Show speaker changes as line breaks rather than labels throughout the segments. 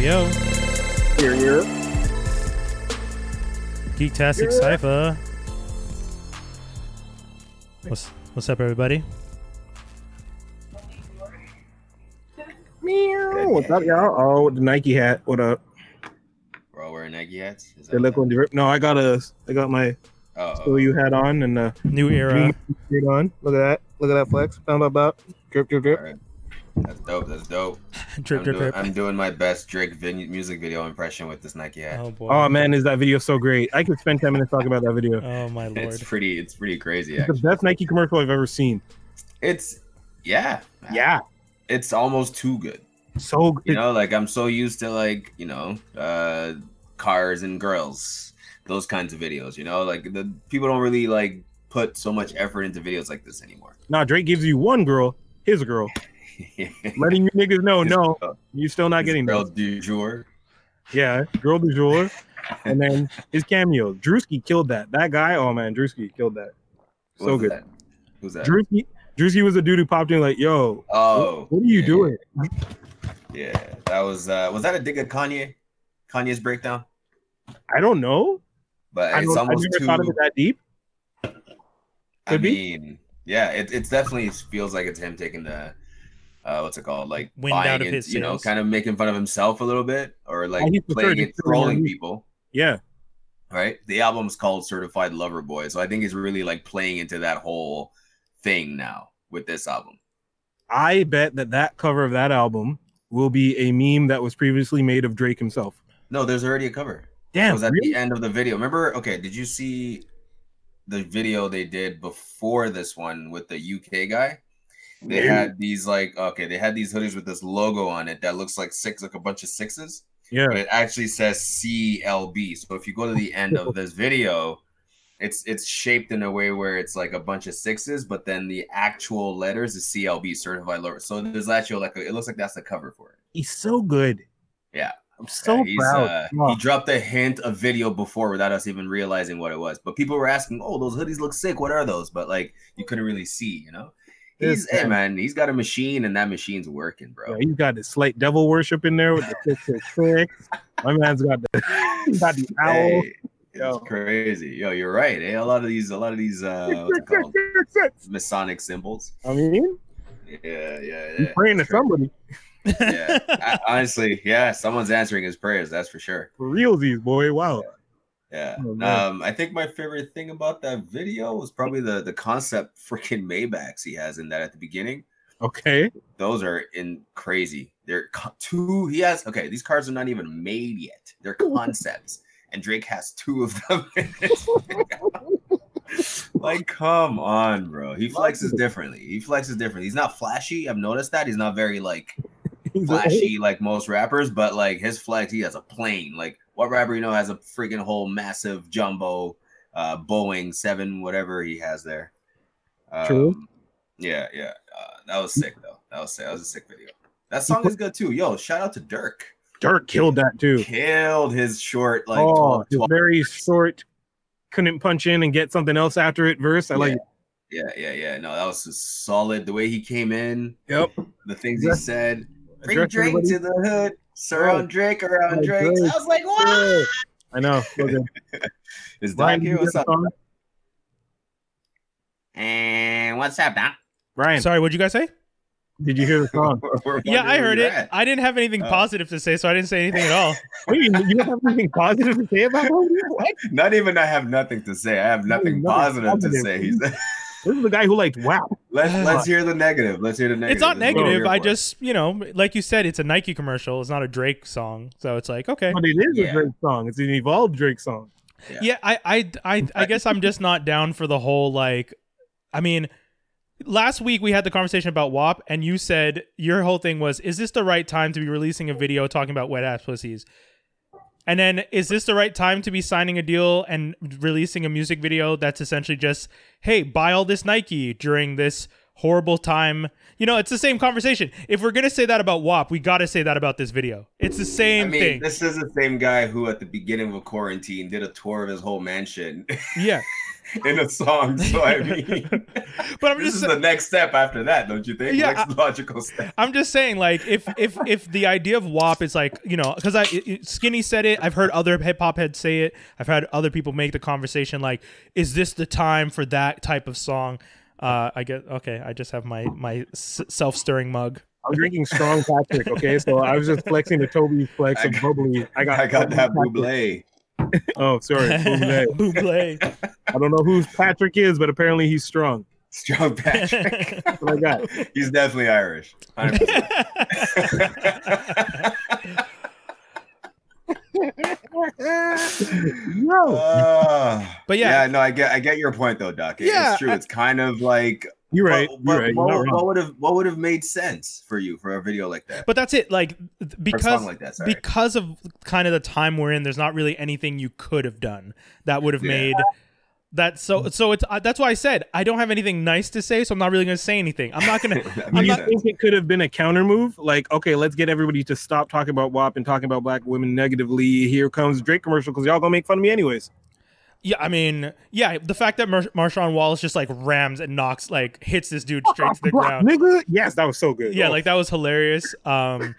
yo.
Here, here.
Geektastic Cypher. What's, what's up, everybody?
Meow. What's up, y'all? Oh, with the Nike hat. What up?
We're all wearing Nike hats. Is
They look on the No, I got a. I got my
Oh, oh,
oh you hat on and uh
New era.
shirt on. Look at that. Look at that flex. Bum, bum, bum. Drip, drip, drip.
alright. That's dope. That's dope.
drip,
I'm,
drip,
doing,
drip.
I'm doing my best Drake vin- music video impression with this Nike hat.
Oh, boy.
Oh man, is that video so great? I could spend ten minutes talking about that video.
Oh, my lord.
it's pretty. It's pretty crazy.
It's the
Actually.
best Nike commercial I've ever seen.
It's yeah, man.
Yeah,
It's almost too good.
so good.
You know, like I'm so used to like you know, uh, cars and girls, those kinds of videos. You know, like the people don't really like put so much effort into videos like this anymore.
Nah, Drake gives you one girl, his girl, letting you niggas know, no, you still not getting
girl
those.
du jour.
Yeah, girl du jour, and then his cameo. Drewski killed that. That guy. Oh man, Drewski killed that.
Who
So
was
good.
that? Who's that?
Drewski. Drewski was the dude who popped in like, yo,
oh,
what are you
yeah.
doing?
Yeah, that was uh was that a dig at Kanye? Kanye's breakdown?
I don't know.
But
I,
it's
don't, I
almost
never
too
thought of it that deep.
I
could be.
mean, yeah, it it's definitely feels like it's him taking the uh what's it called? Like
Wind
buying
out of
it,
his
you know,
sails.
kind of making fun of himself a little bit or like
he's the third,
playing
he's
it
still in the
trolling
league.
people.
Yeah.
Right? The album's called Certified Lover Boy. So I think he's really like playing into that whole thing now with this album.
I bet that that cover of that album will be a meme that was previously made of Drake himself.
No, there's already a cover.
Damn,
was at
really?
the end of the video. Remember? Okay, did you see the video they did before this one with the UK guy? They had these like okay, they had these hoodies with this logo on it that looks like six, like a bunch of sixes,
yeah.
but it actually says CLB. So if you go to the end of this video, it's it's shaped in a way where it's like a bunch of sixes, but then the actual letters is CLB, certified lower. So there's actually like a, it looks like that's the cover for it.
He's so good.
Yeah.
I'm so
Yeah, he's,
proud.
uh,
Oh,
he dropped a hint of video before without us even realizing what it was. But people were asking, "Oh, those hoodies look sick. What are those?" But like you couldn't really see, you know. He's
This
hey man, he's got a machine and that machine's working, bro.
yeah, he's got the slight devil worship in there with the 666. My man's got the, he's got the owl.
Hey,
Yo.
it's crazy. Yo, you're right. Hey, a lot of these, a lot of these, uh, what's it called? Masonic symbols.
I mean,
Yeah, yeah,
he's
yeah.
praying to
Sure.
somebody
Yeah, I- honestly, yeah, someone's answering his prayers. That's for sure.
for realsies, boy. Wow.
Yeah.
Oh, man.
um, I think my favorite thing about that video was probably the the concept freaking Maybachs he has in that at the beginning.
Okay.
Those are in crazy. They're co- two. He has okay. These cars are not even made yet. They're concepts, and Drake has two of them. in this video. like, come on, bro. He flexes differently. He flexes differently. He's not flashy. I've noticed that. He's not very like
He's like,
flashy like most rappers, but like his flex, he has a plane. Like what rapper you know has a freaking whole massive jumbo uh Boeing seven, whatever he has there. Um,
True.
Yeah, yeah. Uh, that was sick though. That was sick. That was a sick video. That song is good too. Yo, shout out to Dirk.
Dirk killed that too.
Killed his short like uh,
oh,
12,
it's
12
very short. Couldn't punch in and get something else after it. Verse, I like.
Yeah, yeah, yeah. No, that was just solid. The way he came in,
Yep.
the things
Address-
he said. Bring
address
Drake
everybody. Oh,
to the hood. Surround Drake around
Like
Drake.
Drake.
I was like, what?
Yeah. I know. Okay.
Is Doc
Brian, did
here?
you get
What's
the
up?
song?
And what's up, Doc?
Brian,
Sorry, what'd you guys say?
did you hear the song?
Yeah, I heard it. I didn't have anything
Oh.
positive to say, so I didn't say anything at all.
What do you, mean? you don't have anything positive to say about him? What?
Not even I have nothing to say. I have nothing
nothing
positive to
positive.
say. He's,
This is the guy who liked WAP.
let's let's hear the negative. Let's hear the negative.
It's not
This is what we're
negative.
here
I
for.
just, you know, like you said, it's a Nike commercial. It's not a Drake song, so it's like okay.
But it is
Yeah.
a Drake song. It's an evolved Drake song.
Yeah.
Yeah, I, I, I, I guess I'm just not down for the whole like. I mean, last week we had the conversation about WAP, and you said your whole thing was, "Is this the right time to be releasing a video talking about wet ass pussies?" And then, is this the right time to be signing a deal and releasing a music video that's essentially just, "Hey, buy all this Nike during this horrible time. You know, it's the same conversation. If we're gonna say that about WAP, we gotta say that about this video. It's the
I
same
mean,
thing.
this is the same guy who, at the beginning of quarantine, did a tour of his whole mansion
yeah,
in a song. So I mean,
but I'm
this
just
is the next step after that, don't you think?
Yeah,
next logical step.
I'm just saying, like, if if if the idea of WAP is like, you know, because I it- it- Skinny said it, I've heard other hip hop heads say it, I've had other people make the conversation, like, is this the time for that type of song? Uh, I guess okay. I just have my my s- self stirring mug.
I'm drinking strong Patrick. Okay, so I was just flexing the Toby flex
I
of
got-
bubbly. I got
I got that
bubbly
buble.
Patrick. Oh, sorry, bubbly.
Buble.
I don't know who Patrick is, but apparently he's strong.
Strong Patrick.
That's what I got.
He's definitely Irish. 100%.
Yo,
Ah,
Oh. But yeah.
yeah, no, I get, I get your point though, Doc. It-
Yeah,
it's true.
I-
it's kind of like
you're right.
What,
You're right. You're not
what,
wrong.
would have what would have made sense for you for a video like that?
but that's it. Like th-
For a
because
song like that, sorry.
because of kind of the time we're in there's not really anything you could have done that would have
Yeah.
made that so so it's uh, that's why i said i don't have anything nice to say so i'm not really gonna say anything i'm not gonna
That
Do
I'm
you
makes
not-
sense.
think it could have been a counter move? Like, okay, let's get everybody to stop talking about WAP and talking about black women negatively. Here comes Drake commercial because y'all gonna make fun of me anyways.
yeah i mean yeah the fact that Mar- marshawn wallace just like rams and knocks like hits this dude straight to the
Block,
ground
nigga. Yes, that was so good.
yeah
Oh.
like that was hilarious um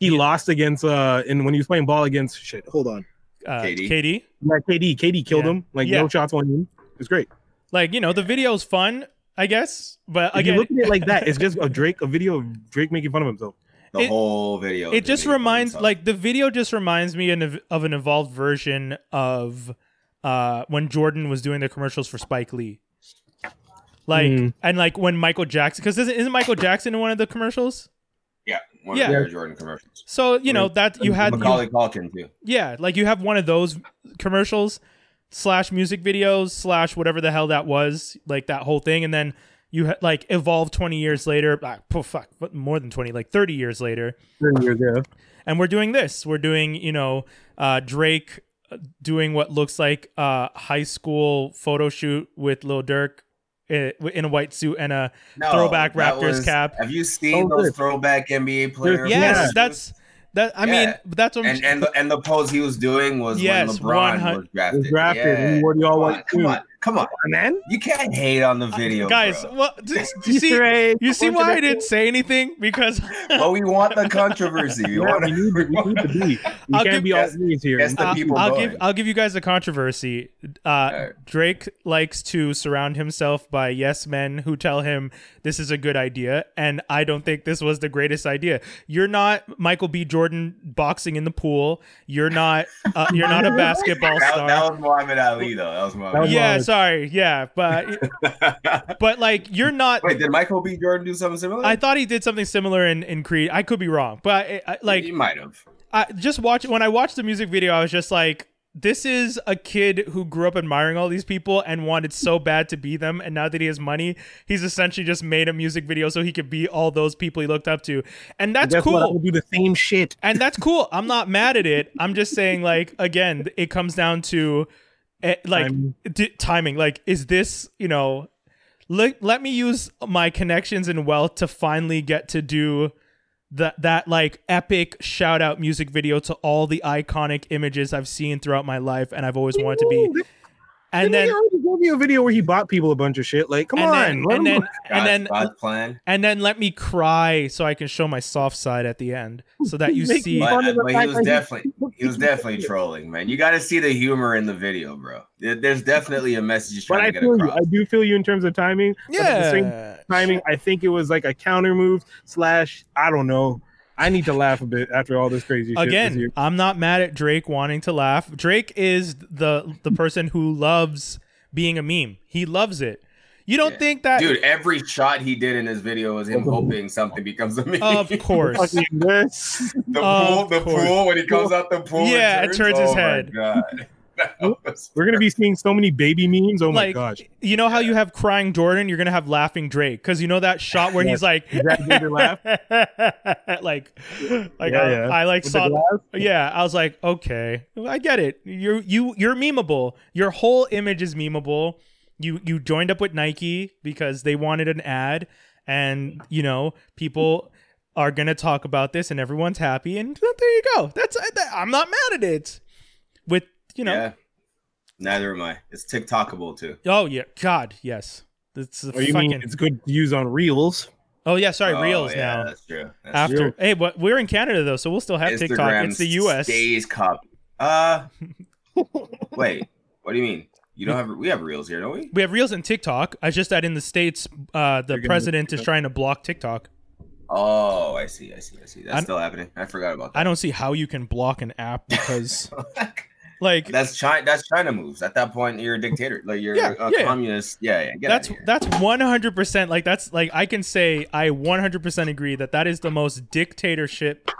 he lost against uh, and when he was playing ball against shit. Hold on,
uh,
KD.
katie
yeah, KD. KD killed
Yeah.
him. Like
Yeah.
no shots on him. It's great.
like you know the video's fun i guess but
If you
again
look at it like that, it's just a Drake, a video of Drake making fun of himself.
the
it-
whole video.
it
did
just
make fun of
reminds
itself.
like the video just reminds me an ev- of an evolved version of uh when jordan was doing the commercials for spike lee like
Mm.
and like when michael jackson because isn't, isn't michael jackson in one of the commercials
yeah, one
yeah.
of the Jordan commercials.
so you know that you had you,
Macaulay Culkin too.
yeah like you have one of those commercials slash music videos slash whatever the hell that was like that whole thing and then you ha- like evolve 20 years later ah, poof, fuck but more than 20 like 30 years later
Yeah, yeah.
and we're doing this we're doing you know uh, drake doing what looks like a high school photo shoot with lil durk eh, in a white suit and a
No,
Throwback
that
Raptors cap.
Have you seen
Oh,
those
good.
throwback NBA players?
yes that's that i mean
Yeah.
that's what I'm,
and and the, and the pose he was doing was
Yes,
when LeBron
100
was drafted.
Was drafted.
Yeah.
What do y'all
Come on,
want?
come on,
to
come on.
do, man.
You can't hate on the video,
guys
bro.
well do, do you see
Drake,
you see why i
unfortunately-
didn't say anything because
But we want the controversy. We
Yeah,
want
we need to, we need to be. We
I'll
can't
give-
be all
Yes,
knees here.
yes, the
I'll,
people
I'll
voting.
give I'll give you guys a controversy. Uh,
right.
Drake likes to surround himself by yes men who tell him this is a good idea, and I don't think this was the greatest idea. You're not Michael B. Jordan boxing in the pool. You're not uh, you're not a basketball
that,
star.
that was Muhammad Ali, though. That was Muhammad.
That
yeah,
was-
sorry, yeah, but but like you're not.
Wait, did Michael B. Jordan do something similar?
I thought he did something similar in, in Creed. I could be wrong, but I, I, like
he might have.
I just watch when I watched the music video, I was just like, this is a kid who grew up admiring all these people and wanted so bad to be them. And now that he has money, he's essentially just made a music video so he could be all those people he looked up to. And that's
Guess what? I will
cool.
do the same shit.
And that's cool. I'm not mad at it. I'm just saying, like, again, it comes down to eh, like
I'm-
d- timing. Like, is this, you know, let, let me use my connections and wealth to finally get to do that that like epic shout out music video to all the iconic images I've seen throughout my life and I've always wanted to be. And
Didn't he
then
already give you a video where he bought people a bunch of shit. Like, come
and
on,
then,
let
and then
him-
and
God's-
then
God's plan.
and then let me cry so I can show my soft side at the end so that you
Make
see
me-
But,
Fun of the
but
fact
he was
that he-
definitely he was definitely trolling, man. You got to see the humor in the video, bro. There- There's definitely a message he's
But I
trying to get
feel you.
across.
I do feel you in terms of timing. but at the same
yeah.
timing. I think it was like a counter move slash. I don't know. I need to laugh a bit after all this crazy shit. this
Again,
year.
I'm not mad at Drake wanting to laugh. Drake is the the person who loves being a meme. He loves it. You don't
Yeah.
think that
Dude, every shot he did in his video was him hoping something becomes a meme.
of course.
Fucking this.
the pool,
of
the
course.
pool when he comes out the pool.
Yeah,
and
it turns his
oh my
head.
God. That was-
We're gonna be seeing so many baby memes. Oh my
like
gosh.
you know how you have crying Jordan, you're gonna have laughing Drake because you know that shot where he's like,
Exactly. Did laugh?
like, like
Yeah,
I,
yeah.
I like
With the
saw,
glass?
yeah, I was like, okay, I get it. You're you you're memeable. Your whole image is memeable. you you joined up with Nike because they wanted an ad, and you know people are gonna talk about this, and everyone's happy, and there you go. That's uh, I'm not mad at it. With you know,
Yeah. Neither am I. It's TikTokable too.
oh yeah, God, yes, it's a
Or Oh, you
fucking.
mean it's good to use on reels?
oh yeah, sorry,
Oh,
reels
yeah,
now.
That's true. That's
After
true.
hey, but we're in Canada though, so we'll still have TikTok. It's the U.S.
Stays copy. Uh, wait. What do you mean? You don't have we have reels here, don't we?
We have reels and TikTok. It's just that in the states, uh, the
They're gonna-
president is trying to block TikTok.
Oh, I see. I see. I see. That's
I'm-
still happening. I forgot about
I
that.
don't see how you can block an app because like
that's China. That's China moves. At that point, you're a dictator. Like you're
Yeah,
a
yeah.
communist. Yeah, yeah. Get
that's
out of here.
that's 100% like that's like I can say I 100% agree that that is the most dictatorship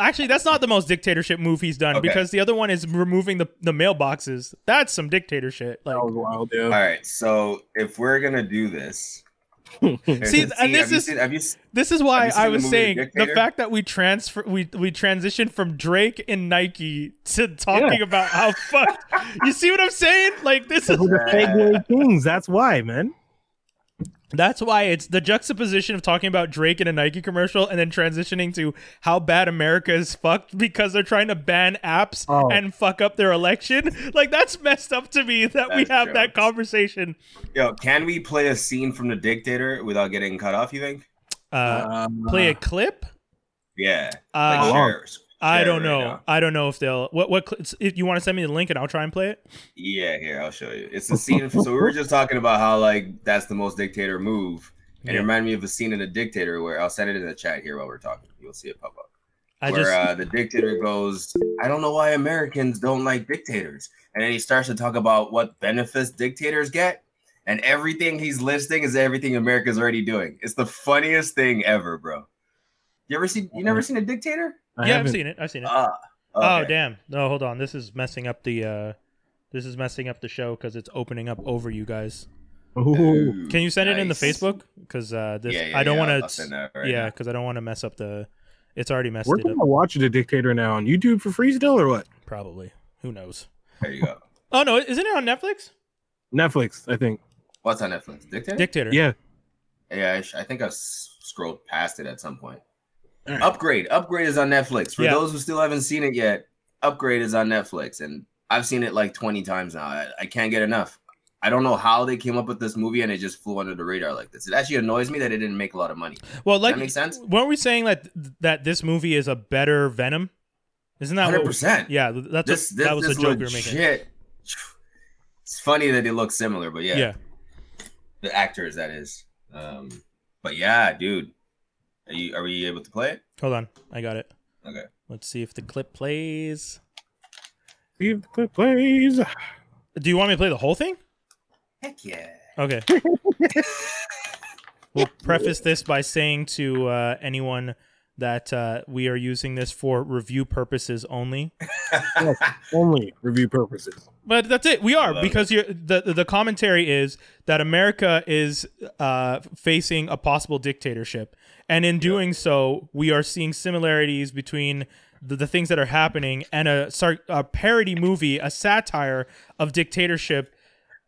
Actually, that's not the most dictatorship move he's done
Okay.
because the other one is removing the, the mailboxes. That's some dictator shit. Like
That was wild, yeah.
All right. So if we're gonna do this,
See, and this
have you
is-
seen- have you s-
This is why
Have you seen
I
the
was
movie The
saying the
Dictator?
fact that we transfer we we transitioned from Drake and Nike to talking about how fucked. you see what I'm saying? Like this is
With the fake gold things. That's why, man.
that's why it's the juxtaposition of talking about Drake in a Nike commercial and then transitioning to how bad America is fucked because they're trying to ban apps
Oh.
and fuck up their election. Like that's messed up to me that we
That's
have that
jokes.
conversation.
yo, can we play a scene from the dictator without getting cut off? You think?
Uh, play a clip.
Yeah.
Uh,
Um, Like,
How long?
share-
I
share
don't
right
know.
now.
I don't know if they'll. What what? cl- If you want to send me the link and I'll try and play it.
Yeah, here I'll show you. It's the scene. so we were just talking about how like that's the most dictator move, and
Yeah.
it reminded me of a scene in the dictator where I'll send it in the chat here while we're talking. You'll see it pop up.
I
where
just
uh, the dictator goes, I don't know why Americans don't like dictators. And then he starts to talk about what benefits dictators get. And everything he's listing is everything America's already doing. It's the funniest thing ever, bro. You ever seen you never seen a dictator?
Uh-huh. yeah, I've seen it. I've seen it.
Ah,
Oh
okay.
damn! No, hold on. This is messing up the. uh This is messing up the show because it's opening up over you guys.
Ooh.
Ooh,
Can you send it in the
nice.
Facebook? Because uh, this
Yeah, yeah,
I don't
yeah, I'll- I'll
want
send
to.
that right
Yeah,
now.
because I don't want to mess up the. It's already messed
We're
it up.
gonna watch the dictator now on YouTube for free still or what?
Probably. Who knows?
There you go.
Oh no! Isn't it on Netflix?
Netflix, I think.
What's on
Mm-hmm.
Netflix? Dictator?
Dictator.
Yeah.
yeah, I, sh- I think I s- scrolled past it at some point.
All right.
Upgrade. Upgrade is on Netflix. For
Yeah.
those who still haven't seen it yet, Upgrade is on Netflix, and I've seen it like 20 times now. I, I can't get enough. I don't know how they came up with this movie and it just flew under the radar like this. It actually annoys me that it didn't make a lot of money.
Well, like,
that makes sense.
weren't we saying that that this movie is a better Venom? Isn't that
Hundred
what?
percent.
Yeah, th- that's
This,
what,
this
that was
this
the joke we were making.
legit. It's funny that they look similar, but yeah,
yeah.
the actors that is. Um, but yeah, dude, are you are we able to play it?
Hold on, I got it.
Okay.
Let's see if the clip plays.
See if the clip plays.
Do you want me to play the whole thing?
Heck yeah.
Okay. we'll preface this by saying to uh, anyone that uh, we are using this for review purposes only.
Only review purposes.
But that's it. We
I
are
love
because you're, the the commentary is that America is uh, facing a possible dictatorship, and in doing so, we are seeing similarities between the, the things that are happening and a, sar- a parody movie, a satire of dictatorship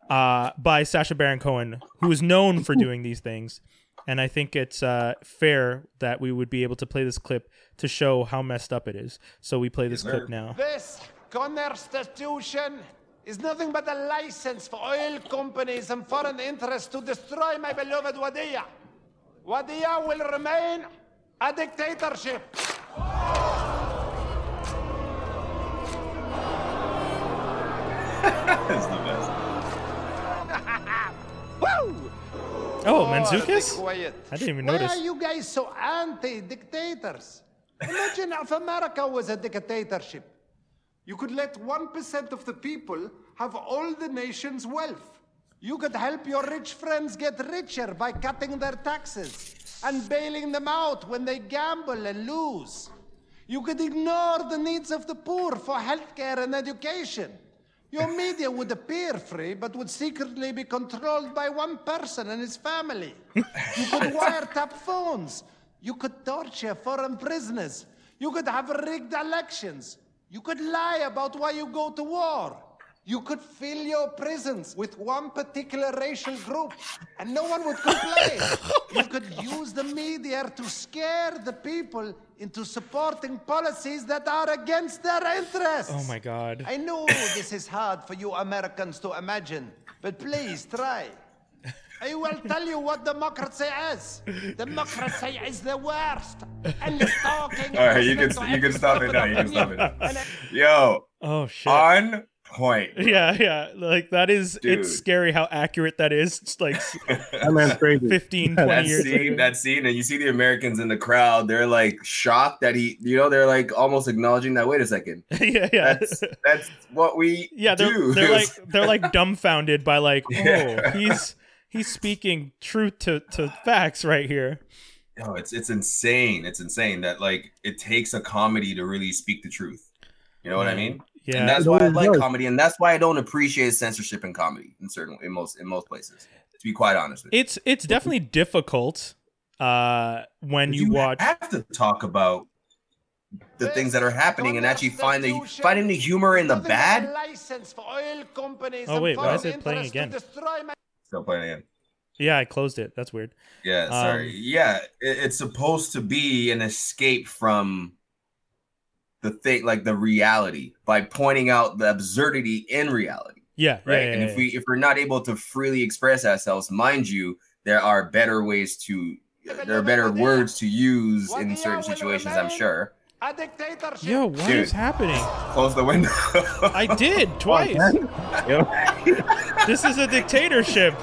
uh, by Sacha Baron Cohen, who is known for doing these things. And I think it's uh, fair that we would be able to play this clip to show how messed up it is. So we play this
Yes,
clip
sir.
now.
This constitution is nothing but a license for oil companies and foreign interests to destroy my beloved Wadiya. Wadiya will remain a dictatorship.
That's the best.
Woo!
Oh,
be
Manzukis?
Quiet.
I didn't even
Why
notice.
are you guys so anti-dictators? Imagine if America was a dictatorship. You could let 1% of the people have all the nation's wealth. You could help your rich friends get richer by cutting their taxes and bailing them out when they gamble and lose. You could ignore the needs of the poor for healthcare and education. Your media would appear free, but would secretly be controlled by one person and his family. You could wiretap phones. You could torture foreign prisoners. You could have rigged elections. You could lie about why you go to war. You could fill your prisons with one particular racial group and no one would complain. you could use the media to scare the people into supporting policies that are against their interests.
Oh my god.
I know this is hard for you Americans to imagine, but please try. I will tell you what democracy is. Democracy is the worst. And it's talking.
All right, you can you can stop it now. You can stop it. Now. Yo,
Oh shit.
on point.
yeah, yeah. Like that is
Dude.
it's scary how accurate that is. It's like s-
That man's crazy.
15
That
20
That
years later.
scene, that scene, and you see the Americans in the crowd. They're like shocked that he, you know, they're like almost acknowledging that. Wait a second,
yeah, yeah.
that's that's what we
yeah, they're
do.
they're like they're like dumbfounded by like, oh,
Yeah.
he's he's speaking truth to to facts right here.
no, Oh, it's it's insane. It's insane that like it takes a comedy to really speak the truth. You know what I mean?
Mm-hmm. Yeah.
And that's
It
why I
always
like
does.
comedy, and that's why I don't appreciate censorship in comedy in certain in most in most places. To be quite honest with you,
it's it's definitely difficult uh when you, watch
have to talk about the things that are happening and actually find the finding the humor in the bad.
License for oil companies
Oh,
and
wait, why
foreign
is it playing
interests to
again?
destroy my-
Still playing again.
Yeah, I closed it. That's weird.
Yeah, sorry.
Um,
yeah, it, it's supposed to be an escape from the thing, like the reality, by pointing out the absurdity in reality,
Yeah,
right?
Yeah, yeah,
and
yeah.
if we if we're not able to freely express ourselves, mind you, there are better ways to, there are better words to use in certain situations. I'm sure.
a dictatorship.
Yo, what is
Dude.
happening?
Close the window.
I did twice.
Yo,
this is a dictatorship.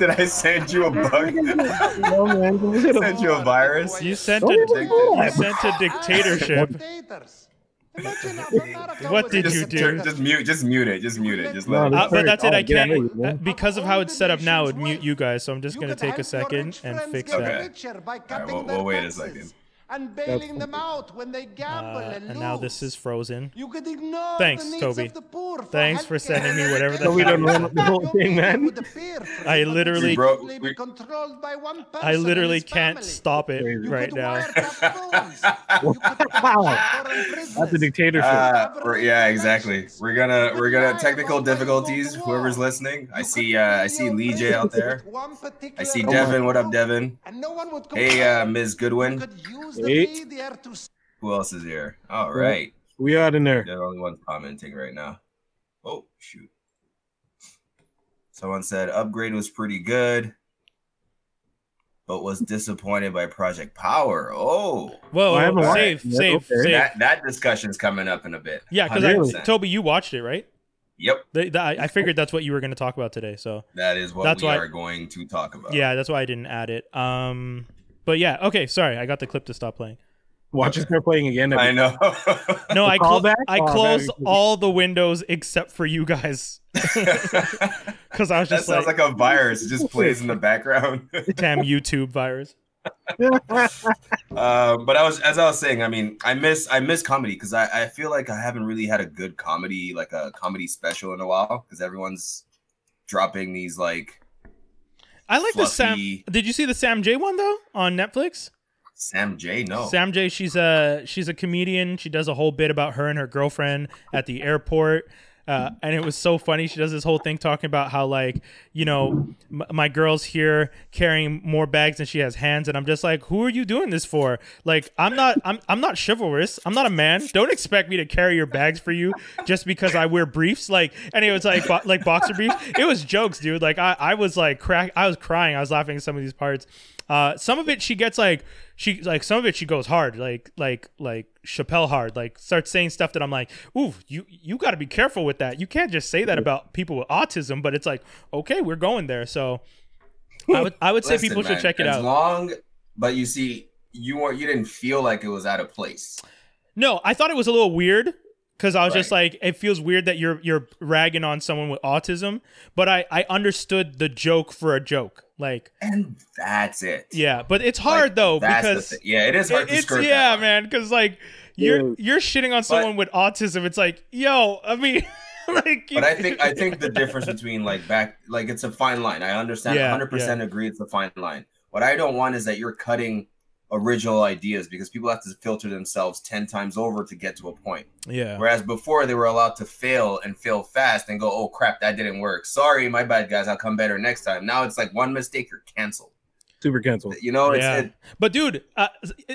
Did I send you a bug?
yo, man, go hit him.
send you a virus?
You sent a
Don't even do
you
that.
sent a dictatorship.
Dictators. Imagine if America
What
was
did
a
you
Just,
do?
turn,
dictator.
just mute. Just mute it. Just mute it. Just let
No,
it.
Uh, but that's it. I
Get out of
can't uh,
here, man.
because of how it's set up now. It would mute you guys, so I'm just
You
gonna
could
take a
help your
second
rich
and
friends
fix
get
that.
richer by cutting
we'll-
their
we'll wait a
taxes
second.
And bailing them
funny.
out when they gamble
Uh,
and,
and now
lose.
this is frozen.
You could ignore
Thanks,
the needs
Toby.
of the poor for
Thanks for
healthcare
sending me
and
whatever that
education.
We
don't run up the whole
Your
thing, man.
people would appear free,
I
but
literally-
would
Bro,
simply
we-
be controlled by one person
I
and
literally
his
can't
family.
stop it
You
You
right
could
now.
wiretap phones. You could
Wow.
capture foreign
That's a
prisoners.
dictatorship.
Uh, we're- yeah, exactly. We're gonna we're gonna technical difficulties. Whoever's listening, I
You
see
could
uh, I
fill
see
your
Lee J
prisons
out there.
with one particular
I see
racial
Devin. What up,
group,
Devin?
And no one would
Hey,
complain.
uh, Ms.
You
Goodwin.
could use the
Hey.
media to
Who else is here? All right,
we out in there.
there only one commenting right now. Oh shoot! Someone said upgrade was pretty good, but was disappointed by Project Power. Oh,
Whoa,
I haven't
whoa,
watched
save,
it yet.
save,
Okay.
save.
that that discussion's coming up in a bit.
Yeah, because
100%.
Toby, you watched it, right?
yep,
They- that- I I figured that's what you were going to talk about today. So
that is what
That's
we
why-
are going to talk about.
yeah, that's why I didn't add it. Um, but yeah, okay, sorry, I got the clip to stop playing.
Watch us start playing again.
I know.
No, I cl-
callback?
I
Oh, that
closed
was-
all the windows except for you guys because I was
That
just
sounds
like,
like a virus. It just plays in the background.
damn YouTube virus.
Uh, but I was, as I was saying, I mean, I miss, I miss comedy because I, I feel like I haven't really had a good comedy, like a comedy special in a while because everyone's dropping these like
I like the Sam.
Fluffy.
Did you see the Sam J one though on Netflix?
Sam J. No,
Sam J. She's a she's a comedian. She does a whole bit about her and her girlfriend at the airport. Uh, and it was so funny. She does this whole thing talking about how, like, you know, m- my girl's here carrying more bags than she has hands, and I'm just like, who are you doing this for? Like, I'm not, I'm, I'm not chivalrous. I'm not a man. Don't expect me to carry your bags for you just because I wear briefs. Like, and it was like, bo- like boxer briefs. It was jokes, dude. Like, I, I was like crack, I was crying. I was laughing at some of these parts. Uh, some of it she gets like she like some of it she goes hard like like like Chappelle hard like starts saying stuff that I'm like ooh you you got to be careful with that you can't just say that about people with autism but it's like okay we're going there so I would I would say
Listen,
people should
man,
check it
it's
out
long, but you see, you weren't, you didn't feel like it was out of place.
no I thought it was a little weird because I was just
Right.
like it feels weird that you're you're ragging on someone with autism but I I understood the joke for a joke like
And that's it.
yeah but it's hard though
That's the
because
thing. yeah, it is hard
It-
to
it's
skirt. that
yeah,
line.
man, because like you're
Dude.
you're shitting on someone with autism. It's like, yo, I mean, like, you-
but I think I think the difference between like back like it's a fine line. I understand
Yeah,
100% agree it's a fine line. What I don't want is that you're cutting a original ideas because people have to filter themselves 10 times over to get to a point.
Yeah.
Whereas before they were allowed to fail and fail fast and go, oh crap, that didn't work. Sorry, my bad guys, I'll come better next time. Now it's like one mistake, you're canceled.
Super canceled.
You know, Oh, it's
Yeah.
it,
But dude, uh,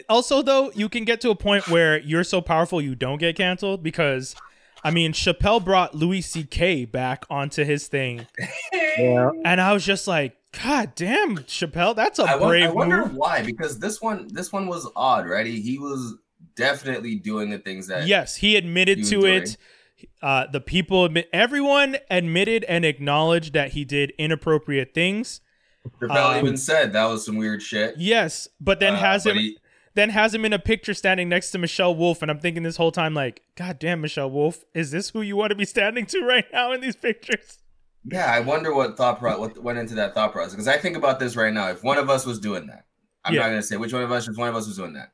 also though, you can get to a point where you're so powerful you don't get canceled because, I mean, Chappelle brought Louis C.K. back onto his thing,
Yeah.
and I was just like, God damn, Chappelle, that's a
I, won- I
brave
wonder
move.
why, because this one this one was odd, right? He, he was definitely doing the things that
Yes, he admitted
You
to
enjoy.
it. Uh, the people admit, everyone admitted and acknowledged that he did inappropriate things.
Chappelle
Um,
even said that was some weird shit.
Yes, but then
Uh,
has
but
him
he-
then has him in a picture standing next to Michelle Wolf, and I'm thinking this whole time, like, God damn, Michelle Wolf, is this who you want to be standing to right now in these pictures?
Yeah, I wonder what thought pro- what went into that thought process because I think about this right now. If one of us was doing that, I'm
Yeah.
not gonna say which one of us. If one of us was doing that,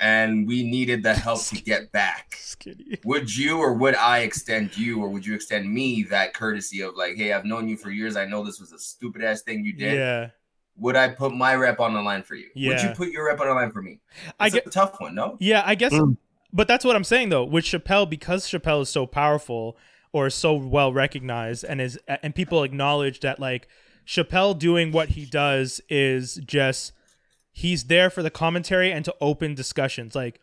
and we needed the help to get back,
Skinny.
would you or would I extend you or would you extend me that courtesy of like, hey, I've known you for years. I know this was a stupid ass thing you did.
Yeah,
Would I put my rep on the line for you? Would you
Yeah.
put your rep on the line for me? It's
I
a tough one, no.
yeah, I guess.
Mm.
But that's what I'm saying though. With Chappelle, because Chappelle is so powerful or so well recognized, and is and people acknowledge that like Chappelle doing what he does is just he's there for the commentary and to open discussions. Like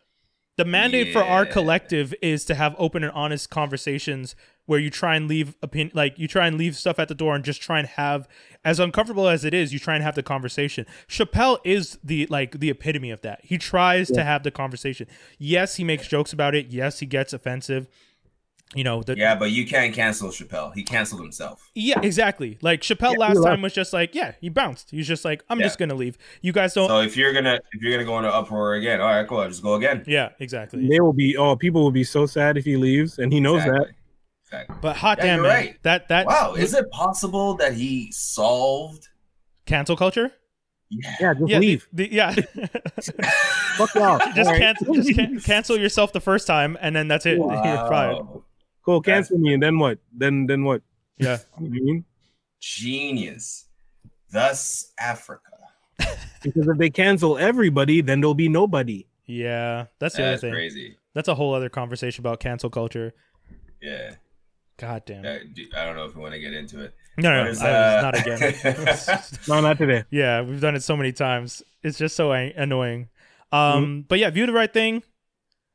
the mandate for our
Yeah.
collective is to have open and honest conversations where you try and leave opinion like you try and leave stuff at the door and just try and have as uncomfortable as it is you try and have the conversation chappelle is the like the epitome of that he tries to have the conversation yes he makes jokes about it yes he gets offensive you know the,
Yeah, but you can't cancel Chappelle. He canceled himself.
yeah, exactly. Like Chappelle
Yeah,
last
he
time
left.
was just like, yeah, he bounced. He was just like, I'm
Yeah.
just gonna leave. You guys don't.
So if you're gonna if you're gonna go into uproar again, all right, cool. I'll just go again.
yeah, exactly.
They will be. Oh, people will be so sad if he leaves, and he knows
Exactly. Exactly.
But hot
Yeah,
damn,
you're
man,
right.
that that
Wow, is it possible that he solved?
cancel culture?
Yeah.
that. Yeah, just
Yeah, the-
leave.
the- yeah,
Fuck off.
just
All right.
cancel, just can, cancel yourself the first time, and then that's it. You're fired.
Wow.
Cool, cancel me, and then what? Then then what?
Yeah,
You know what I mean?
Genius. Thus Africa.
Because if they cancel everybody, then there'll be nobody.
yeah. That's the
That's
other thing.
crazy.
That's a whole other conversation about cancel culture.
Yeah.
God damn.
Uh, do- I don't know if we want to get into it.
No, no, no,
What is,
I-
uh,
not again.
No, not today.
Yeah, we've done it so many times. It's just so an- annoying. Um, but yeah, view the right thing.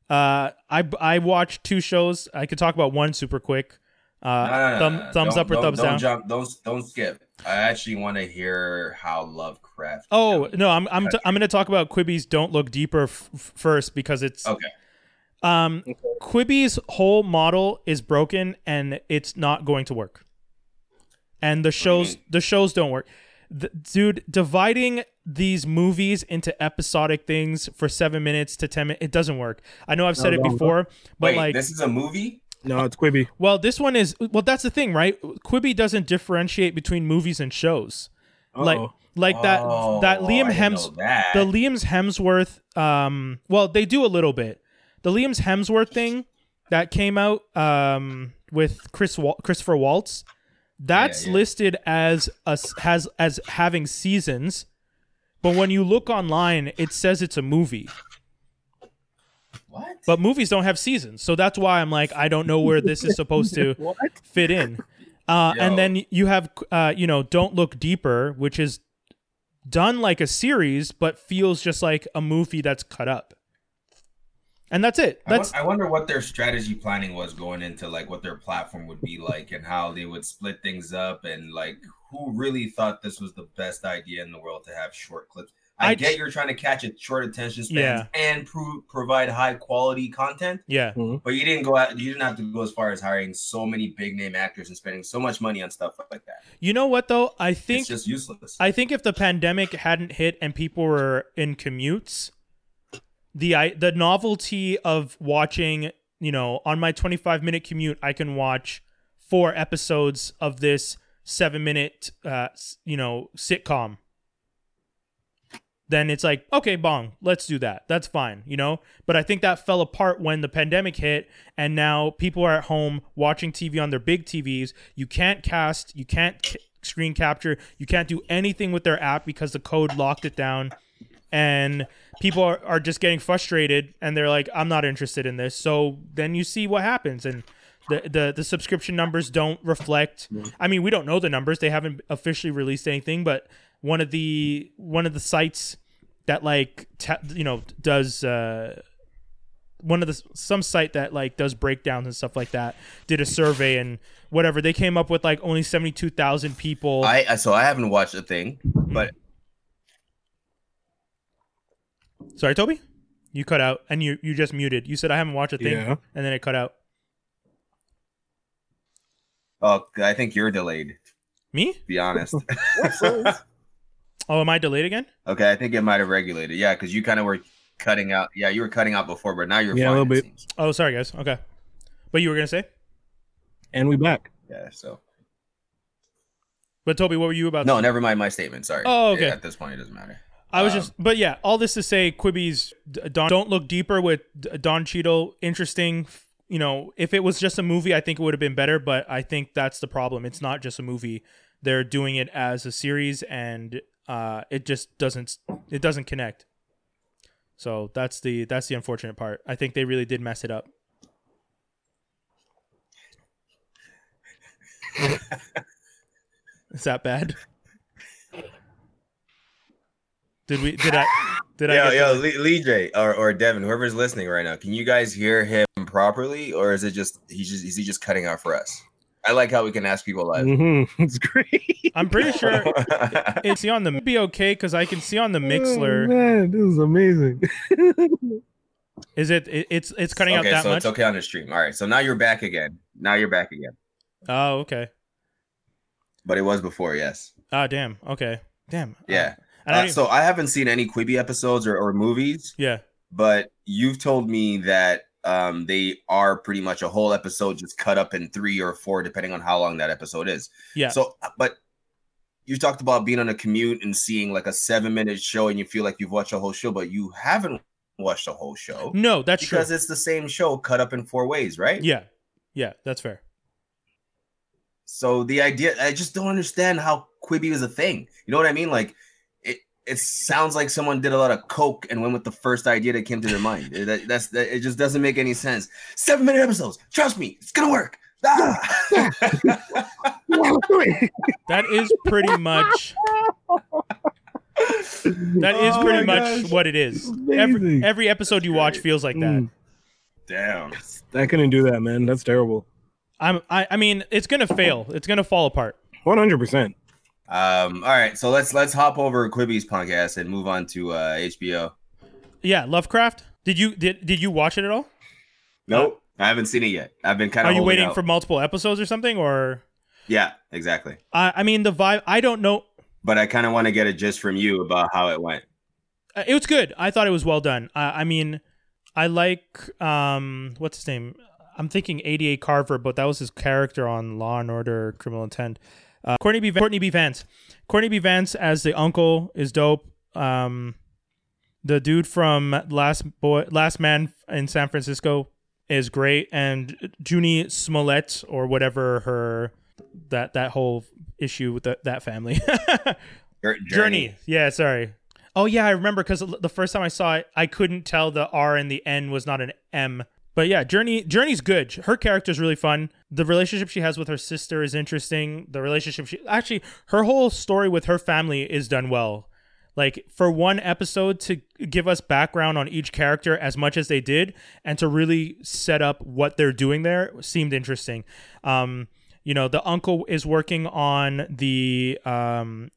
Uh, I I watched two shows. I could talk about one super quick. Uh,
No, no, no,
thumb,
no, no.
thumbs
Don't-
up or
don't-
thumbs
don't
down.
Jump, don't don't skip. I actually want to hear how Lovecraft.
Oh no, I'm I'm t- I'm gonna talk about Quibi's "Don't Look Deeper" f- f- first because it's
Okay.
Um, Quibi's whole model is broken and it's not going to work. And the
Mm.
shows the shows don't work. The, dude, dividing these movies into episodic things for seven minutes to ten minutes, it doesn't work. I know I've said
No,
it
no, no.
before, but
Wait,
like
this is a movie.
No, it's Quibi.
well, this one is well. That's the thing, right? Quibi doesn't differentiate between movies and shows, like
Uh-oh.
like that
Oh,
that Liam
I didn't know
Hems
that.
the Liam's Hemsworth. Um, well, they do a little bit. The Liam's Hemsworth thing that came out um with Chris Wal- Christopher Waltz, that's
yeah.
listed as us has as having seasons, but when you look online, it says it's a movie.
what?
But movies don't have seasons, so that's why I'm like, I don't know where this is supposed to
What?
fit in. Uh,
Yo.
and then you have, uh, you know, Don't Look Deeper, which is done like a series, but feels just like a movie that's cut up. And that's it.
I won-
That's
I wonder what their strategy planning was going into like what their platform would be like and how they would split things up and like who really thought this was the best idea in the world to have short clips. I,
I-
get you're trying to catch a short attention span
Yeah.
and pro- provide high quality content,
yeah,
but you didn't go out. You didn't have to go as far as hiring so many big name actors and spending so much money on stuff like that.
you know what though? I think
it's just useless.
I think if the pandemic hadn't hit and people were in commutes, the I, the novelty of watching, you know, on my 25 minute commute, I can watch four episodes of this seven minute, uh, s- you know, sitcom. Then it's like, okay, bong, let's do that. That's fine, you know? But I think that fell apart when the pandemic hit, and now people are at home watching TV on their big TVs. You can't cast, you can't c- screen capture, you can't do anything with their app because the code locked it down and people are, are just getting frustrated and they're like, I'm not interested in this. So then you see what happens and the, the, the subscription numbers don't reflect I mean, we don't know the numbers. They haven't officially released anything, but one of the one of the sites that like te- you know does uh one of the some site that like does breakdowns and stuff like that did a survey and whatever they came up with like only 72,000 people
I I- so I haven't watched a thing, but
Sorry, Toby, you cut out, and you you just muted. You said I haven't watched a thing,
Yeah.
and then it cut out.
oh, I think you're delayed.
Me?
To be honest.
Oh, am I delayed again?
okay, I think it might have regulated. Yeah, because you kind of were cutting out. Yeah, you were cutting out before, but now you're
Yeah, a
fine,
little
it
bit.
seems.
Oh, sorry guys. Okay, but you were gonna say?
And we back.
Yeah. So
But Toby, what were you about? to
no,
say?
never mind my statement. Sorry.
Oh, okay.
Yeah, at this point, it doesn't matter.
I was
um,
just, but yeah, all this to say, Quibby's D- Don, don't look deeper with D- Don Cheadle. Interesting. f- You know, if it was just a movie, I think it would have been better. But I think that's the problem. It's not just a movie. They're doing it as a series, and uh, it just doesn't it doesn't connect. So that's the that's the unfortunate part. I think they really did mess it up. Is that bad? Did we? Did I? Did I?
Yo,
get
yo,
the-
Lee, Lee J or, or Devin, whoever's listening right now, can you guys hear him properly, or is it just he's just is he just cutting out for us? I like how we can ask people live.
hmm It's great.
I'm pretty Mm, sure it's see on the be okay because I can see on the
Oh,
Mixler.
man, this is amazing.
Is it? it- It's it's cutting
okay,
out that
so
much.
it's okay on the stream. All right, so now you're back again. Now you're back again,
Oh, okay.
but it was before, yes,
Ah, damn. Okay, damn.
yeah.
Uh, and I
Uh,
don't even-
so I haven't seen any Quibi episodes or, or movies,
yeah.
but you've told me that um, they are pretty much a whole episode just cut up in three or four, depending on how long that episode is.
Yeah.
So, uh, but you talked about being on a commute and seeing like a seven minute show and you feel like you've watched a whole show, but you haven't watched a whole show
no, Mm, that's true.
because it's the same show cut up in four ways, right?
Yeah, yeah, that's fair.
So the idea, I just don't understand how Quibi is a thing. You know what I mean? Like, it it sounds like someone did a lot of coke and went with the first idea that came to their mind. It- that, that's that, it just doesn't make any sense. Seven minute episodes. Trust me, it's gonna work. Ah!
That is pretty much. That is
Oh
pretty
my
much
gosh.
what it is.
Amazing.
Every every episode you watch feels like that.
Mm.
Damn.
I couldn't do that, man. That's terrible.
I'm I, I mean it's gonna fail. It's gonna fall apart.
One hundred percent.
Um, all right, so let's let's hop over Quibi's podcast and move on to uh HBO.
Yeah, Lovecraft. Did you did did you watch it at all?
Nope, I haven't seen it yet. I've been kind
Are
of.
you waiting for multiple episodes or something? Or
Yeah, exactly.
I I mean the vibe. I don't know.
But I kind of want to get a gist from you about how it went.
Uh, It was good. I thought it was well done. I I mean, I like um what's his name? I'm thinking ADA Carver, but that was his character on Law and Order: Criminal Intent. Uh, Courtney B. Courtney B. Vance. Courtney B. Vance as the uncle is dope. Um, the dude from Last Boy, Last Man in San Francisco is great, and Junie Smollett or whatever her that that whole issue with that that family.
Journey.
Journey. Yeah, sorry. Oh yeah, I remember because the first time I saw it, I couldn't tell the R and the N was not an M. But yeah, Journey Journey's good. Her character's really fun. The relationship she has with her sister is interesting. The relationship she actually her whole story with her family is done well. Like for one episode to give us background on each character as much as they did, and to really set up what they're doing there seemed interesting. Um, you know, the uncle is working on the um,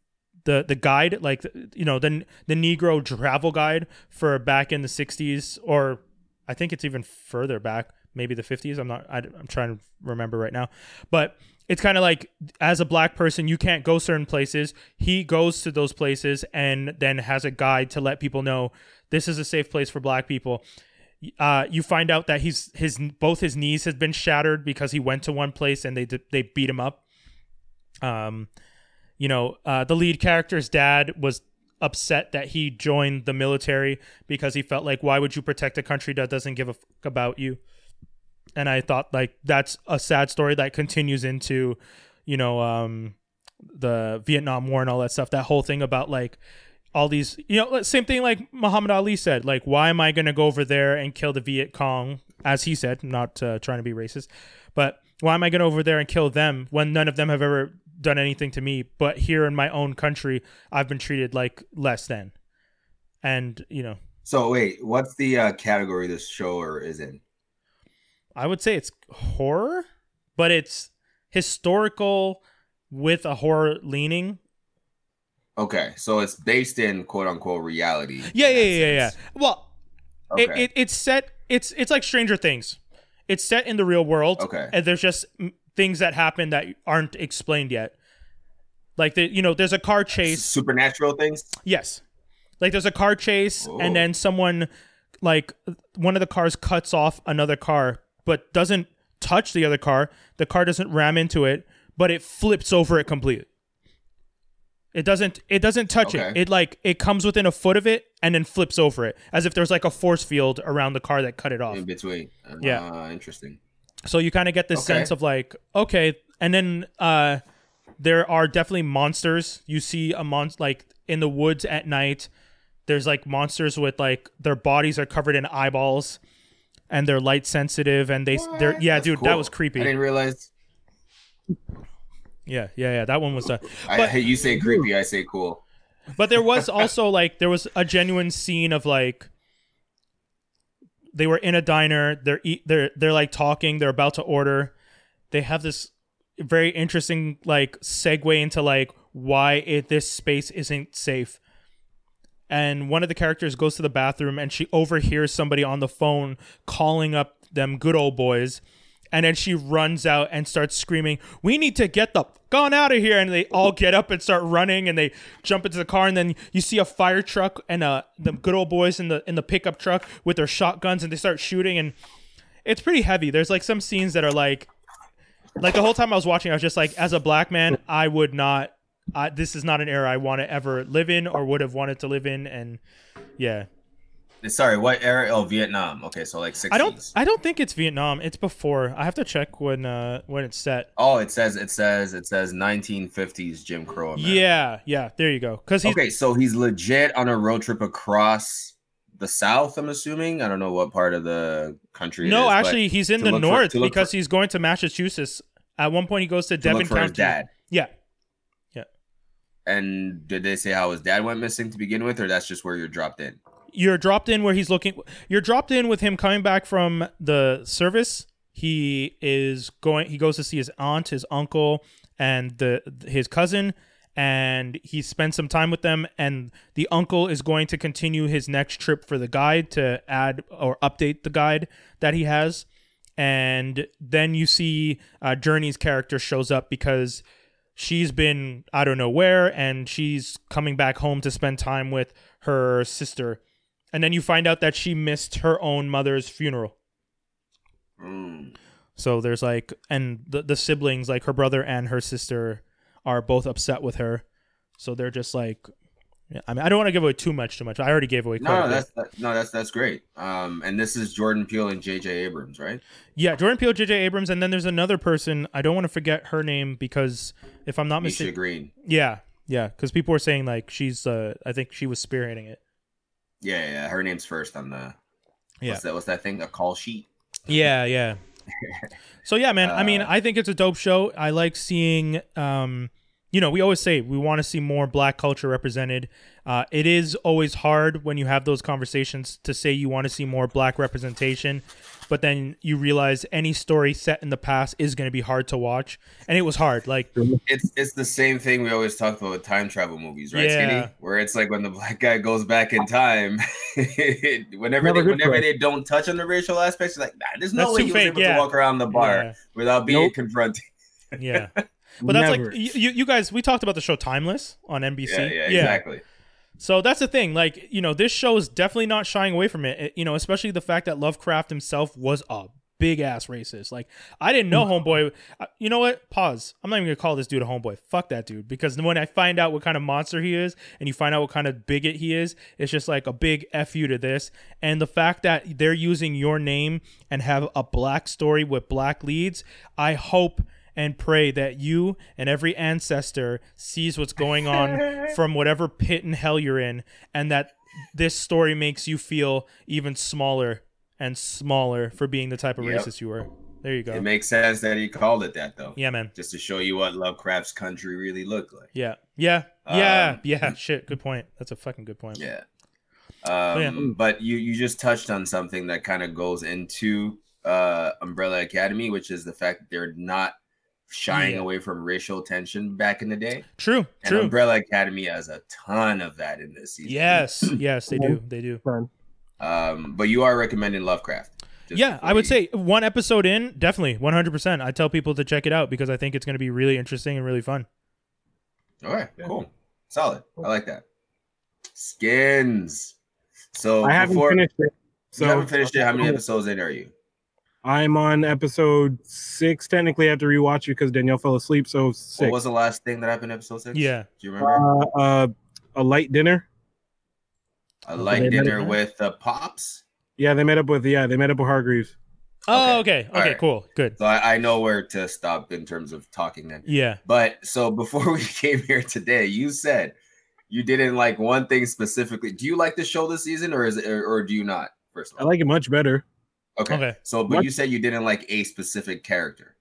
the the guide like you know the the negro travel guide for back in the 60s or i think it's even further back maybe the 50s i'm not I, i'm trying to remember right now but it's kind of like as a black person you can't go certain places he goes to those places and then has a guide to let people know this is a safe place for black people uh, you find out that he's his both his knees has been shattered because he went to one place and they they beat him up um you know, uh, the lead character's dad was upset that he joined the military because he felt like, why would you protect a country that doesn't give a fuck about you? And I thought, like, that's a sad story that continues into, you know, um, the Vietnam War and all that stuff. That whole thing about, like, all these, you know, same thing like Muhammad Ali said, like, why am I going to go over there and kill the Viet Cong? As he said, I'm not uh, trying to be racist, but why am I going to over there and kill them when none of them have ever done anything to me? But here in my own country, I've been treated like less than. And, you know,
So wait, what's the uh, category this show or is in?
I would say it's horror, but it's historical with a horror leaning.
Okay, so it's based in quote unquote reality.
Yeah,
in
yeah,
that
yeah, yeah.
sense.
yeah. Well, it,
Okay.
it it's set. It's it's like Stranger Things. It's set in the real world.
Okay.
And there's just mm, things that happen that aren't explained yet. Like the you know, there's a car chase.
Supernatural things.
Yes. Like there's a car chase
Whoa.
and then someone like one of the cars cuts off another car but doesn't touch the other car. The car doesn't ram into it, but it flips over it completely. It doesn't it doesn't touch it.
Okay.
It like it comes within a foot of it and then flips over it as if there's like a force field around the car that cut it off.
in between. Uh,
Yeah.
interesting.
So you kind of get this
Okay.
sense of like, okay, and then uh, there are definitely monsters. You see a monster like in the woods at night. There's like monsters with like their bodies are covered in eyeballs, and they're light sensitive, and they they're yeah,
That's
dude, that
cool.
was
I
creepy.
didn't realize.
Yeah, yeah, yeah, that one was uh, done.
I, hey, you say creepy, I say cool.
But there was also like there was a genuine scene of like they were in a diner. They're eat. They're they're like talking. They're about to order. They have this very interesting like segue into like why it, this space isn't safe. And one of the characters goes to the bathroom and she overhears somebody on the phone calling up them good old boys. And then she runs out and starts screaming, "We need to get the f- on out of here!" And they all get up and start running, and they jump into the car. And then you see a fire truck and uh, the good old boys in the in the pickup truck with their shotguns, and they start shooting. And it's pretty heavy. There's like some scenes that are like, like the whole time I was watching, I was just like, as a black man, I would not. I, this is not an era I want to ever live in or would have wanted to live in. And yeah,
Eh, Sorry, what era? Oh, Vietnam. Okay, so like 60s.
I don't. I don't think it's Vietnam. It's before. I have to check when uh when it's set.
oh, it says it says it says 1950s Jim Crow. America.
Yeah, yeah. There you go. Because he's
Oh, Okay, so he's legit on a road trip across the South. I'm assuming. I don't know what part of the country. it
no,
is, but
actually, he's in
to
the
look for-
north
to look
because
for-
he's going to Massachusetts. At one point, he goes to
to
Devon
look for
County.
his dad.
Yeah,
And did they say how his dad went missing to begin with, or that's just where you're dropped in?
you're dropped in where he's looking. You're dropped in with him coming back from the service. He is going. He goes to see his aunt, his uncle, and the his cousin, and he spends some time with them. And the uncle is going to continue his next trip for the guide to add or update the guide that he has. And then you see uh, Journey's character shows up because she's been I don't know where, and she's coming back home to spend time with her sister. And then you find out that she missed her own mother's funeral.
Mm.
So there's like, and the, the siblings, like her brother and her sister, are both upset with her. So they're just like, yeah, I mean, I don't want to give away too much, too much. I already gave away. quite a
No, no,
bit.
that's that, no, that's that's great. Um, and this is Jordan Peele and J.J. Abrams, right?
yeah, Jordan Peele, J.J. Abrams, and then there's another person. I don't want to forget her name because if I'm not
Misha
mistaken,
Green.
yeah, yeah, because people were saying like she's, uh, I think she was spearheading it.
Yeah, yeah, yeah, her name's first on the.
Yeah.
What's that? What's that thing? A call sheet.
Yeah, yeah. so yeah, man. I mean,
Uh,
I think it's a dope show. I like seeing. Um, you know, we always say we want to see more Black culture represented. Uh, it is always hard when you have those conversations to say you want to see more Black representation, but then you realize any story set in the past is going to be hard to watch, and it was hard. Like,
It's it's the same thing we always talk about with time travel movies, right,
Yeah.
Skinny? Where it's like when the black guy goes back in time, whenever
Another
they,
good
whenever
point.
they don't touch on the racial aspects, it's like nah, there's no
That's
way
too
he
fake,
was able
yeah.
to walk around the bar without being
Nope.
confronted.
yeah, yeah. But that's like
Never.
y- you, you guys. We talked about the show Timeless on NBC.
Yeah, yeah, exactly.
So that's the thing. Like, you know, this show is definitely not shying away from it. It- You know, especially the fact that Lovecraft himself was a big ass racist. Like, I didn't know Homeboy. uh, You know what? Pause. I'm not even going to call this dude a Homeboy. Fuck that dude. Because when I find out what kind of monster he is and you find out what kind of bigot he is, it's just like a big F you to this. And the fact that they're using your name and have a black story with black leads, I hope and pray that you and every ancestor sees what's going on from whatever pit in hell you're in, and that this story makes you feel even smaller and smaller for being the type of
Yep.
racist you were. There you
It
go.
makes sense that he called it that though.
Yeah, man.
Just to show you what Lovecraft's country really looked like.
Yeah. Yeah.
Um,
Yeah. yeah. Shit. Good point. That's a fucking good point.
Yeah. Um,
Oh, yeah.
But you you just touched on something that kind of goes into uh, Umbrella Academy, which is the fact that they're not shying
Yeah.
away from racial tension back in the day.
True.
And
True.
Umbrella Academy has a ton of that in this season.
Yes. Yes, they do. They do.
Fun.
Um, but you are recommending Lovecraft. just
yeah,
before
I would
you-
say one episode in, definitely 100%. I tell people to check it out because I think it's going to be really interesting and really fun.
All right, cool, solid. I like that. Skins. So
I haven't
before,
finished it. So oh,
you haven't finished it. How many episodes in are you?
I'm on episode six. Technically, I have to rewatch it because Danielle fell asleep. So
What
six.
was the last thing that happened in episode six?
Yeah.
Do you
uh,
remember?
uh, a light dinner.
a light
they met
dinner
again?
with the pops.
Yeah, they met up with. Yeah, they met up with Hargreaves.
Oh, okay. Okay,
All right.
cool. Good.
So I, I know where to stop in terms of talking then.
Yeah.
But so before we came here today, you said you didn't like one thing specifically. Do you like the show this season, or is it, or, or do you not? First of
I
all,
like it much better.
okay.
Okay.
So, but
What-
you said you didn't like a specific character.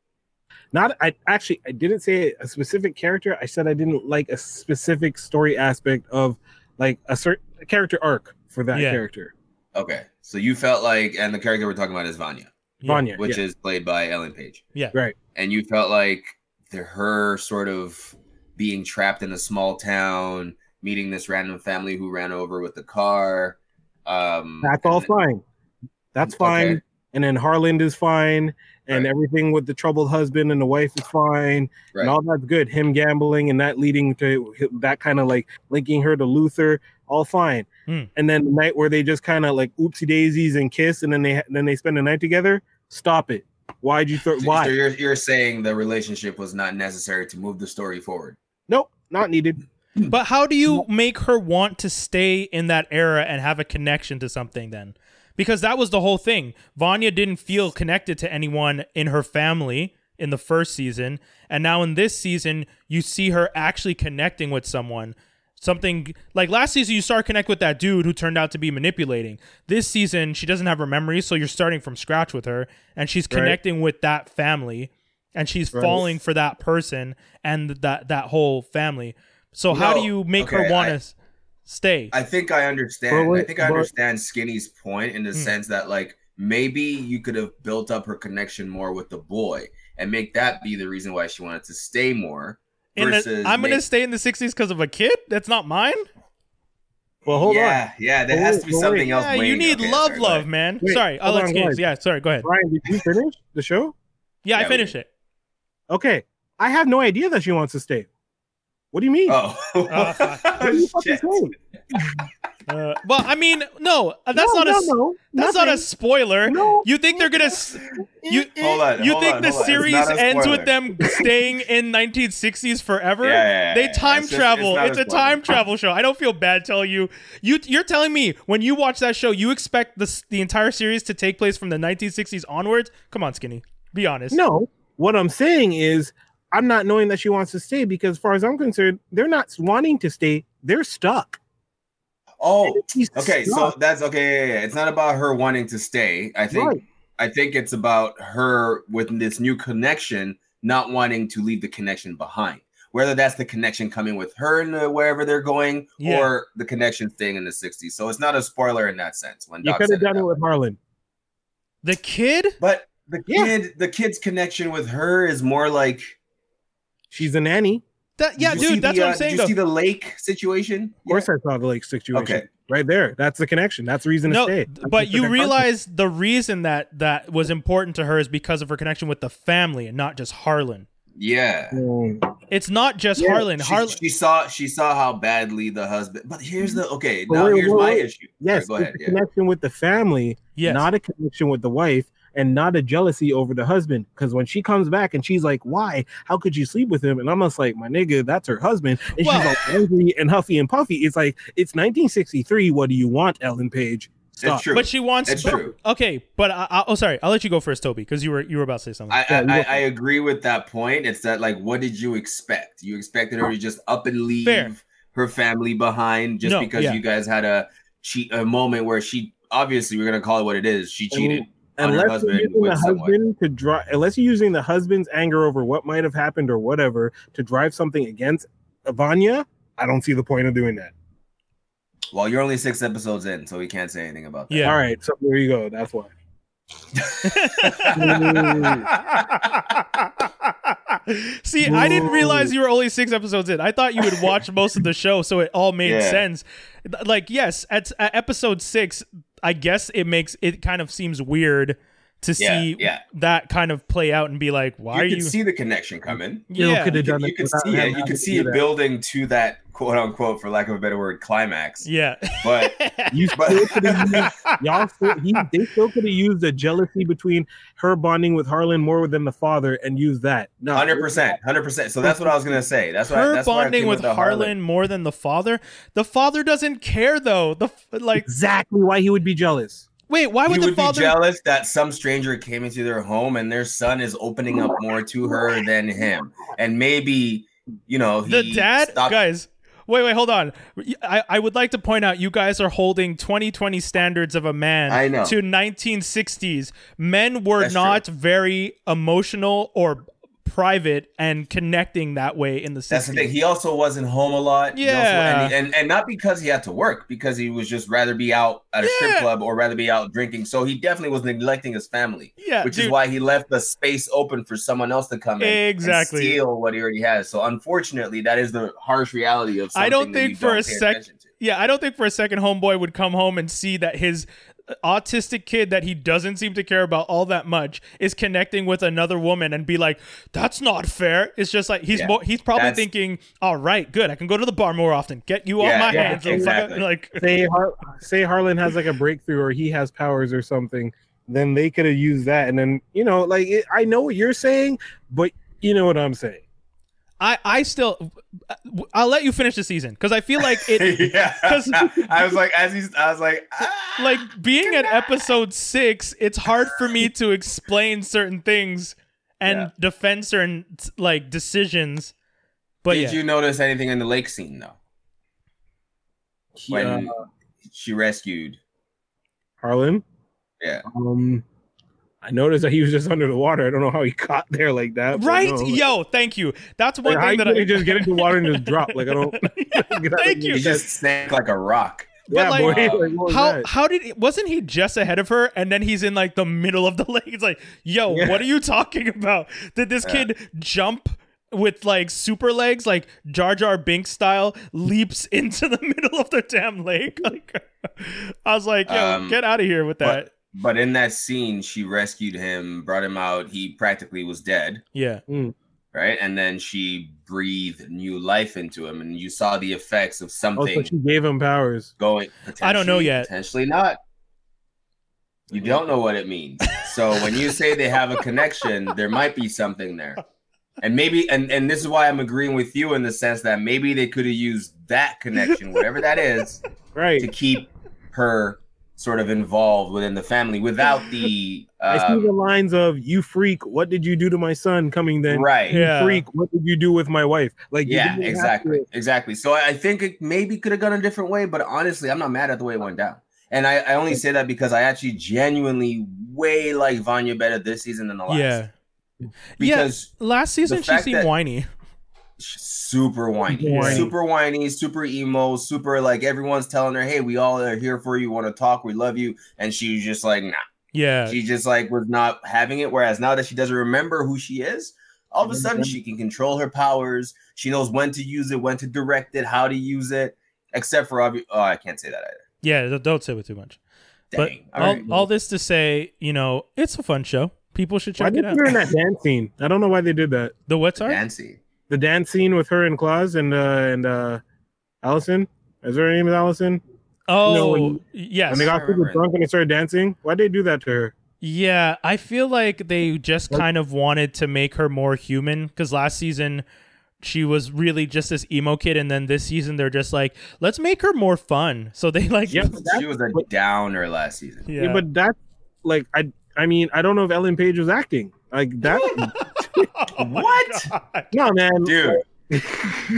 Not. I actually I didn't say a specific character. I said I didn't like a specific story aspect of like a certain character arc for that
Yeah.
character.
Okay, so you felt like, and the character we're talking about is Vanya,
Yeah.
Vanya.
which
yeah.
is played by Ellen Page.
Yeah.
Right.
And you felt like the her sort of being trapped in a small town, meeting this random family who ran over with the car. Um,
That's all
and-
fine. That's fine.
Okay.
And then Harland is fine. And
Right.
everything with the troubled husband and the wife is fine.
Right.
And all that's good. Him gambling and that leading to hi- that kind of like linking her to Luther, all fine.
Hmm.
And then the night where they just kind of like oopsie daisies and kiss and then they ha- then they spend the night together. Stop it. Why'd you throw
So- So
why?
you're, you're saying the relationship was not necessary to move the story forward.
Nope, not needed.
But how do you make her want to stay in that era and have a connection to something then? Because that was the whole thing. Vanya didn't feel connected to anyone in her family in the first season, and now in this season you see her actually connecting with someone. Something like last season you start connect with that dude who turned out to be manipulating. This season she doesn't have her memories, so you're starting from scratch with her and she's
Right.
connecting with that family and she's
Right.
falling for that person and that that whole family. So how do
No,
you make her
okay,
want
I-
to stay?
I think I understand.
But wait,
I think I
but-
understand Skinny's point in the
Hmm.
sense that like maybe you could have built up her connection more with the boy and make that be the reason why she wanted to stay more.
In the-
Versus
I'm gonna
make-
stay in the '60s because of a kid. That's not mine.
Well, hold on.
yeah, yeah, there
But
has
wait,
to be
but wait.
something else.
Yeah, you
weighing-
need
okay,
love,
sorry, go
love,
ahead.
man.
Wait,
sorry,
hold
Alex
on,
Gaines.
guys.
Yeah, sorry. Go ahead.
Brian, did you finish the show?
Yeah,
Yeah,
I
we
finished it.
Okay. I have no idea that she wants to stay. What do you mean?
Oh,
Oh, fuck.
What do you fucking
Shit.
say?
Uh, well, I mean, no, that's not a s-
no,
that's not a spoiler.
No.
You think they're gonna? s- You
Hold on,
you
hold
think
on,
the
hold on. It's
series
not a
ends
spoiler.
with them staying in 1960s forever?
Yeah, yeah, yeah,
They
yeah.
time
Eh, It's just-
travel.
not
It's, a
spoiler.
time travel show. I don't feel bad telling you. You you're telling me when you watch that show, you expect the the entire series to take place from the 1960s onwards? Come on, Skinny. Be honest.
No, what I'm saying is I'm not knowing that she wants to stay because, as far as I'm concerned, they're not wanting to stay. They're stuck.
Oh,
She's
okay. So
stuck.
that's okay. yeah, yeah, It's not about her wanting to stay. I think
right.
I think it's about her with this new connection not wanting to leave the connection behind. Whether that's the connection coming with her and the, wherever they're going,
Yeah.
or the connection staying in the '60s, so it's not a spoiler in that sense. When
you
Doc
could
said
have done
that
it
way.
with Harlan.
The kid?
but the
Yeah.
kid, the kid's connection with her is more like,
She's a nanny.
That, yeah,
Did you see
dude, that's
the,
what
uh,
I'm saying
Did you
though.
see the lake situation?
Of course, I saw the like situation
Okay.
right there. That's the connection. That's the reason to
no,
stay.
th-
That's
but
the
you
connection.
realize the reason that that was important to her is because of her connection with the family and not just Harlan.
Yeah.
Mm.
It's not just
Yeah,
Harlan.
She,
Harlan.
she saw she saw how badly the husband. But here's the okay.
But
Now
wait,
here's
wait,
my
wait.
issue.
Yes,
Sorry, go ahead.
it's a
Yeah.
connection with the family,
yes.
not a connection with the wife, and not a jealousy over the husband. Because when she comes back and she's like, "Why? How could you sleep with him?" and I'm just like, "My nigga, that's her husband," and
Well-
she's all angry and huffy and puffy. It's like it's 1963. What do you want, Ellen Page? Stop.
It's true.
But she wants.
It's
but-
true.
Okay, but I, I, oh, sorry. I'll let you go first, Toby, because you were you were about to say something.
I,
Yeah, you go
I, I,
for
I agree with that point. It's that like, what did you expect? You expected her to just up and leave
Fair.
her family behind just
No,
because
yeah.
you guys had a cheat a moment where she obviously we're gonna call it what it is. She
I
cheated.
mean,
on her
unless you're
husband
using the
with someone.
husband to drive unless you're using the husband's anger over what might have happened or whatever to drive something against Vanya, I don't see the point of doing that.
Well, you're only six episodes in, so we can't say anything about that.
Yeah.
All right, so there you go. That's why.
See, I didn't realize you were only six episodes in. I thought you would watch most of the show, so it all made
Yeah.
sense. Th- Like, yes, at, at episode six, I guess it makes it kind of seems weird to
Yeah,
see
yeah.
that kind of play out and be like, why are
you
you?
can see the connection coming.
yeah,
could have
You can,
done
you
it
can
without
see
him
it. You
having
can
to
see
do
it
that.
building to that quote unquote, for lack of a better word, climax.
yeah.
But
You
But-
still could have used, y'all still, he, they still could have used the jealousy between her bonding with Harlan more than the father and used that. No,
hundred percent, hundred percent. So that's what I was gonna say. That's why.
her
that's why I
bonding
came
with
the
Harlan, more than the father. The father doesn't care though. The f- like,
Exactly why he would be jealous.
wait, why would
he
the
would
father?
be jealous that some stranger came into their home and their son is opening up more to her than him, and maybe you know he
the dad
stopped-
guys wait wait hold on I, I would like to point out you guys are holding 2020 standards of a man
I know.
to 1960s men were
That's
not very emotional or private and connecting that way in the 60s
That's the thing. He also wasn't home a lot. He also- and,
Yeah.
and and not because he had to work, because he was just rather be out at a
Yeah.
strip club or rather be out drinking. So he definitely was neglecting his family.
yeah
which
dude,
is why he left the space open for someone else to come in
Exactly.
and steal what he already has. So unfortunately, that is the harsh reality of.
I don't
something that
think
you
for
don't
a
pay
sec-
attention to.
yeah i don't think for a second homeboy would come home and see that his autistic kid that he doesn't seem to care about all that much is connecting with another woman and be like that's not fair it's just like he's
Yeah.
mo- he's probably
That's-
thinking all right good i can go to the bar more often get you
Yeah,
off my
yeah,
hands little
exactly.
fucker." like
Say, Har- say Harlan has like a breakthrough or he has powers or something, then they could have used that. And then, you know, like it, I know what you're saying, but you know what I'm saying.
i i still i'll let you finish the season because i feel like it
yeah,
'Cause-
I was like, as he's, I was like, ah,
like being at episode six it's hard for me to explain certain things and
Yeah.
defend certain like decisions but
did
yeah.
you notice anything in the lake scene though?
He, uh,
When she rescued,
Harlan?
Yeah.
Um, I noticed that he was just under the water. I don't know how he caught there like that. but
Right?
no, like-
Yo, thank you. That's one
Like, how
thing that
could
I
he just get into water and just drop? Like I don't.
Thank you.
he just sank like a rock.
Yeah,
like,
boy. Like, what was
How
that?
how did wasn't he just ahead of her and then he's in like the middle of the lake? It's like, yo,
Yeah.
what are you talking about? Did this
Yeah.
kid jump with like super legs, like Jar Jar Binks style, leaps into the middle of the damn lake? Like, I was like, yo,
Um,
get out of here with that.
But, but in that scene, she rescued him, brought him out. He practically was dead.
yeah,
right? And then she breathed new life into him, and you saw the effects of
Oh, so
something
she gave him powers.
going.
I don't know
potentially-
yet.
Potentially not. You don't know what it means. So when you say they have a connection, there might be something there. And maybe, and, and this is why I'm agreeing with you in the sense that maybe they could have used that connection, whatever that is, to
Right.
keep her sort of involved within the family without the
I see the
um,
lines of "You freak! What did you do to my son?" Coming then.
right.
You
Yeah.
freak! What did you do with my wife? Like you
yeah
didn't have
exactly
to-
exactly so i I think it maybe could have gone a different way but honestly i'm not mad at the way it went down and i, I only say that because i actually genuinely way like vanya better this season than the last
yeah.
because
yeah, last season she
fact
seemed
that-
whiny.
she's super whiny,
Whiny.
super whiny super emo super like everyone's telling her hey we all are here for you want to talk we love you and she was just like nah
Yeah,
she just like was not having it. Whereas now that she doesn't remember who she is, all of
Mhm.
a sudden she can control her powers. She knows when to use it, when to direct it, how to use it. Except for obvi- oh, I can't say that either.
yeah. don't- Don't say it too much. But
Dang.
all,
all right.
all this to say, you know, it's a fun show. People should
Why
check it
did
out.
her in that dance scene? I don't know why they did that.
The what's art?
Nancy.
The dance scene with her and Claus and uh and uh Allison. Is her name is Allison?
Oh,
No, when-
yes.
when they
I
got super
remember.
drunk and they started dancing, why'd they do that to her?
yeah, I feel like they just
Like-
kind of wanted to make her more human because last season she was really just this emo kid, and then this season they're just like, let's make her more fun. So they like,
Yep.
she was a downer last season.
yeah,
Yeah, but that, like, I, I mean, I don't know if Ellen Page was acting like that.
Oh my
What?
God.
no, man,
Dude,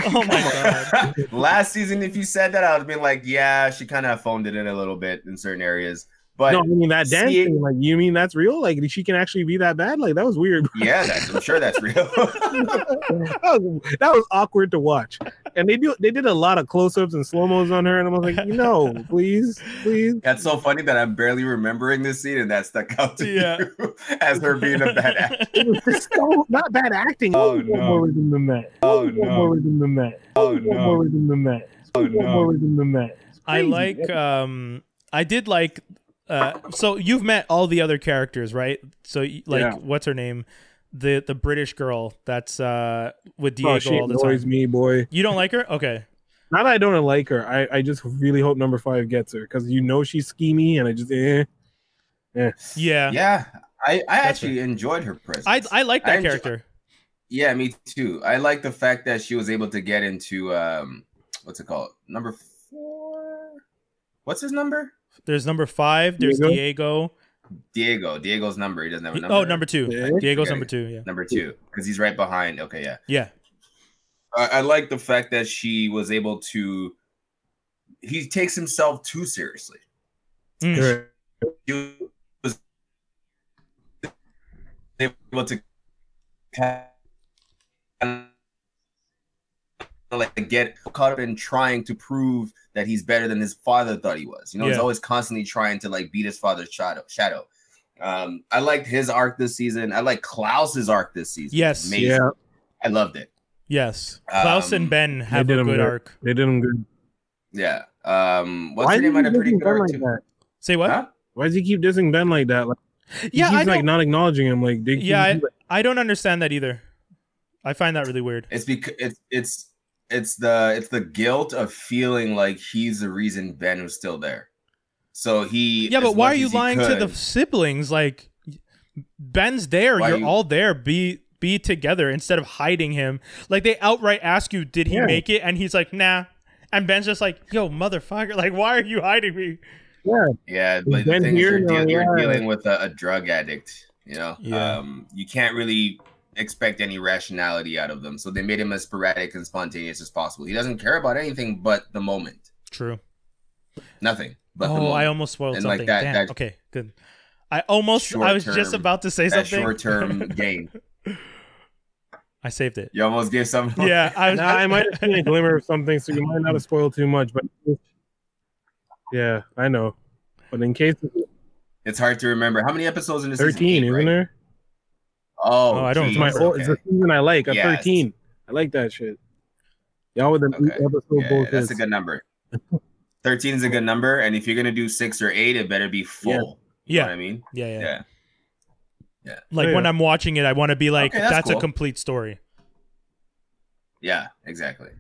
Oh my god.
last season, if you said that, I would have been like, yeah, she kind of phoned it in a little bit in certain areas. But
no, I mean that
See-
dancing. Like, you mean that's real? Like, she can actually be that bad? Like, that was weird.
yeah, that's, I'm sure that's real.
that, was, that was awkward to watch. And they do. They did a lot of close-ups and slow-mos on her, and I was like, no, please, please.
that's so funny that I'm barely remembering this scene, and that stuck out to
Yeah.
you as her being a bad actor.
It was just so not bad acting.
Oh,
Way
no.
More rhythm than that.
Oh,
Way
no.
More rhythm than that.
Oh,
Way
no.
More rhythm than that.
Oh,
Way
no.
More rhythm than that. It's
I
crazy. Oh,
like um I did like uh so you've met all the other characters, right? So y- like
Yeah.
what's her name? The the British girl that's uh with Diego
Oh, she
all the
annoys
time.
me, boy.
You don't like her? Okay.
Not that I don't like her. I, I just really hope number five gets her because you know she's schemy, and I just eh.
Yeah.
Yeah, I, I
That's
actually enjoyed her presence.
I I like
I
that
enjoy-
character.
Yeah, me too. I like the fact that she was able to get into um what's it called? Number four. What's his number?
There's number 5, there's
Diego?
Diego.
Diego. Diego's number. He doesn't have a
He-
Oh,
oh,
number.
number 2.
Yeah.
Diego's
Okay.
number 2, yeah.
number two. Because he's right behind. Okay, yeah.
Yeah.
I, I like the fact that she was able to he takes himself too seriously.
Mm.
He was able to kind of like get caught up in trying to prove that he's better than his father thought he was. You know, he's
Yeah.
always constantly trying to like beat his father's shadow. Shadow. Um, I liked his arc this season. I like Klaus's arc this season.
Yes.
Amazing.
Yeah,
I loved it.
Yes. Klaus
Um,
and Ben have
did
a
him
good
good.
arc.
they did him good.
Yeah. Um, what's her
does
name?
he
Had a pretty
dissing
good
Ben
arc
like
too.
that?
Say what?
Huh?
Why does he keep dissing Ben like that? Like, he
Yeah, I
keeps
don't
like not acknowledging him. Like, they,
Yeah,
he's like,
I don't understand that either. I find that really weird.
It's because it's it's it's the it's the guilt of feeling like he's the reason Ben was still there. So he
Yeah,
as
but why
much
are you
as he
lying
could-
to the siblings? Like Ben's there,
Why
you're
you-
all there. Be be together instead of hiding him. Like they outright ask you, "Did he
Yeah.
make it?" And he's like, "Nah." And Ben's just like, "Yo, motherfucker! Like, why are you hiding me?"
yeah? But the
Ben
thing is,
here?
you're,
No,
deal- you're
yeah.
dealing with a, a drug addict. You know,
Yeah.
um, you can't really expect any rationality out of them. So they made him as sporadic and spontaneous as possible. He doesn't care about anything but the moment.
True.
Nothing but the
oh,
moment.
I almost spoiled
And, like,
something.
that-
Damn.
that-
okay, good. I almost. I was just
Short-term-
about to say
that
something.
short term gain.
I saved it.
You almost gave something.
Yeah, I was.
nah, I might have seen a glimmer of something, so you might not have spoiled too much. But yeah, I know. But in case
It's hard to remember. How many episodes in the season?
thirteen,
Eight,
isn't
right?
there?
Oh,
Oh, I don't
It's
geez,
my
Yes,
old, it's the season I like. A
Yes.
thirteen. I like that shit. Y'all with an
Okay.
episode
Yeah,
bullshit.
that's a good number. 13 is a good number, and if you're gonna do six or eight, it better be full.
Yeah.
You know
yeah,
what I mean?
yeah, yeah,
Yeah.
Like
Yeah,
when
Oh, yeah.
I'm watching it, I want to be like,
Okay, that's
"That's, a
cool.
complete story."
Yeah, exactly.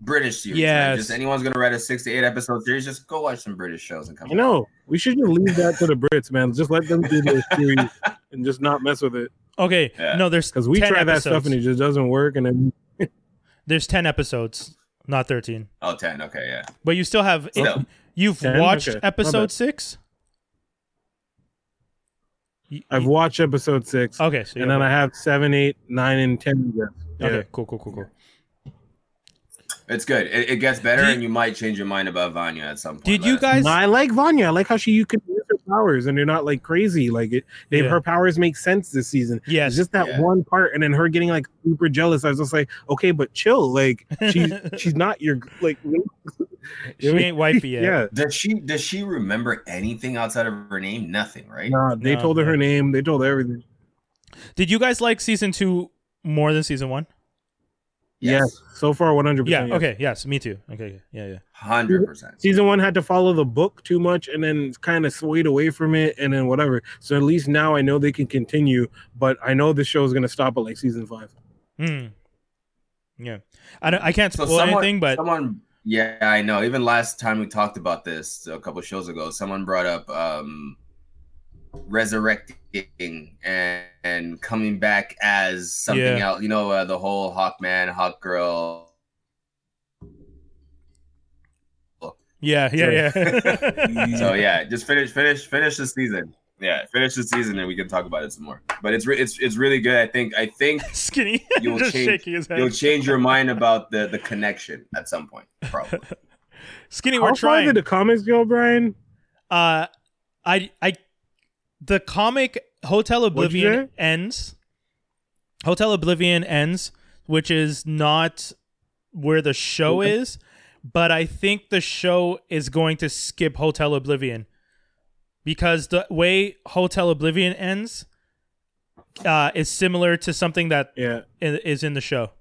British series.
Yes.
man. Just anyone's gonna write a six to eight episode series, just go watch some British shows and come
You know, we should just leave that to the Brits, man. Just let them do their series and just not mess with it.
Okay,
Yeah.
no, there's
Because we
10
try that stuff
episodes.
and it just doesn't work. And then
There's ten episodes, not thirteen.
Oh, 10. Okay, yeah.
But you still have
Still.
it- you've
10?
watched
Okay, my
episode
bad.
six. Y-
I've
y-
watched episode six,
okay, so
and then
yeah.
I have seven, eight, nine, and ten. Again. Yeah.
okay, cool, cool, cool, cool.
It's good. It, it gets better,
Do you-
and you might change your mind about Vanya at some point.
Did
Let
you
us know.
guys?
No, I like Vanya. I like how she you can use her powers and they're not like crazy. Like it, they
Yeah.
her powers make sense this season.
yes,
It's just that
Yeah.
one part, and then her getting like super jealous. I was just like, okay, but chill. Like she's she's not your like. you know
she
what I mean?
ain't wifey yet.
Yeah.
Does she does she remember anything outside of her name? Nothing, right?
Nah, they
No,
told her
no.
her name. They told her everything.
Did you guys like season two more than season one?
Yes. So far, one hundred
Yeah.
percent.
Okay. Yes. Me too. Okay. okay, Yeah. Yeah.
Hundred percent.
Season one had to follow the book too much, and then kind of swayed away from it, and then whatever. So at least now I know they can continue. But I know the show is gonna stop at like season five.
Mm. Yeah. I don't, I can't spoil anything, but
someone yeah i know even last time we talked about this a couple shows ago someone brought up um resurrecting and, and coming back as something
Yeah.
else. You know, uh, the whole Hawkman, Hawkgirl.
Yeah, yeah, yeah.
So yeah, just finish, finish, finish the season. Yeah, finish the season, and we can talk about it some more. But it's re- it's it's really good. I think I think
Skinny,
You'll
just
change-
shaking his head.
you'll change your mind about the the connection at some point. Probably.
Skinny, we're
How far
trying.
did the comics go, Brian?
uh, I, I, the comic Hotel
What'd you
Oblivion ends. Hotel Oblivion ends, which is not where the show
Okay.
is, but I think the show is going to skip Hotel Oblivion because the way Hotel Oblivion ends uh, is similar to something that
Yeah.
i- is in the show.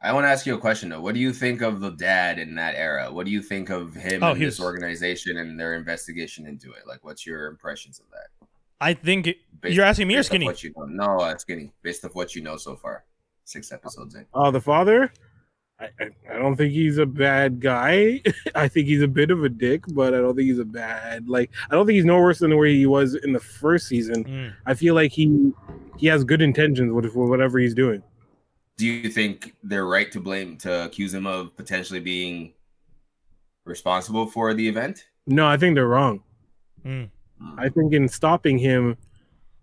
I want to ask you a question though. What do you think of the dad in that era? What do you think of him
Oh,
and
he
his
was-
organization and their investigation into it? Like, what's your impressions of that?
I think it- you're asking me or
based off
Skinny.
What you know? No, uh, skinny. Based off what you know so far, six episodes in.
Oh, the father? I, I, I don't think he's a bad guy. I think he's a bit of a dick, but I don't think he's a bad like I don't think he's no worse than where he was in the first season.
Mm.
I feel like he he has good intentions with, with whatever he's doing.
Do you think they're right to blame to accuse him of potentially being responsible for the event? Hmm,
No, I think they're wrong.
Mm.
I think in stopping him,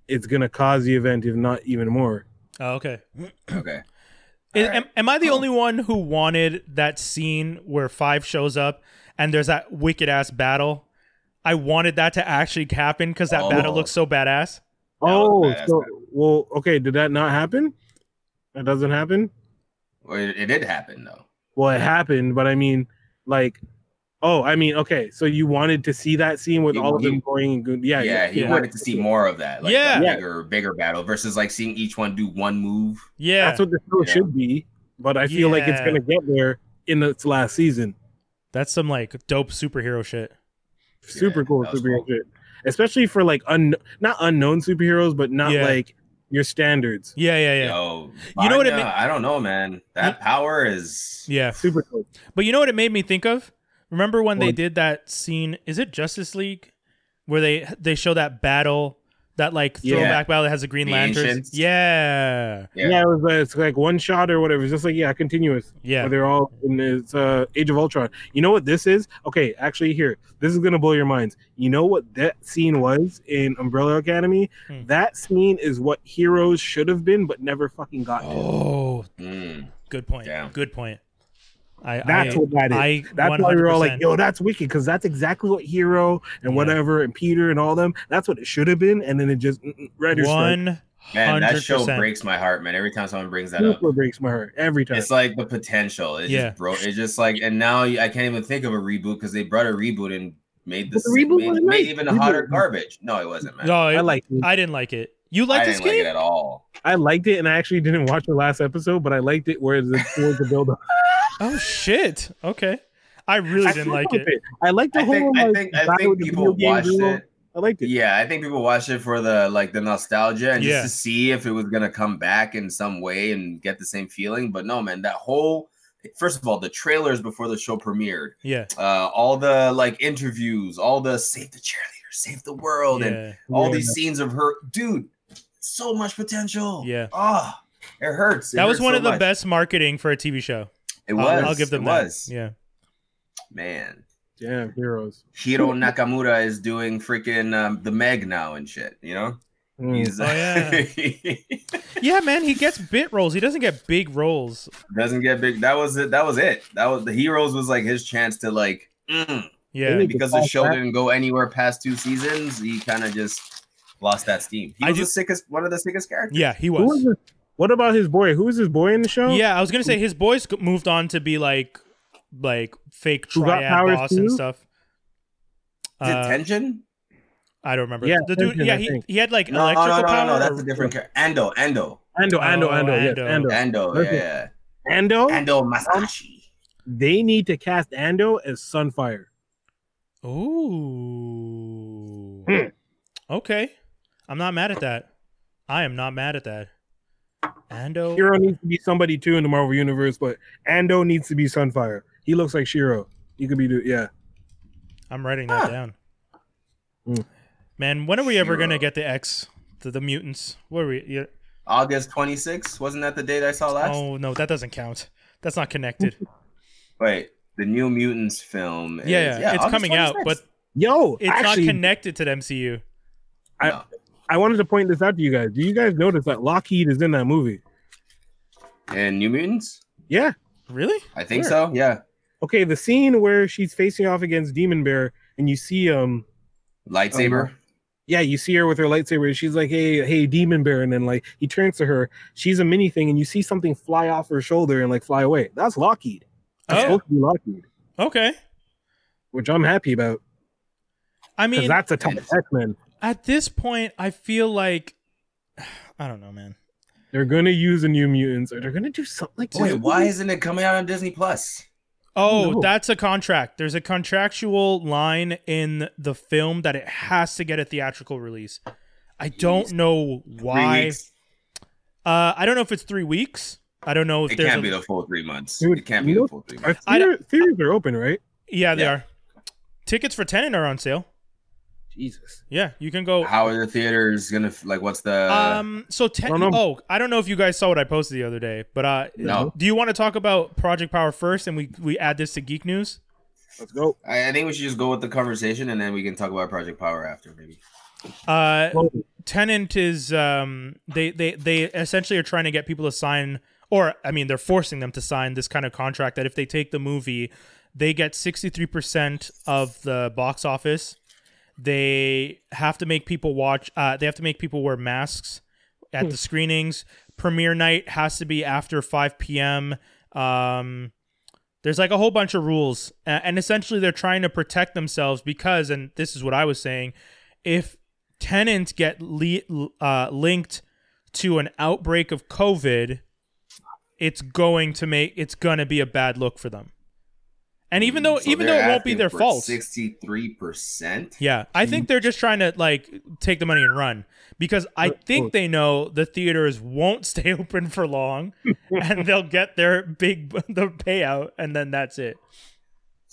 it's gonna cause the event, if not even more.
Oh, okay.
Okay.
Is- am,
Alright.
am I the
Cool.
only one who wanted that scene where Five shows up and there's that wicked ass battle? I wanted that to actually happen because that battle
Oh.
looks so badass.
was
Oh,
badass,
so well, okay. Did that not happen? That doesn't happen.
Well, it, it did happen though.
Well, it happened, but I mean, like, oh, I mean, okay. So you wanted to see that scene with
You-
all of
you-
them going and good, yeah,
Yeah, he
yeah.
wanted to see more of that. Like
Yeah.
yeah.
Yeah.
Bigger, bigger battle versus like seeing each one do one move.
Yeah.
That's what the show
Yeah.
should be, but I feel like it's
Yeah.
gonna get there in its last season.
That's some like dope superhero shit.
Super
Yeah,
cool
that was
superhero
cool.
shit, especially for like un not unknown superheroes, but not
Yeah.
like your standards.
Yeah, yeah, yeah.
Yo,
You know what it
Vanya,
ma-
I don't know, man. That power is.
Yeah.
Super cool.
But you know what it made me think of? Remember when they
What?
did that scene? Is it Justice League where they they show that battle, that like
Yeah.
throwback battle that has the Green
The
Lanterns?
Ancients.
Yeah,
Yeah.
Yeah, it was uh, it's like one shot or whatever. It's just like yeah, continuous.
yeah.
where they're all in this uh, Age of Ultron. You know what this is? Okay, actually, here, this is gonna blow your minds. You know what that scene was in Umbrella Academy?
Hmm.
That scene is what heroes should have been, but never fucking got. to.
Oh,
Mm,
good point.
Damn.
Good point. I
That's
I,
what that is.
I
that's why we were all like,
100%.
"Yo, that's wicked," because that's exactly what Hero and
Yeah.
whatever and Peter and all them. That's what it should have been, and then it just writer strike
One
Man, that
hundred
show
percent.
breaks my heart, man. Every time someone brings that up,
super breaks my heart every time.
it's like the potential. It
Yeah.
just broke. It's just like, and now I can't even think of a reboot because they brought a reboot and made
But
this
the reboot
made,
wasn't
made
nice.
even
Reboot
hotter
wasn't-
garbage. No, it wasn't, man.
No, I,
I like.
oh, I didn't like it. You
I
liked it,
didn't like
Skinny?
it at all.
I liked it, and I actually didn't watch the last episode, but I liked it where the towards the build up.
oh shit. Okay. I really didn't like it.
I liked the
I
whole.
think, I
like,
think, I
battle
think
with the
people
video game
watched
girl.
it.
I liked it.
Yeah, I think people watched it for the like the nostalgia and
Yeah.
just to see if it was gonna come back in some way and get the same feeling. But no, man, that whole first of all, the trailers before the show premiered.
Yeah.
uh, all the like interviews, all the save the cheerleader, save the world, and
Yeah.
all
Yeah.
these scenes of her, dude, so much potential.
Yeah.
Ah, it hurts. It
That was
hurts
one
so
of the
much.
best marketing for a TV show.
It
I'll-
was.
I'll, give them
it
that.
was.
Yeah.
Man,
Damn heroes.
Hiro Nakamura is doing freaking um, the Meg now and shit. You know,
Mm.
he's
Oh, yeah. Yeah, man, he gets bit roles. He doesn't get big roles.
doesn't get big. That was it. That was it. That was the heroes was like his chance to like. mm.
Yeah.
Really?
because the show
Back.
didn't go anywhere past two seasons, he kind of just lost that steam. He
I
was the
just-
sickest, one of the sickest characters.
Yeah, he
Who was
was.
this? What about his boy? Who was his boy in the show?
Yeah, I was gonna say his boys g- moved on to be like like fake
Who got
triad
powers
boss and
too?
stuff.
Is it
Uh,
Tension?
I don't remember.
Yeah,
the dude,
Tengen,
yeah,
I
he,
think.
he had like
No, no,
electrical
no, no,
power.
no, that's
or-
a different character. Ando, Ando,
Oh,
Ando, Ando, Ando, yes,
Ando.
Ando.
Ando,
Okay.
yeah,
Ando.
Ando Masashi.
They need to cast Ando as Sunfire.
Ooh.
Hmm.
Okay. I'm not mad at that. I am not mad at that. Ando.
Shiro needs to be somebody too in the Marvel universe, but Ando needs to be Sunfire. He looks like Shiro. He could be, do- yeah.
I'm writing that
Huh.
down.
Mm.
Man, when are we ever gonna
Sure.
get the X, the, the mutants? Where are we? Yeah.
August 26th. Wasn't that the date I saw last?
Oh no, that doesn't count. That's not connected.
Wait, the New Mutants film. Is,
yeah, yeah, it's
August
coming out,
26th.
but
Yo,
it's
actually,
not connected to the MCU.
I-
No.
I wanted to point this out to you guys. Do you guys notice that Lockheed is in that movie?
And New Mutants?
Yeah.
Really?
I think
Where?
so. Yeah.
Okay, the scene where she's facing off against Demon Bear, and you see um
Lightsaber.
yeah, you see her with her lightsaber, and she's like, "Hey, hey, Demon Bear," and then like he turns to her, she's a mini thing, and you see something fly off her shoulder and like fly away. That's Lockheed. That's
Oh.
supposed to be Lockheed,
Okay.
which I'm happy about
I
because
mean,
that's a top
it's-
X Men.
at this point, I feel like I don't know, man.
They're gonna use a New Mutants, or they're gonna do something like.
Wait, why isn't it coming out on Disney Plus?
Oh,
No.
that's a contract. There's a contractual line in the film that it has to get a theatrical release. I don't know
Three
why.
weeks.
Uh, I don't know if it's three weeks. I don't know if
It
there's
can't
a-
be the full three months.
Dude,
it can't be
you know-
the full three months.
Our
I
theater, theaters are open, right?
yeah, they
Yeah.
are. Tickets for Tenant are on sale.
Jesus.
Yeah, you can go.
How uh, are the theaters gonna f- like? What's the?
Um, so te-
I don't know.
oh, I don't know if you guys saw what I posted the other day, but uh,
No.
do you want to talk about Project Power first, and we we add this to geek news?
Let's go.
I, I think we should just go with the conversation, and then we can talk about Project Power after, maybe.
Uh,
Well,
Tenant is um they they they essentially are trying to get people to sign or I mean they're forcing them to sign this kind of contract that if they take the movie they get 63% of the box office. They have to make people watch uh they have to make people wear masks at the screenings. Premiere night has to be after 5 p.m. Um there's like a whole bunch of rules A- and essentially they're trying to protect themselves because and this is what I was saying if tenants get le- uh, linked to an outbreak of COVID, it's going to make it's going to be a bad look for them. And
Hmm,
even though even though it won't be their fault,
sixty-three percent.
yeah, I think they're just trying to like take the money and run because I
Look,
think
look.
they know the theaters won't stay open for long, and they'll get their big the payout, and then that's it.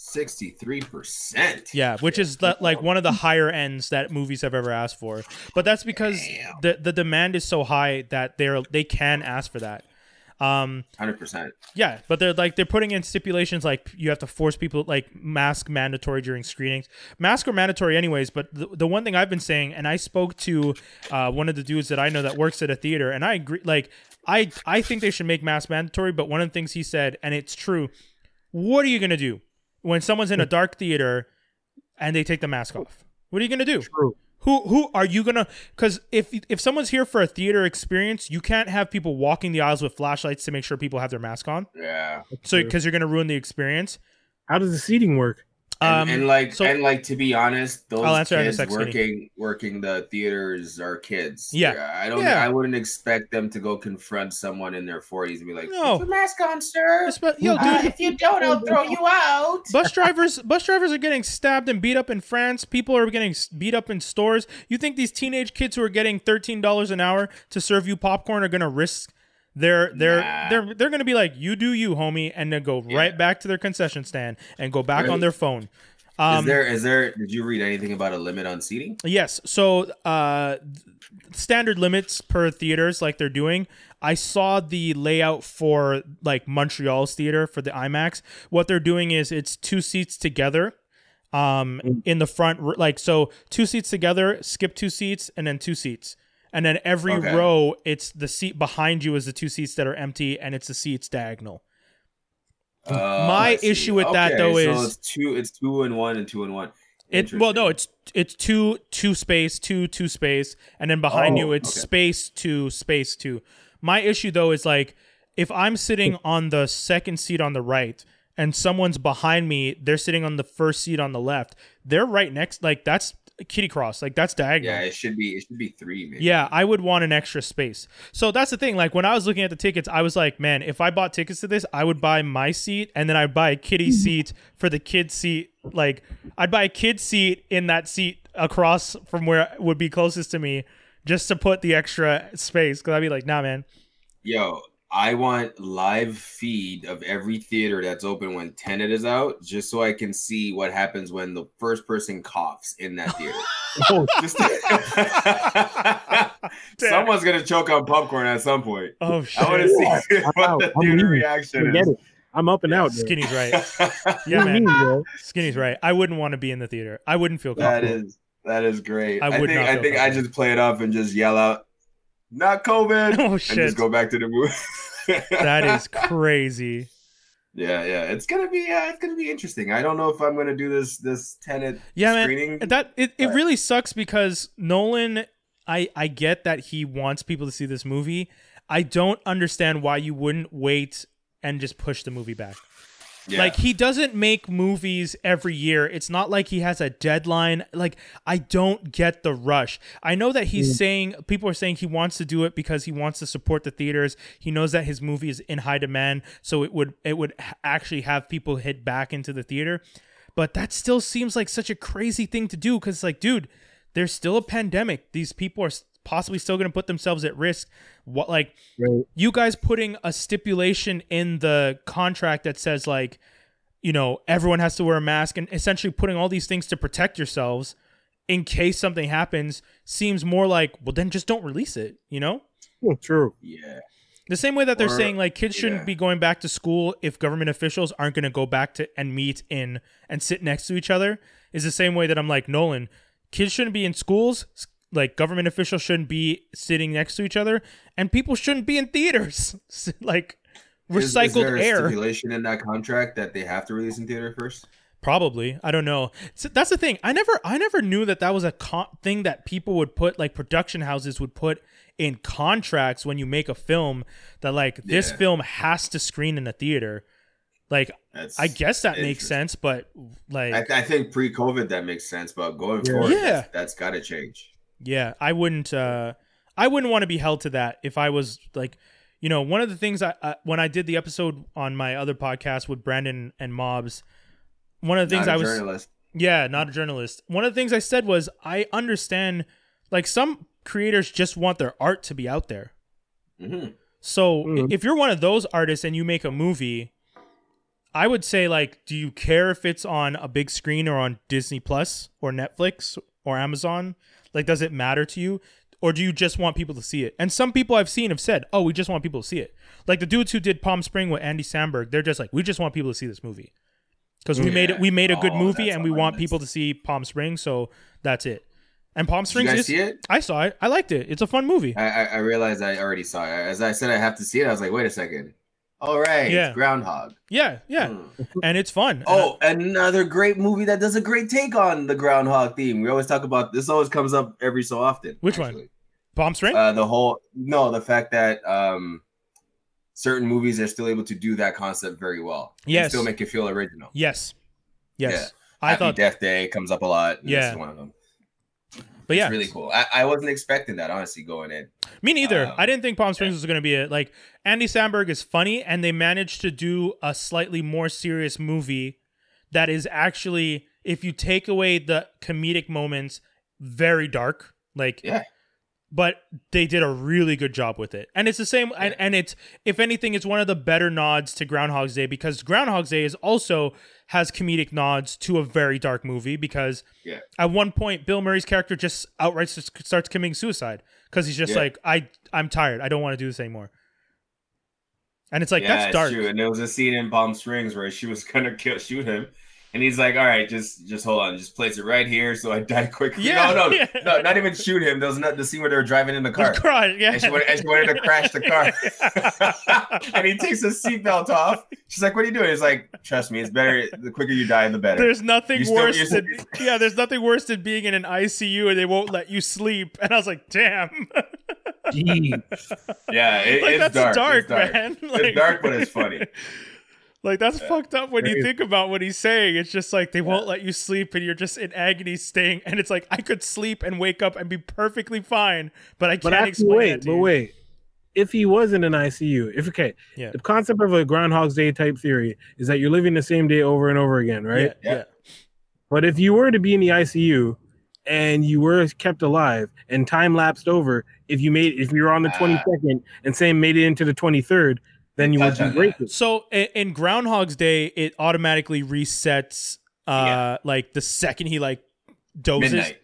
Sixty-three percent.
Yeah, which is the, like one of the higher ends that movies have ever asked for. But that's because
Damn.
the the demand is so high that they're they can ask for that. Um,
hundred percent.
yeah, but they're like they're putting in stipulations like you have to force people like mask mandatory during screenings. Masks are mandatory anyways, but the, the one thing I've been saying, and I spoke to uh, one of the dudes that I know that works at a theater, and I agree. Like I I think they should make masks mandatory, but one of the things he said, and it's true, what are you gonna do when someone's in a dark theater and they take the mask off? What are you gonna do?
true.
Who who are you gonna? Because if if someone's here for a theater experience, you can't have people walking the aisles with flashlights to make sure people have their mask on.
Yeah.
So
True.
because you're gonna ruin the experience.
How does the seating work?
Um,
and, and like
so-
and like to be honest, those
I'll answer that in a
kids
sec, Skinny.
working working the theaters are kids.
Yeah.
I don't.
Yeah.
I wouldn't expect them to go confront someone in their forties and be like,
No.
"Put your mask on, sir.
It's about- yo,
Uh,
dude,
if you don't, I'll throw you out."
bus drivers bus drivers are getting stabbed and beat up in France. People are getting s- beat up in stores. You think these teenage kids who are getting thirteen dollars an hour to serve you popcorn are gonna risk? Their their
Nah.
they're they're gonna be like you do you homie and then go
Yeah.
right back to their concession stand and go back
Right.
on their phone. Um,
is there is there? Did you read anything about a limit on seating?
Yes. So, uh, th- standard limits per theaters, like they're doing. I saw the layout for like Montreal's theater for the IMAX. What they're doing is it's two seats together, um, in the front, r- like so, two seats together. Skip two seats, and then two seats, and then every
Okay.
row, it's the seat behind you is the two seats that are empty, and it's the seats diagonal.
Uh,
My
I see.
issue with that, though,
so
is-
it's two. It's two and one and two and one.
It well, no,
Interesting.
it's it's two two space two two space, and then behind
Oh,
you it's
okay.
space two space two. My issue though is like if I'm sitting on the second seat on the right and someone's behind me, they're sitting on the first seat on the left. They're right next, like that's kitty cross, like that's diagonal.
Yeah, it should be. It should be three. Maybe.
Yeah, I would want an extra space. So that's the thing. Like when I was looking at the tickets, I was like, man, if I bought tickets to this, I would buy my seat and then I'd buy a kiddie seat for the kid seat. Like I'd buy a kid seat in that seat across from where would be closest to me just to put the extra space. Cause I'd be like, nah, man.
Yo, I want live feed of every theater that's open when Tenet is out, just so I can see what happens when the first person coughs in that theater.
Oh,
Just- Someone's gonna choke on popcorn at some point.
Oh shit!
I want to see
I'm
what the
out. I'm
theater
leaving.
reaction
forget
is.
it. I'm up and out. Bro.
Skinny's right.
What
Yeah,
do you
man.
mean, bro?
Skinny's right. I wouldn't want to be in the theater. I wouldn't feel
that
comfortable.
is that is great.
I
I,
would
think
not
I
feel
think I
comfortable.
just play it up and just yell out, "Not COVID,"
oh
and
shit!
just go back to the movie.
That is crazy.
yeah, yeah. It's gonna be uh, it's gonna be interesting. I don't know if I'm gonna do this this tenant
Yeah, man.
screening.
That it, it
Right.
really sucks because Nolan, I I get that he wants people to see this movie. I don't understand why you wouldn't wait and just push the movie back.
yeah.
Like he doesn't make movies every year. It's not like he has a deadline. Like I don't get the rush. I know that he's saying people are saying he wants to do it because he wants to support the theaters. He knows that his movie is in high demand, so it would it would h- actually have people hit back into the theater. But that still seems like such a crazy thing to do cuz like dude, there's still a pandemic. These people are s- possibly still going to put themselves at risk. What like
Right.
you guys putting a stipulation in the contract that says like you know everyone has to wear a mask and essentially putting all these things to protect yourselves in case something happens seems more like well then just don't release it you know
Oh, true.
yeah.
the same way that they're
Or-
saying like kids shouldn't
yeah.
be going back to school if government officials aren't going to go back to and meet in and sit next to each other is the same way that I'm like Nolan kids shouldn't be in schools s- like government officials shouldn't be sitting next to each other and people shouldn't be in theaters S- like
Is-
recycled
is, there a
air
Stipulation in that contract that they have to release in theater first.
Probably, I don't know. So that's the thing. I never, I never knew that that was a con- thing that people would put, like production houses would put in contracts when you make a film that, like, this
Yeah.
film has to screen in a theater. Like,
That's
I guess that makes
interesting.
sense, but like,
I, I think pre-COVID that makes sense, but going
Yeah.
forward,
Yeah.
that's- that's got to change.
Yeah, I wouldn't. Uh, I wouldn't want to be held to that if I was like, you know, one of the things I, I when I did the episode on my other podcast with Brandon and Mobs, one of the things
Not a
I was
journalist.
yeah, not a journalist. One of the things I said was I understand, like some creators just want their art to be out there.
Mhm.
So i-
Mhm.
if you're one of those artists and you make a movie, I would say like, do you care if it's on a big screen or on Disney Plus or Netflix or Amazon? Like, does it matter to you? Or do you just want people to see it? And some people I've seen have said, "Oh, we just want people to see it." Like the dudes who did Palm Spring with Andy Samberg, they're just like, "We just want people to see this movie because we
Yeah.
made it. We made a good
Oh,
movie,
that's
and we
on my
want
list.
people to see Palm Spring, so that's it." And Palm
Did you
Springs
guys
is.
see it?
I saw it. I liked it. It's a fun movie.
I, I, I realized I already saw it. As I said, I have to see it. I was like, wait a second. All right, it's
Yeah.
Groundhog.
Yeah, yeah,
Hmm.
and it's fun. And I-
Oh, another great movie that does a great take on the Groundhog theme. We always talk about this. Always comes up every so often.
Which one? Palm Spring.
Uh, the whole no, the fact that um, certain movies are still able to do that concept very well. and
Yes.
still make it feel original.
Yes. Yes. I
Happy
thought,
Death Day comes up a lot. and this
Yeah.
is one of them.
but yeah,
it's really cool. I, I wasn't expecting that honestly going in.
me neither.
um,
I didn't think Palm Springs was going to be it. Like Andy Samberg is funny, and they managed to do a slightly more serious movie that is actually, if you take away the comedic moments, very dark. Like,
Yeah.
But they did a really good job with it, and it's the same. And,
Yeah.
and it's, if anything, it's one of the better nods to Groundhog's Day because Groundhog's Day is also has comedic nods to a very dark movie because
Yeah.
at one point Bill Murray's character just outright s- starts committing suicide because he's just
Yeah.
like I I'm tired I don't want to do this anymore, and it's like
yeah,
that's
it's
dark
True. And there was a scene in Palm Springs where she was gonna kill shoot him, and he's like, "All right, just just hold on, just place it right here, so I die quickly."
Yeah,
no, no,
yeah.
no, not even shoot him. There was not the scene where they were driving in the car,
Cry, yeah.
and she wanted, and she wanted to crash the car, and he takes his seatbelt off. She's like, "What are you doing?" He's like, "Trust me, it's better. The quicker you die, the better."
There's nothing
You still-
worse
you're still-
than yeah. There's nothing worse than being in an ICU and they won't let you sleep. And I was like, damn,
Jeez.
yeah, it-
like that's
it's, dark.
dark,
it's dark.
man.
It's dark, but it's funny.
Like that's fucked up when you
Crazy.
think about what he's saying. It's just like they won't let you sleep and you're just in agony staying and it's like I could sleep and wake up and be perfectly fine, but I
But
can't
actually,
explain
wait,
that to
but
you.
wait. If he was in an ICU, if okay,
Yeah.
the concept of a Groundhog's Day type theory is that you're living the same day over and over again, right?
Yeah,
Yeah.
yeah.
But if you were to be in the ICU, and you were kept alive and time lapsed over, if you made if you were on the
Ah.
twenty second and say made it into the twenty third, then you would
Touch
be
on that.
racist.
So in, in Groundhog's Day, it automatically resets. Uh,
Yeah.
like the second he like dozes.
midnight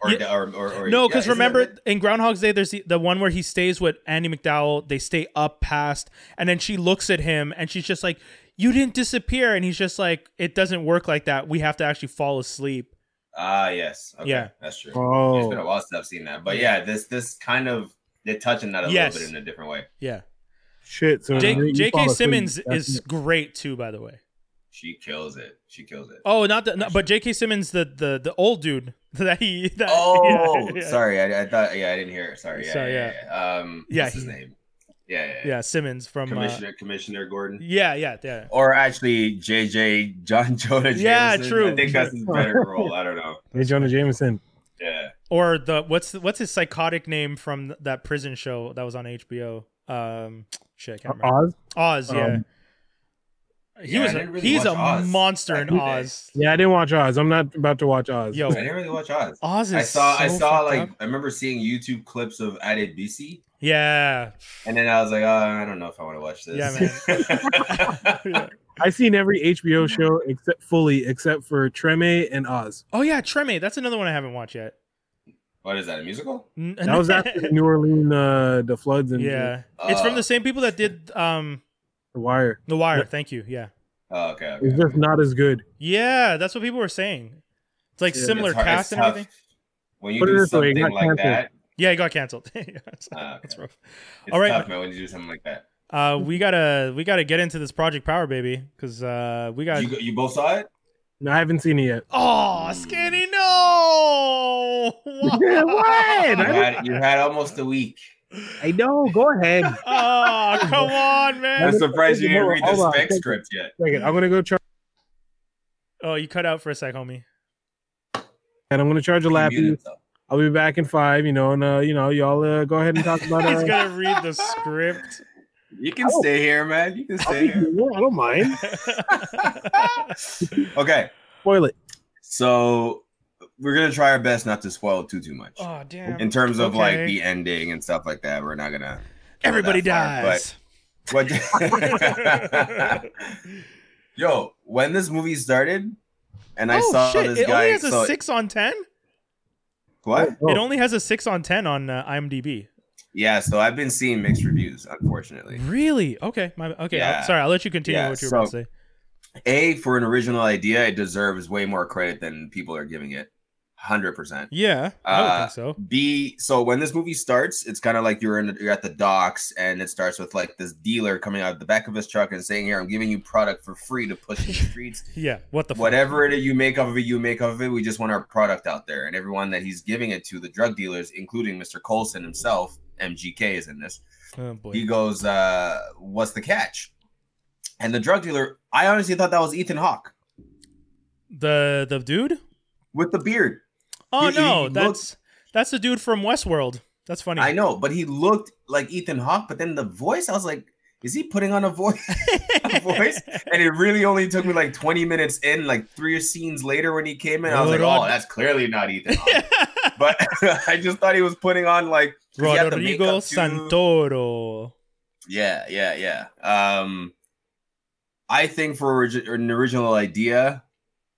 or,
Yeah.
or, or, or
No,
yeah,
because
isn't it
remember
mid-
in Groundhog's Day, there's the, the one where he stays with Andy McDowell. They stay up past, and then she looks at him, and she's just like, "You didn't disappear," and he's just like, "It doesn't work like that. We have to actually fall asleep."
ah yes okay,
Yeah.
that's true it's been a
Oh,
while since I've seen that but yeah this this kind of they're touching that a
Yes.
little bit in a different way
Yeah,
shit! So
J-
you fall
J.K.
asleep.
Simmons
That's
is
it.
great too, by the way.
she kills it she kills it
Oh, not the no, but J.K. Simmons, the the the old dude that he. That,
Oh,
yeah, yeah.
sorry. I, I thought. Yeah, I didn't hear. it. Sorry. Yeah.
Sorry,
yeah, yeah. Um.
Yeah,
What's his
he-
name? Yeah. Yeah. yeah.
Yeah, Simmons from. Uh,
Commissioner Commissioner Gordon.
yeah, yeah, yeah.
Or actually, JJ John Jonah.
Yeah,
Jameson.
true,
I think that's
true.
his better role. I don't know.
Hey, Jonah Jameson.
Yeah.
Or the what's the, what's his psychotic name from th- that prison show that was on HBO? Um, shit, I can't remember.
Oz.
Oz, yeah.
Um,
he
Yeah, I
was a,
didn't really
he's
watch
a
Oz
monster in
back in the day.
Oz.
Yeah, I didn't watch Oz. I'm not about to watch Oz.
Yo,
I didn't really watch Oz.
Oz Oh. is
I saw.
so
I saw
fucked
like.
up.
I remember seeing YouTube clips of Adebisi,
Yeah.
and then I was like, oh, I don't know if I want to watch this. Yeah, man.
Yeah.
I've seen every HBO show except fully except for Treme and Oz.
Oh yeah, Treme, that's another one I haven't watched yet.
what is that? A musical?
That was after the New Orleans uh, the floods and
Yeah. it's
Uh,
from the same people that did um
the wire.
The Wire. Thank you. Yeah.
Oh, okay. okay.
It's just not as good.
Yeah, that's what people were saying. It's like
Yeah,
similar
It's hard-
cast
it's
and
tough.
everything.
When you
Put it
do
this way, it
something
got
like
canceled.
that,
Yeah, it got canceled. Yeah, that's-
Ah,
that's
okay.
rough.
it's
All right,
tough, man. When you do something like that,
Uh, we gotta we gotta get into this Project Power, baby, because uh, we got.
you, you both saw it.
No, I haven't seen it yet.
Oh, Skinny, no!
What?
You had, you had almost a week.
I know. Go ahead.
Oh, come on,
I'm
man!
That's-
surprised you didn't read the
Hold on,
spec
thank you.
script yet.
Second, I'm gonna go charge
Oh, you cut out for a sec, homie.
and I'm gonna charge a
He muted
lappy.
himself.
I'll be back in five. You know, and uh, you know, y'all uh, go ahead and talk about
He's
it.
gonna read the script.
You can stay here, man. You can
Oh. I'll
stay
be
here.
cool. I don't mind.
Okay,
Spoil it.
so we're gonna try our best not to spoil too too much
oh damn!
in terms of like
Okay.
the ending and stuff like that. We're not gonna. go
Everybody
that far,
dies.
but- what- Yo, when this movie started, and I
oh
saw
shit!
this
it
guy.
only has a
so-
six on ten.
What?
Oh,
It only has a six on ten on uh, IMDb.
Yeah, so I've been seeing mixed reviews, unfortunately.
Really? Okay. My okay. I'll-
Yeah.
sorry, I'll let you continue
Yeah,
what you were
so-
about to say.
A, for an original idea, it deserves way more credit than people are giving it. 100%.
Yeah, I would
Uh,
think so.
B, so when this movie starts, it's kind of like you're in you're at the docks and it starts with like this dealer coming out of the back of his truck and saying, "Here, I'm giving you product for free to push in the streets.
Yeah. What the fuck?
Whatever it is you make of it, you make of it. We just want our product out there." And everyone that he's giving it to, the drug dealers, including Mr. Colson himself, MGK is in this.
Oh boy.
he goes, uh, "What's the catch?" And the drug dealer, I honestly thought that was Ethan Hawke
The the dude?
with the beard.
Oh
He- he
no,
looked-
that's that's the dude from Westworld. That's funny.
I know, but he looked like Ethan Hawke, but then the voice, I was like, "Is he putting on a voice?" a voice? And it really only took me like 20 minutes in, like three scenes later when he came in, I was like,
Rod-
"Oh, that's clearly not Ethan Hawke." but I just thought he was putting on like 'cause he had the
Rodrigo
makeup too.
Santoro.
Yeah, yeah, yeah. Um, I think for origi- an original idea,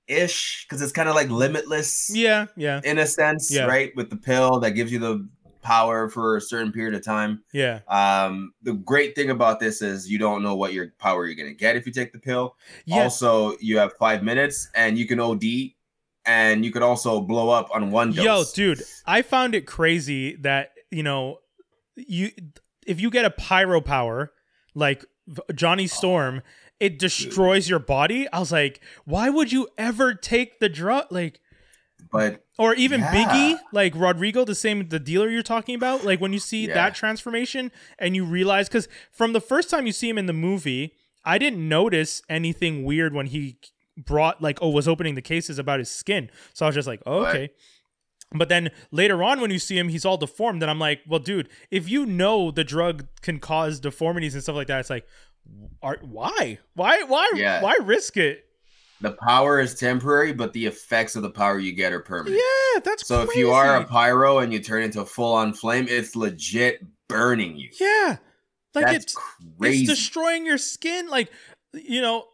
ish, because it's kind of like limitless.
Yeah, yeah,
in a sense,
Yeah.
right? With the pill that gives you the power for a certain period of time.
yeah.
Um, the great thing about this is you don't know what your power you're gonna get if you take the pill.
Yes.
Also, you have five minutes and you can OD and you could also blow up on one dose.
Yo, dude, I found it crazy that, you know, you if you get a pyro power like v- Johnny
Oh.
Storm, it destroys your body. I was like, why would you ever take the drug like
But
or even
Yeah.
Biggie, like Rodrigo, the same the dealer you're talking about. Like when you see
Yeah.
that transformation and you realize because from the first time you see him in the movie, I didn't notice anything weird when he brought like oh was opening the cases about his skin. So I was just like, oh,
Right.
okay. But then later on, when you see him, he's all deformed, and I'm like, well, dude, if you know the drug can cause deformities and stuff like that, it's like, are, why, why, why,
Yeah.
why risk it?
The power is temporary, but the effects of the power you get are permanent.
Yeah, that's
So if you are a pyro and you turn into a full on flame, it's legit burning you.
yeah, like
That's
it's
crazy.
it's destroying your skin. Like you know,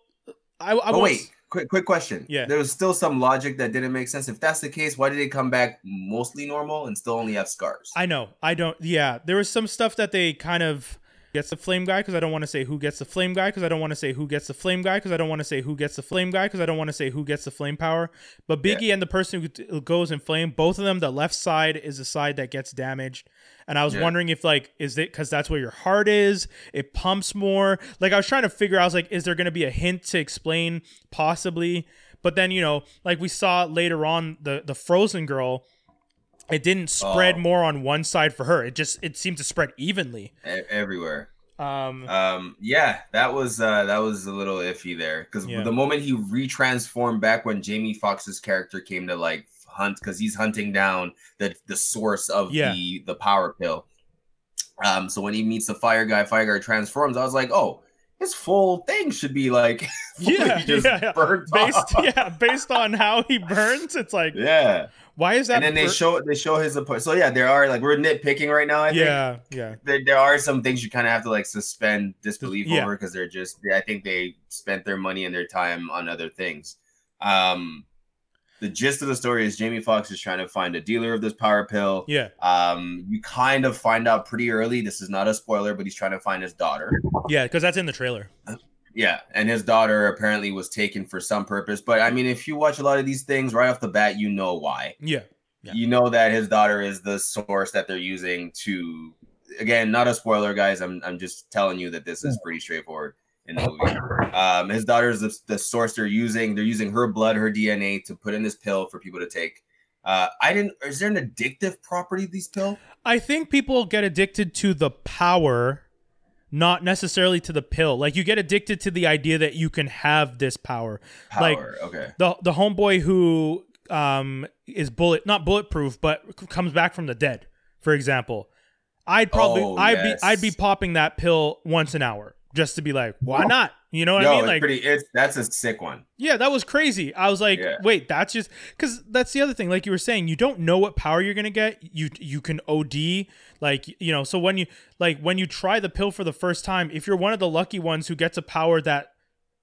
I, I
oh
was,
wait, quick quick question.
Yeah.
There was still some logic that didn't make sense. If that's the case, why did it come back mostly normal and still only have scars?
I know. I don't. Yeah, there was some stuff that they kind of gets the flame guy because I don't want to say who gets the flame guy because I don't want to say who gets the flame guy because I don't want to say who gets the flame guy because I don't want to say who gets the flame power. But Biggie and the person who t- goes in flame, both of them, the left side is the side that gets damaged. And I was
Yeah.
wondering if like is it because that's where your heart is? It pumps more. Like I was trying to figure. out, I was like, is there going to be a hint to explain possibly? But then you know, like we saw later on, the the frozen girl it didn't spread
Oh.
more on one side for her. It just it seemed to spread evenly.
E- everywhere.
Um,
Um, yeah, that was uh, that was a little iffy there because
Yeah.
the moment he retransformed back when Jamie Foxx's character came to like hunt because he's hunting down the the source of
Yeah.
the the power pill. Um, so when he meets the fire guy, fire guy transforms. I was like, oh, his full thing should be like fully
yeah,
just
yeah, yeah.
burnt
based
off.
yeah, based on how he burns, it's like
yeah.
why is that?
And then they
bur-
show they show his opponent. So yeah, there are like we're nitpicking right now. I think
yeah, yeah,
there, there are some things you kind of have to like suspend disbelief
Yeah.
over because they're just I think they spent their money and their time on other things. Um, the gist of the story is Jamie Foxx is trying to find a dealer of this power pill.
yeah,
Um, you kind of find out pretty early. This is not a spoiler, but he's trying to find his daughter.
yeah, because that's in the trailer.
Yeah, and his daughter apparently was taken for some purpose. But I mean, if you watch a lot of these things right off the bat, you know why
Yeah, Yeah.
you know that his daughter is the source that they're using to again not a spoiler guys i'm, I'm just telling you that this is pretty straightforward in the
Oh,
movie um, his daughter is the, the source they're using they're using her blood her dna to put in this pill for people to take uh, i didn't is there an addictive property to these pill
I think people get addicted to the power, not necessarily to the pill. Like you get addicted to the idea that you can have this power.
power
Like-
okay
the the homeboy who um is bullet not bulletproof but c- comes back from the dead for example i'd probably
Oh,
i'd
yes.
be i'd be popping that pill once an hour just to be like why not you know what
no
i mean
it's
like
pretty it's that's a sick one
yeah that was crazy i was like
Yeah.
wait that's just because that's the other thing like you were saying you don't know what power you're gonna get you you can od like you know so when you like when you try the pill for the first time if you're one of the lucky ones who gets a power that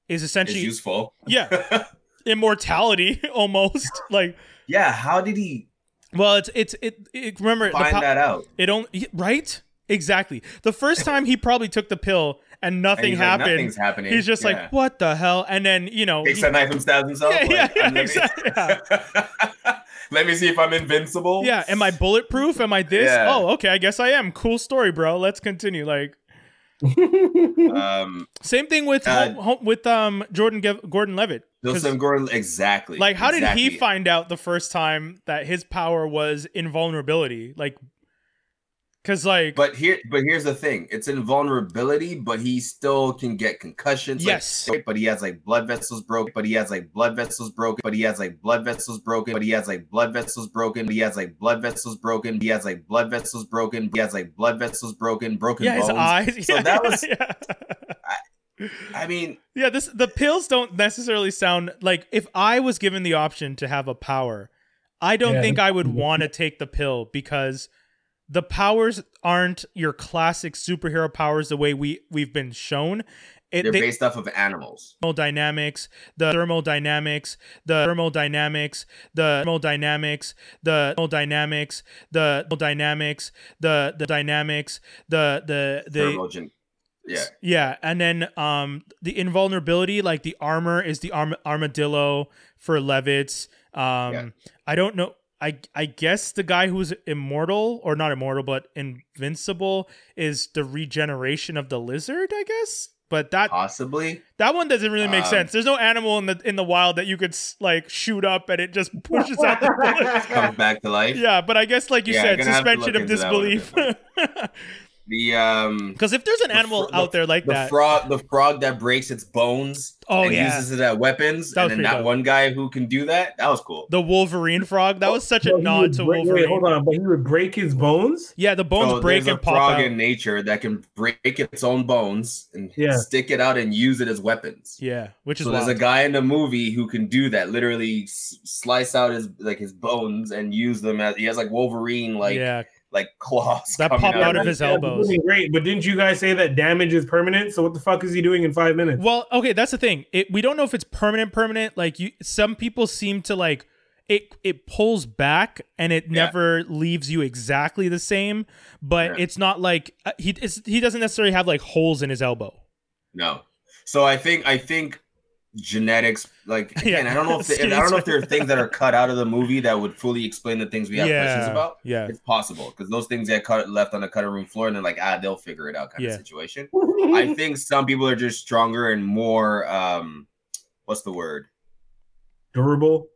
is
it's
essentially
useful
yeah immortality almost like
yeah how did he
well, it's it's it. it remember, the
find
po-
that out
it only right exactly. The first time he probably took the pill and
And
nothing
he's like,
happened.
nothing's happening
he's just
Yeah.
like, what the hell? And then you know,
takes
he-
that knife and stabs himself.
Yeah, yeah, yeah,
I'm living-
exactly,
Let me see if I'm invincible.
yeah, am I bulletproof? Am I this?
Yeah.
Oh, okay, I guess I am. Cool story, bro. Let's continue. Like
Um,
same thing with
Uh,
Ho- Ho- with um Jordan Gordon Levitt.
Joseph Gordon, exactly.
Like, how did he
exactly.
find out the first time that his power was invulnerability? Like, because like
But here, but here's the thing: it's invulnerability, but he still can get concussions. like,
Yes.
but he has like blood vessels broken. But he has like blood vessels broken. But he has like blood vessels broken. But he has like blood vessels broken. But he has like blood vessels broken. He has like blood vessels broken. He has like blood vessels broken. Broken
yeah, his
bones.
eyes.
So
yeah,
that
yeah,
was-
yeah.
I mean,
Yeah, this the pills don't necessarily sound like if I was given the option to have a power, I don't
Yeah.
think I would want to take the pill because the powers aren't your classic superhero powers the way we we've been shown. It,
they're
they,
based off of animals.
thermodynamics, the thermodynamics, the thermodynamics, the thermodynamics, the thermodynamics, the thermodynamics, the the dynamics, the the the
Thermogen. Yeah.
yeah, and then um the invulnerability, like the armor is the arm- armadillo for Levitts. Um
Yeah.
I don't know I I guess the guy who's immortal or not immortal but invincible is the regeneration of the lizard, I guess. But that
Possibly.
that one doesn't really make
Uh, Um,
sense. There's no animal in the in the wild that you could s- like shoot up and it just pushes out the bullets.
comes back to life.
Yeah, but I guess like you
Yeah,
said,
gonna have to
suspension
look
of
into that one a
disbelief.
bit The um
Because if there's an
The
animal
fro-
out there like
the
that,
frog the frog that breaks its bones
Oh,
and
yeah.
uses it as weapons
That was
and then
pretty
that
dope.
one guy who can do that that was cool
the Wolverine frog, that was such a
But Oh, he
nod
would
to
break-
Wolverine.
Wait, hold on, but he would break his bones.
Yeah, the bones
so
break
Oh, there's
and
a
pop
frog
out.
in nature that can break its own bones and
Yeah.
stick it out and use it as weapons
yeah, which is
so
wild.
there's a guy in the movie who can do that literally s- slice out his like his bones and use them as he has like wolverine like
yeah,
like claws
that
coming
pop out of his
Yeah, it's
elbows.
looking Great, but didn't you guys say that damage is permanent? So what the fuck is he doing in five minutes?
Well, okay, that's the thing. It, we don't know if it's permanent, permanent. Like you, some people seem to like it. It pulls back and it
Yeah.
never leaves you exactly the same. But
Yeah.
it's not like uh, he it's, he doesn't necessarily have like holes in his elbow.
No. So I think I think genetics like again
Yeah.
I don't know if the,
Steve's
I don't know if there are things that are cut out of the movie that would fully explain the things we have questions about.
yeah,
It's possible because those things get cut left on the cutting room floor and they're like ah they'll figure it out kind
Yeah.
of situation. I think some people are just stronger and more um what's the word?
Durable.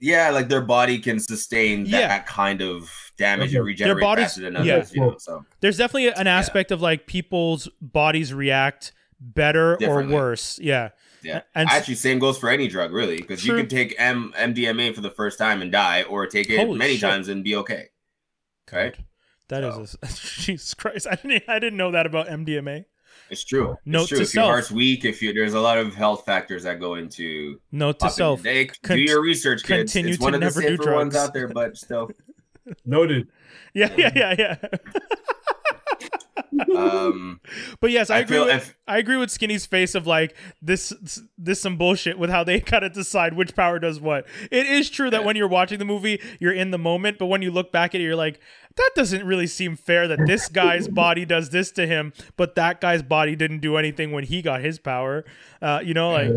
Yeah, like their body can sustain that
Yeah.
kind of damage
Their
and regenerate
bodies-
faster than others.
yeah.
You know, so
There's definitely an aspect of like people's bodies react better or
Differently.
worse. Yeah,
yeah.
and
Actually, same goes for any drug, really, because you
True.
can take M- MDMA for the first time and die, or take it
Holy
many
shit.
times and be okay. Right?
that is a, Jesus Christ. I didn't I didn't know that about MDMA.
It's true.
Note
it's true.
to
if
self.
your heart's weak, if you there's a lot of health factors that go into
Note to
popping
self.
your dick.
Con-
do your research, kids.
continue
it's one
to
of the
never do
safer ones
drugs.
out there, but still.
Noted.
Yeah, yeah, yeah, yeah.
Um,
But yes, I,
I
agree.
feel
With,
if-
I agree with Skinny's face of like this, this some bullshit with how they kind of decide which power does what. It is true that
Yeah.
when you're watching the movie, you're in the moment, but when you look back at it, you're like, that doesn't really seem fair that this guy's body does this to him, but that guy's body didn't do anything when he got his power. Uh, you know, like.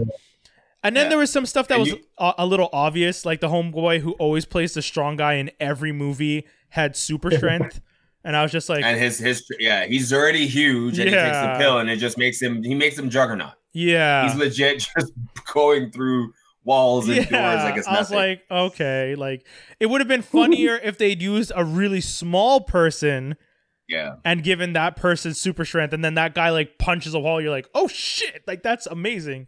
And then
Yeah.
there was some stuff that
And
was
you-
a, a little obvious, like the homeboy who always plays the strong guy in every movie had super strength, and I was just like,
and his his yeah, he's already huge, and he takes
Yeah.
the pill, and it just makes him he makes him juggernaut.
yeah,
He's legit just going through walls and doors like it's
I was
nothing.
like, okay, like it would have been funnier if they'd used a really small person
yeah,
and given that person super strength, and then that guy like punches a wall. You're like, oh shit, like that's amazing.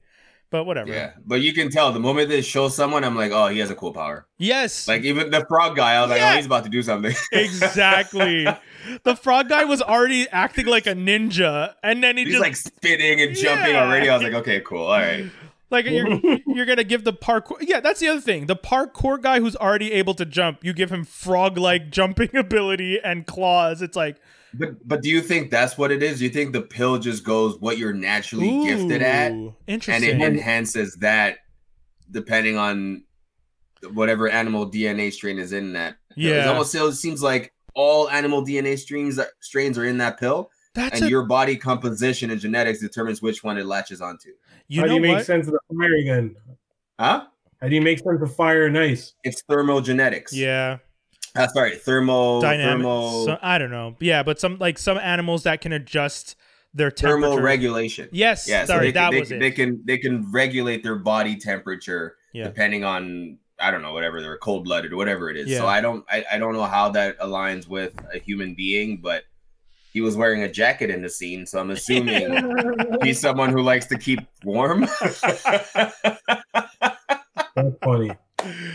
But whatever.
yeah. But you can tell the moment they show someone, I'm like, oh, he has a cool power.
Yes.
Like even the frog guy, I was like,
Yeah.
oh, he's about to do something.
exactly. the frog guy was already acting like a ninja, and then he
He's
just
like spinning and jumping
Yeah.
already. I was like, okay, cool, all right.
Like you're you're gonna give the parkour. Yeah, that's the other thing. The parkour guy who's already able to jump, you give him frog-like jumping ability and claws. It's like,
But but do you think that's what it is? Do you think the pill just goes what you're naturally gifted at,
ooh,
and
interesting.
it enhances that depending on whatever animal DNA strain is in that? pill?
Yeah.
it almost still seems like all animal DNA strains uh, strains are in that pill,
that's
and
a,
your body composition and genetics determines which one it latches onto.
you
How do
know
you make
what?
sense of the fire again?
Huh?
How do you make sense of fire and ice?
It's thermal genetics.
Yeah,
Uh, sorry, thermal
dynamic.
thermal
so- I don't know. Yeah, but some like some animals that can adjust their temperature.
thermal regulation.
Yes,
Yeah, so
sorry,
they, can-
that
they,
was
can-
it.
they can they can regulate their body temperature
Yeah.
depending on I don't know whatever they're cold blooded or whatever it is.
Yeah.
So I don't I, I don't know how that aligns with a human being, but he was wearing a jacket in the scene, so I'm assuming he's someone who likes to keep warm.
That's funny.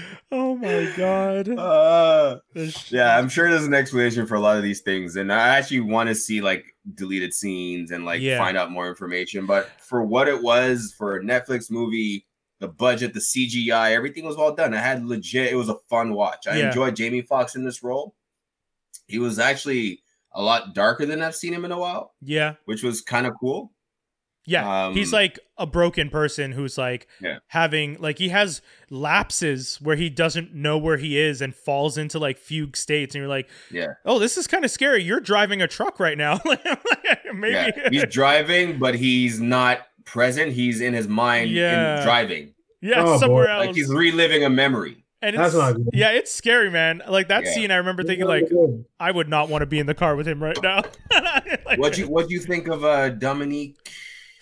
oh my god.
Uh,
This-
yeah, I'm sure there's an explanation for a lot of these things, and I actually want to see like deleted scenes and like
Yeah.
find out more information. But for what it was for a Netflix movie, the budget, the CGI, everything was well done. I had legit. It was a fun watch. I
Yeah.
enjoyed Jamie Foxx in this role. He was actually a lot darker than I've seen him in a while,
Yeah,
which was kind of cool.
yeah. He's
Um,
like a broken person who's like
Yeah.
having like he has lapses where he doesn't know where he is and falls into like fugue states, and you're like,
Yeah.
oh, this is kind of scary. You're driving a truck right now. Like, Maybe.
Yeah, he's driving, but he's not present. He's in his mind,
Yeah.
in driving,
Yeah,
Oh, boy.
somewhere else.
like he's reliving a memory.
and it's
That's not good.
yeah, it's scary, man. Like that
Yeah.
scene, I remember thinking, like, I would not want to be in the car with him right now. like,
What you what you think of uh Dominique?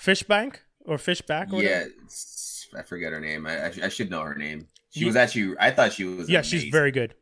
Fishbank or Fishback? Or whatever?
Yeah, it's- I forget her name. I, I, sh- I should know her name. She
Ye-
was actually I thought she was
yeah, she's
amazing.
very good.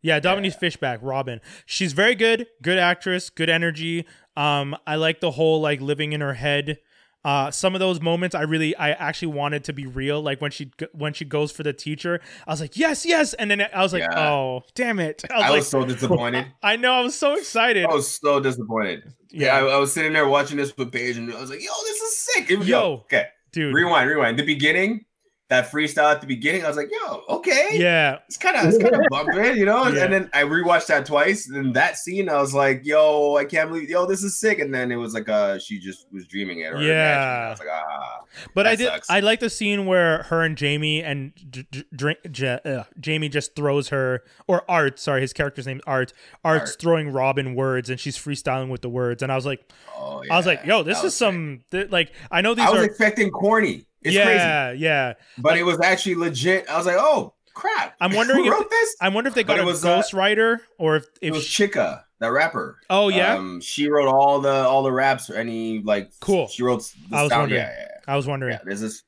Yeah, Dominique Fishback, Robin. She's very good, good actress, good energy. Um, I like the whole like living in her head. Uh, some of those moments I really, I actually wanted to be real. Like when she g- when she goes for the teacher, I was like, yes, yes, and then I was like,
Yeah.
oh, damn it! I was,
I
like,
was so disappointed.
I know, I was so excited.
I was so disappointed. Yeah, I, I was sitting there watching this with Paige, and I was like, "Yo, this is sick." Here we
Yo.
go. Okay,
dude.
rewind, rewind. The beginning, that freestyle at the beginning, I was like, "Yo, okay."
Yeah,
It's kind of it's kind of bumping, you know.
Yeah.
And then I rewatched that twice. And that scene, I was like, "Yo, I can't believe, yo, this is sick." And then it was like, uh, she just was dreaming it. Or imagining it.
Yeah.
I was like, ah,
But
That
I did.
sucks.
I like the scene where her and Jamie and J- J- drink. J- uh, Jamie just throws her or Art. Sorry, his character's name's Art. Art's
Art.
throwing Robin words, and she's freestyling with the words. And I was like,
oh.
I was like, yo,
yeah, that
this
was
is
sick.
some th- like I know these
I was
are.
expecting corny. It's crazy,
yeah, yeah.
but it was actually legit. I was like, oh crap.
I'm wondering
who
if-
wrote this.
I wonder if they got
But it
a
was, uh,
ghostwriter or if
It
if.
was
she-
Chica, that rapper.
oh yeah,
Um, she wrote all the all the raps or any like.
Cool.
She wrote the
I was
sound.
wondering.
Yeah, yeah,
I was
yeah.
wondering
yeah. There's this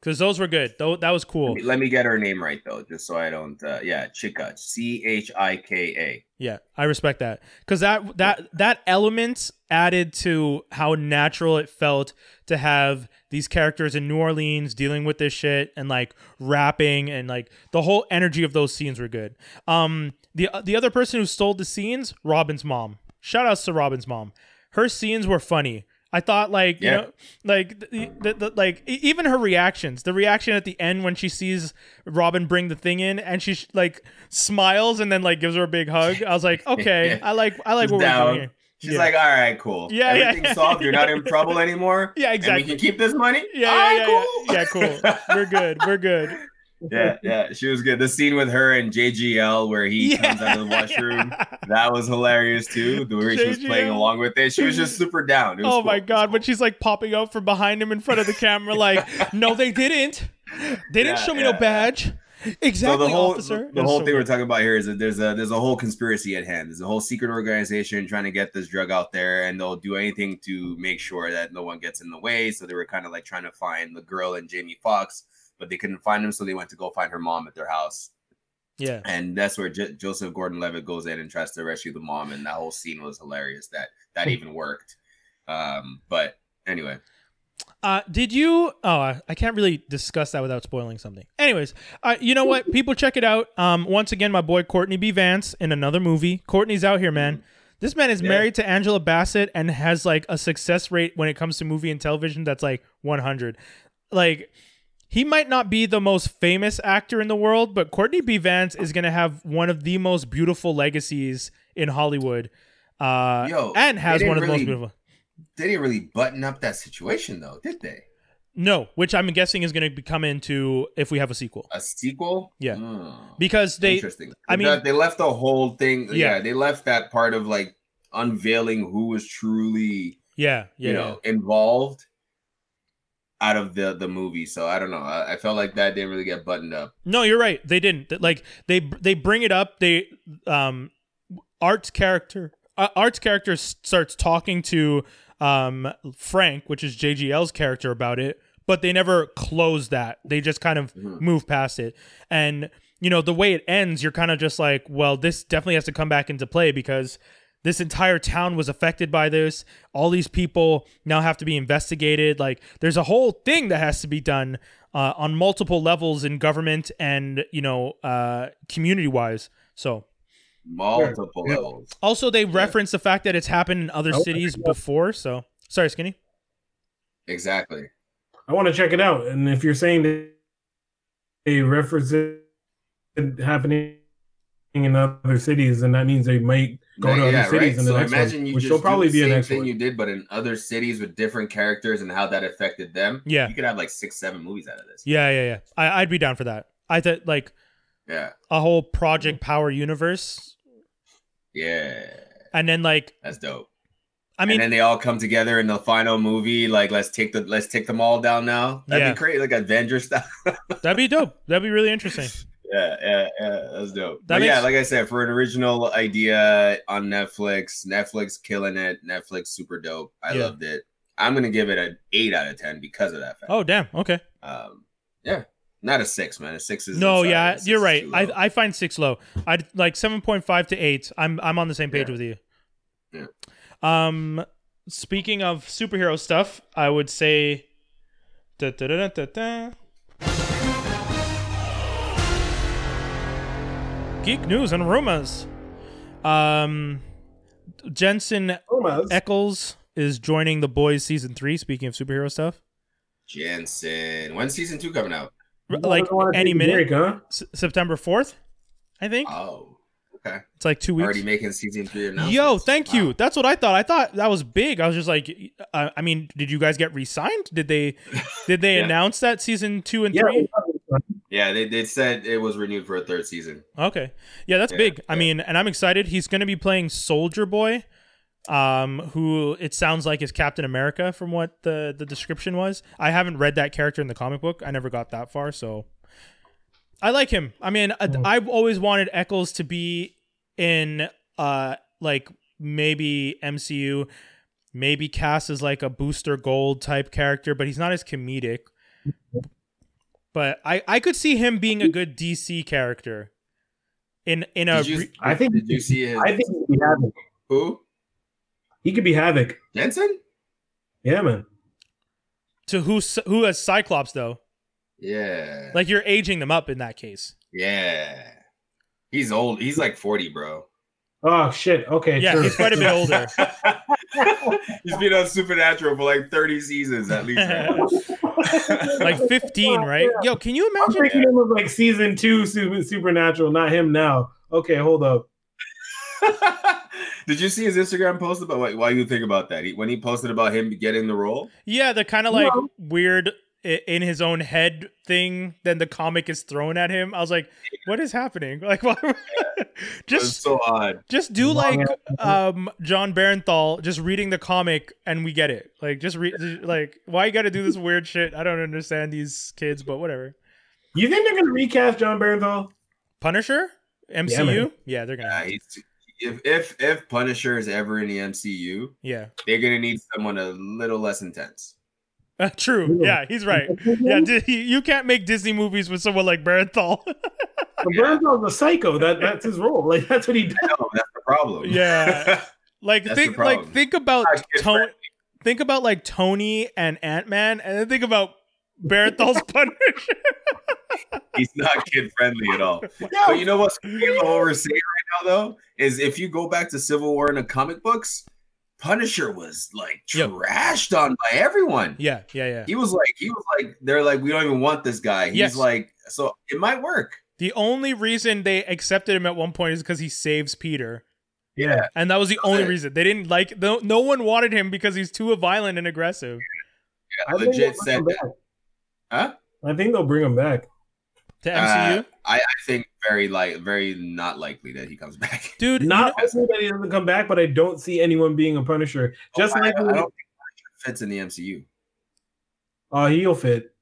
because those were good. Though that was cool.
Let me, let me get her name right though, just so I don't. Uh, yeah, Chica, C H I K A.
Yeah, I respect that because that that that element added to how natural it felt to have these characters in New Orleans dealing with this shit and like rapping and like the whole energy of those scenes were good. Um, the the other person who stole the scenes, Robin's mom. Shout outs to Robin's mom. Her scenes were funny. I thought like
Yeah.
you know like the, the, the, like e- even her reactions the reaction at the end when she sees robin bring the thing in and she sh- like smiles and then like gives her a big hug i was like okay i like i like
She's
what we're
down.
doing here
She's
Yeah.
like, all right, cool.
Yeah, yeah.
everything's solved. You're not in trouble anymore.
yeah exactly
And we can keep this money.
yeah,
All right,
yeah, yeah, yeah, yeah, cool. We're good. We're good.
yeah, yeah. She was good. The scene with her and JGL where he
Yeah.
comes out of the washroom. That was hilarious too. The way she was playing
JGL.
along with it, she was just super down. It was
Oh my
cool. It was
god,
cool.
when she's like popping up from behind him in front of the camera, like, no, they didn't. They didn't
Yeah,
show me
yeah,
no
yeah.
badge. Exactly,
so the whole
officer.
the
It was
whole
so
thing we're
good.
talking about here is that there's a there's a whole conspiracy at hand. There's a whole secret organization trying to get this drug out there, and they'll do anything to make sure that no one gets in the way. So they were kind of like trying to find the girl and Jamie Fox, but they couldn't find him, so they went to go find her mom at their house,
Yeah.
and that's where J- Joseph Gordon-Levitt goes in and tries to rescue the mom, and that whole scene was hilarious. That that even worked, um, but anyway,
Uh, did you? Oh, I- I can't really discuss that without spoiling something. Anyways, uh, you know what? People check it out. Um, once again, my boy Courtney B. Vance in another movie. Courtney's out here, man. This man is
Yeah.
married to Angela Bassett and has like a success rate when it comes to movie and television that's like 100. Like, he might not be the most famous actor in the world, but Courtney B. Vance is gonna have one of the most beautiful legacies in Hollywood. Uh,
Yo,
and has
they
one of
didn't
the most
really-
beautiful.
they didn't really button up that situation though, did they?
No, which I'm guessing is going to come into if we have a sequel
A sequel?
Yeah.
Hmm.
because they
interesting.
I
I
mean-
mean, they left the whole thing. Yeah.
Yeah.
they left that part of like unveiling who was truly,
yeah yeah
you know, involved out of the the movie. So I don't know. I, I felt like that didn't really get buttoned up.
no you're right they didn't That- like they they bring it up they um art's character uh, art's character s- starts talking to um Frank which is JGL's character about it but they never close that they just kind of
Mhm.
move past it and you know the way it ends you're kind of just like well this definitely has to come back into play because this entire town was affected by this all these people now have to be investigated like there's a whole thing that has to be done uh, on multiple levels in government and you know uh, community wise so
Multiple
Yeah.
levels.
also they reference the fact that it's happened in other
Oh,
cities before so sorry skinny
Exactly.
I want to check it out. And if you're saying that they reference it happening in other cities, then that means they might go to other cities in the
So
next
imagine
one,
you
which
just
will probably
do
be
the
an
same
next
thing
one.
you did, but in other cities with different characters and how that affected them.
Yeah.
you could have like six, seven movies out of this.
yeah yeah yeah I- i'd be down for that i thought like
Yeah,
a whole project power universe
yeah,
and then like
that's dope.
i mean
and then they all come together in the final movie. Like, let's take the let's take them all down now. That'd
Yeah.
be crazy, like Avengers style.
that'd be dope that'd be really interesting
yeah, yeah, yeah. That's dope.
That
but yeah,
makes-
like I said, for an original idea on Netflix, Netflix killing it. Netflix super dope. I
Yeah.
loved it. I'm gonna give it an eight out of ten because of that fact.
oh damn okay
Um, yeah, Not a six, man. A six is
no,
I'm sorry,
yeah,
a six
you're
is
right.
too low.
I I find six low. I like seven point five to eight. I'm I'm on the same page
Yeah.
with you. Um, speaking of superhero stuff, I would say. da, da, da, da, da, da. Geek news and rumors. Um, Jensen
Almost.
Eccles is joining the boys season three. Speaking of superhero stuff,
Jensen. When's season two coming out?
R-
You
like
don't wanna
any
take a
minute,
break, huh?
S- September fourth, I think
Oh, okay.
it's like two weeks.
Already making season three announcements.
Yo, thank
Wow.
you. That's what I thought. I thought that was big. I was just like, uh, I mean, did you guys get re-signed? Did they, did they
Yeah.
announce that season two and
Yeah,
three?
Yeah, they, they said it was renewed for a third season.
Okay, yeah, that's
Yeah,
big. I
yeah.
mean, and I'm excited. He's going to be playing Soldier Boy, um, who it sounds like is Captain America from what the the description was. I haven't read that character in the comic book. I never got that far, so I like him. I mean, I-
Mm.
I've always wanted Eccles to be in, uh, like maybe MCU, maybe cast as like a Booster Gold type character, but he's not as comedic. But I, I could see him being a good DC character, in in a
Did you,
re-
I think.
did you see his,
I think he could be havoc.
who?
He could be havoc.
Jensen?
Yeah, man.
to who s- who has Cyclops though.
Yeah.
Like you're aging them up in that case.
yeah. He's old. He's like 40, bro.
Oh shit. Okay.
Yeah,
sure.
he's quite a bit older.
He's been on Supernatural for like 30 seasons at least. right?
Like 15, right? Yo, can you
I'm
imagine?
thinking him of like season two Super- Supernatural, not him now. Okay, hold up.
Did you see his Instagram post about why, why you think about that? He, when he posted about him getting the role?
Yeah, the kind of like
No.
weird i- in his own head thing. Then the comic is thrown at him. I was like, what is happening? Like, why?
It was
just
so odd.
just do
Long
like
ass-
um John Barenthal, just reading the comic and we get it. Like, just read. Like, why you got to do this weird shit? I don't understand these kids, but whatever.
You think they're gonna recast John Barenthal?
Punisher, MCU. Yeah, they're gonna.
Yeah, he's- if, if if Punisher is ever in the MCU,
yeah.
they're gonna need someone a little less intense.
true.
Yeah.
Yeah, he's right. Yeah, Di- you can't make Disney movies with someone like Barenthal.
But Barenthal's a psycho. That that's his role. Like that's what he does.
No, that's the problem.
Yeah. like
That's
think
the
like
problem.
think about
Not kid
Tony think about like Tony and Ant-Man and then think about Barenthal's Punisher.
He's not kid friendly at all.
Yeah,
But you know what's crazy about what we're saying right now though is if you go back to Civil War in the comic books, Punisher was like
Yep.
trashed on by everyone.
Yeah, yeah, yeah.
He was like, he was like, they're like, we don't even want this guy. He's
Yes.
like, so it might work.
The only reason they accepted him at one point is cuz he saves Peter.
yeah.
And that was the only
it.
reason. They didn't like no, no one wanted him because he's too violent and aggressive.
I
Yeah,
think
legit
they'll
said
bring him
that. Huh?
back. I think they'll bring him back.
To
Uh,
MCU.
I, I think very like very not likely that he comes back.
Dude, you
Not
know-
only that he doesn't come back, but I don't see anyone being a Punisher.
Oh
Just
I,
like
Oh I don't think Punisher fits in the MCU.
oh, he'll fit.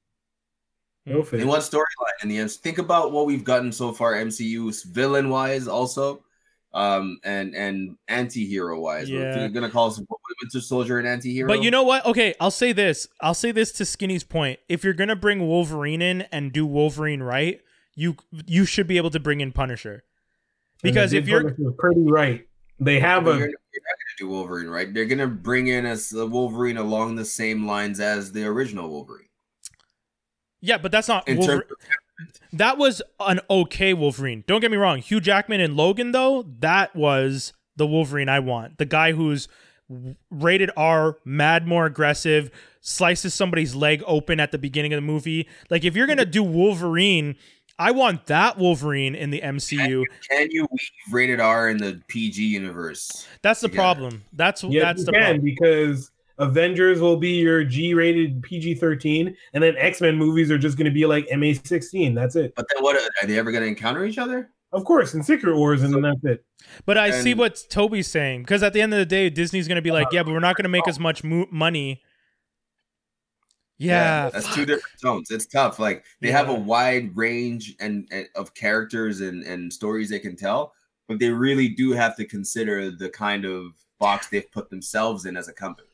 He'll
Mm.
fit.
In what storyline in the MCU? Think about what we've gotten so far, MCU's villain wise, also, um, and and anti-hero wise.
Yeah.
We're gonna call some Winter Soldier an anti-hero.
But you know what? Okay, I'll say this. I'll say this to Skinny's point. If you're gonna bring Wolverine in and do Wolverine right, you you should be able to bring in Punisher.
And
Because
they
if
did
you're
Punisher pretty right, they have
But you're,
a
you're not gonna do Wolverine, right? They're gonna bring in a Wolverine along the same lines as the original Wolverine.
yeah, but that's not
In
Wolver-
terms of
that was an okay Wolverine. Don't get me wrong. Hugh Jackman and Logan though, that was the Wolverine I want. The guy who's rated R, mad more aggressive, slices somebody's leg open at the beginning of the movie. Like if you're gonna do Wolverine, I want that Wolverine in the MCU.
Can you weave rated R in the PG universe?
That's the
together.
problem. That's
yes,
that's
you
the
can
problem.
because Avengers will be your G-rated PG-13, and then X-Men movies are just going to be like MA-16. That's it.
But then, what are they ever going to encounter each other?
Of course, in Secret Wars, and then that's it.
But I see
And-
what Toby's saying because at the end of the day, Disney's going to be like, yeah, but we're not going to make as much mo- money. Yeah,
that's
fuck.
two different tones. It's tough. Like they have a
Yeah.
wide range and, and of characters and and stories they can tell, but they really do have to consider the kind of box they've put themselves in as a company.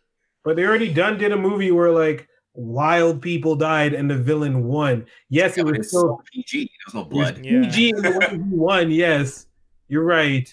But they already done did a movie where like
wild people died and the villain won. Yes,
Yeah,
it
but
was
it's
still
so PG. There's no
There's
blood.
Yeah.
PG in the way he won. E Yes, you're right.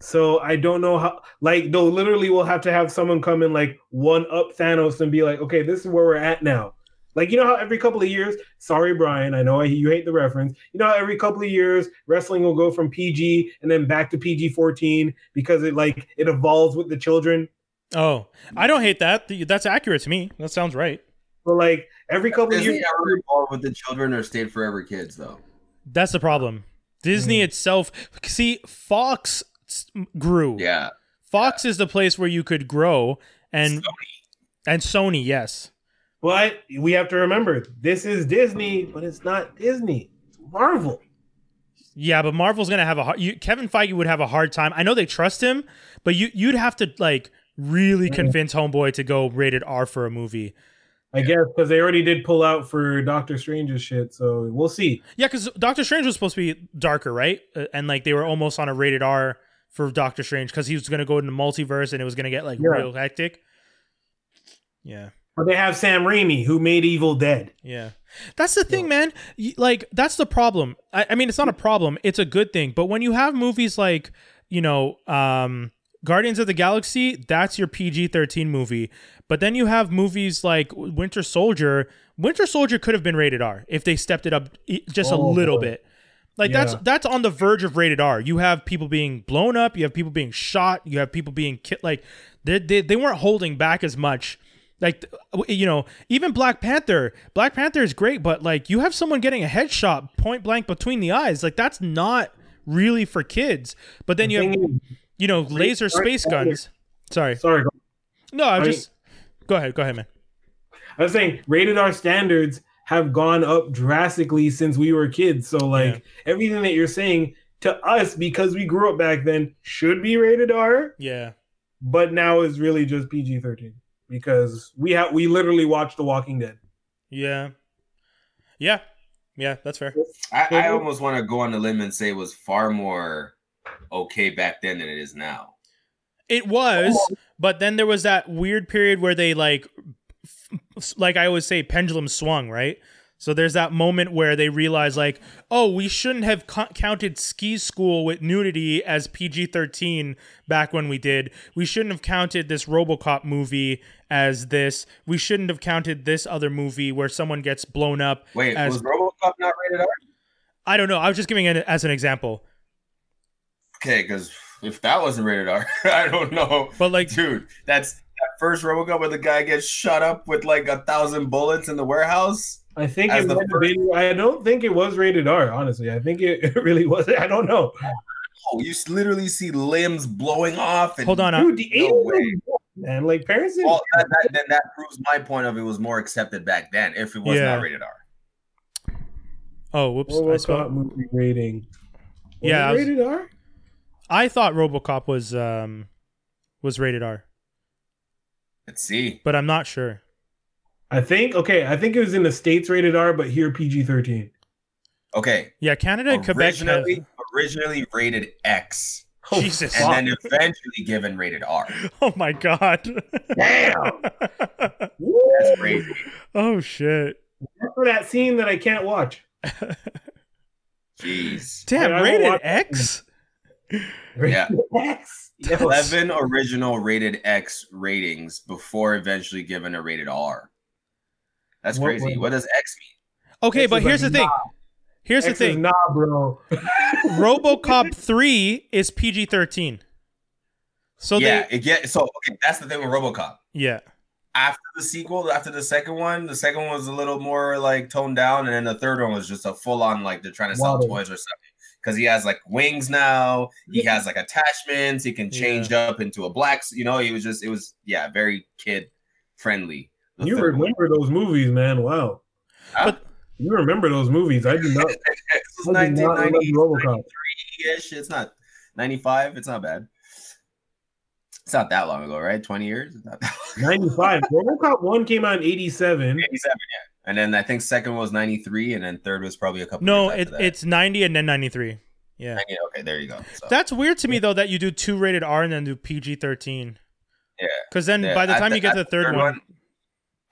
So I don't know how. Like, though, literally, we'll have to have someone come in like one up Thanos and be like, "Okay, this is where we're at now." Like, you know how every couple of years, sorry, Brian, I know I, you hate the reference. You know how every couple of years, wrestling will go from PG and then back to PG 14 because it like it evolves with the children.
Oh, I don't hate that. Th- That's accurate to me. That sounds right.
But like every couple of
Disney
years,
ever involved with the children or stayed forever kids though?
That's the problem. Disney itself. See, Fox s- grew.
Yeah,
Fox is the place where you could grow, and and Sony, yes.
but we have to remember this is Disney, but it's not Disney. It's Marvel.
Yeah, but Marvel's gonna have a hard. You, Kevin Feige would have a hard time. I know they trust him, but you you'd have to like really convince Homeboy to go rated R for a movie.
I guess because they already did pull out for Doctor Strange's shit, so we'll see.
Yeah, because Doctor Strange was supposed to be darker, right? Uh, And like they were almost on a rated R for Doctor Strange because he was gonna go into multiverse and it was gonna get like
Yeah.
real hectic. Yeah.
But they have Sam Raimi who made Evil Dead.
Yeah. That's the thing, man. Y- Like, that's the problem. I, I mean, it's not a problem, it's a good thing. But when you have movies like, you know, um, Guardians of the Galaxy, that's your PG 13 movie. But then you have movies like Winter Soldier. Winter Soldier could have been rated R if they stepped it up e- just a
Oh,
little
boy.
bit. Like
Yeah.
that's that's on the verge of rated R. You have people being blown up, you have people being shot, you have people being killed. Like they, they they weren't holding back as much. Like th- you know, even Black Panther. Black Panther is great, but like you have someone getting a headshot point blank between the eyes. Like that's not really for kids. But then you have
Thing
you know laser
Black
space
Panther-
guns. Sorry,
is- Sorry,
no, I'm
I mean-
just go ahead, go ahead, man.
I was saying rated R standards have gone up drastically since we were kids. So like everything that you're saying to us because we grew up back then should be rated R,
Yeah,
but now is really just PG-13 because we have we literally watched The Walking Dead.
yeah, yeah, yeah. That's fair.
I, I almost want to go on the limb and say it was far more okay back then than it is now.
It was, but then there was that weird period where they like, f- like I always say, pendulum swung, right? So there's that moment where they realize, like, oh, we shouldn't have co- counted ski school with nudity as PG 13 back when we did. We shouldn't have counted this Robocop movie as this. We shouldn't have counted this other movie where someone gets blown up.
Wait,
as-
was RoboCop not rated R?
I don't know. I was just giving it as an example.
Okay, because if that wasn't rated R, I don't know.
But like,
Dude, that's that first RoboCop where the guy gets shot up with like a thousand bullets in the warehouse.
I think
As
it
the
might have
first-
been- I don't think it was rated R, honestly. I think it, it really was. I don't know.
Oh, you s- literally see limbs blowing off. And
hold on. I-
Dude, the
No
80s
way.
man, like parents didn't
Well, that, that, then that proves my point of it was more accepted back then if it was
Yeah.
not rated R.
oh, whoops. I,
Robocop
spelled-
movie rating. Was
Yeah,
it
I was-
rated R.
I thought Robocop was um was rated R.
Let's see.
but I'm not sure.
I think okay. I think it was in the states rated R, but here PG thirteen.
Okay.
Yeah, Canada and Quebec. Have,
Originally, originally rated X
Jesus.
and then eventually given rated R.
oh my god.
Damn.
That's crazy.
oh shit.
For that scene that I can't watch.
Jeez.
Damn,
I will
rated
watch-
X.
Yeah.
Yes. Yes.
11 original rated X ratings before eventually given a rated R. That's
What
crazy.
was-
What does X
Okay,
X
but
is
here's the
like,
thing. Here's the
X is
thing.
Nah, bro.
RoboCop 3 is PG-13. So
mean? yeah,
they
it get so okay, that's the thing with RoboCop.
yeah.
After the sequel, after the second one, the second one was a little more like toned down, and then the third one was just a full on like they're trying to sell
Water.
toys or something. Because he has like wings now, he has like attachments, he can change up into a black. You know, he was just it was yeah, very kid friendly. The
You
third one.
remember those movies, man? Wow.
Huh?
You remember those movies? I do not.
This was
I do not remember
1990.
RoboCop.
ish. It's not 95. It's not bad. It's not that long ago, right? 20 years? It's not that long.
Ninety five. RoboCop one came out in eighty seven.
87, yeah. And then I think second was 93, and then third was probably a couple
No,
years
it,
after that.
it's 90 and then 93. Yeah.
Yeah, okay, there you go. So,
That's weird to me though that you do two rated R and then do PG-13.
Yeah.
Cuz then
yeah,
by the
at
time you get
at
to the third one,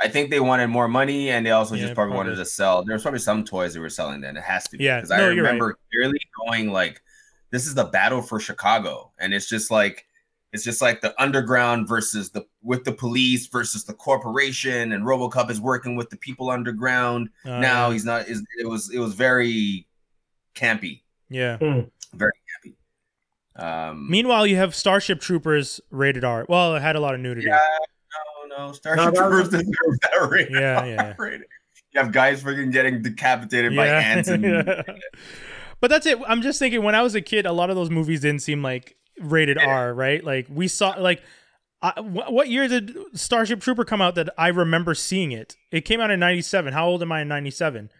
I think they wanted more money, and they also
Yeah,
just probably,
probably.
wanted to sell. There was probably some toys they were selling then. It has to be.
Yeah,
I
no, you're right.
remember clearly going like, "This is the battle for Chicago," and it's just like, it's just like the underground versus the with the police versus the corporation, and RoboCop is working with the people underground.
Uh,
now he's not. Is it was it was very campy.
yeah.
Um,
Meanwhile, you have Starship Troopers rated R. Well, it had a lot of nudity.
yeah, no, no, Starship
that was-
Troopers deserve that rating.
Yeah, yeah.
rating. You have guys freaking getting decapitated by
Yeah.
ants and
but that's it. I'm just thinking when I was a kid, a lot of those movies didn't seem like rated
Yeah.
R, right? Like we saw like I, wh- what year did Starship Trooper come out that I remember seeing it? It came out in 97. How old am I in 97?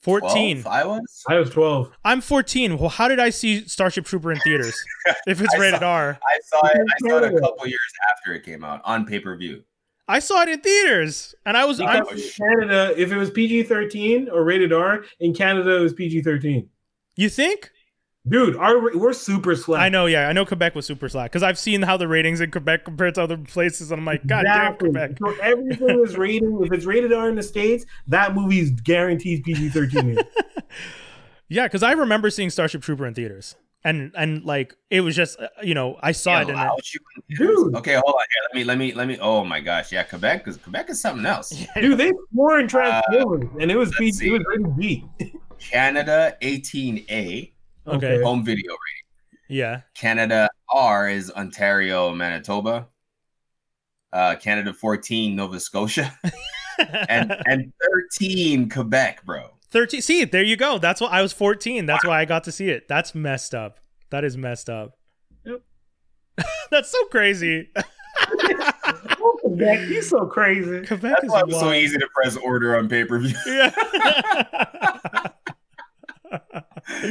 14.
12, I was.
I was twelve.
I'm 14. Well, how did I see Starship Trooper in theaters if it's
I
rated
saw-
R?
I saw it. I saw it a
Incredible.
couple years after it came out on pay per view.
I saw it in theaters and I was
I
I'm,
Because in Canada, if it was PG thirteen or rated R, in Canada it was PG thirteen.
You think?
Dude, our we're super slack.
I know, yeah. I know Quebec was super slack because I've seen how the ratings in Quebec compared to other places. And I'm like, God
Exactly.
damn, Quebec.
So everything is rated. If it's rated R in the states, that movie's guaranteed PG thirteen.
Yeah, because I remember seeing Starship Trooper in theaters, and and like it was just uh, you know I saw it
They
in
allowed
a,
you in theaters?
Dude,
Okay, hold on here. Let me, let me, let me. Oh my gosh, yeah, Quebec is Quebec is something else.
dude, they swore in Transformers, and it was
Uh, let's
PG.
see.
It was rated B.
Canada 18A
okay.
Okay.
home video rating.
yeah
Canada R is Ontario, Manitoba. Uh, Canada 14, Nova Scotia, and and 13, Quebec, bro.
thirteen. See, there you go. That's what I was fourteen. That's why I got to see it. That's messed up. That is messed up.
Yep.
That's so crazy.
Oh, Quebec, he's so crazy.
Quebec
That's
is
why it was so
wild.
easy to press order on pay per view.
Yeah.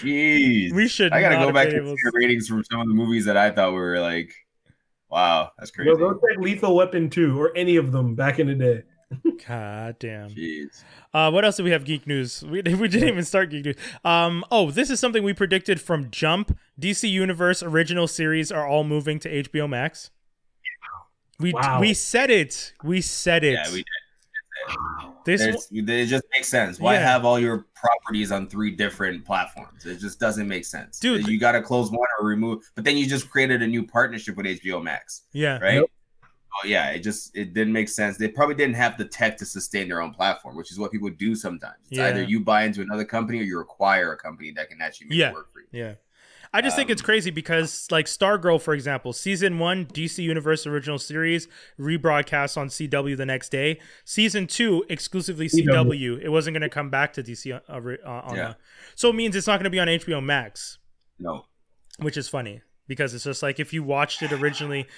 Jeez,
we should.
I gotta
not
go
have
back
been
and
able
see the ratings from some of the movies that I thought were like, wow, that's crazy.
Yo, go check Lethal Weapon two or any of them back in the day.
God damn.
Jeez.
Uh, what else do we have? Geek news. We, we didn't even start geek news. Um, oh, this is something we predicted from Jump. DC Universe original series are all moving to HBO Max. We
Wow.
we said it. We said it.
Yeah, we did.
this one,
There's- It just makes sense. Why
Yeah.
have all your properties on three different platforms? It just doesn't make sense.
Dude,
you got to close one or remove, but then you just created a new partnership with HBO Max,
yeah.
right? Oh yeah, it just it didn't make sense. They probably didn't have the tech to sustain their own platform, which is what people do sometimes. It's
Yeah.
either you buy into another company or you acquire a company that can actually make
Yeah.
it work for you.
Yeah. I just think it's
Um,
crazy because like Stargirl, for example, season one, DC Universe original series, rebroadcast on CW the next day. Season two, exclusively
CW.
CW. It wasn't going to come back to DC uh, uh, on
Yeah.
the- So it means it's not going to be on HBO Max.
No,
which is funny because it's just like if you watched it originally,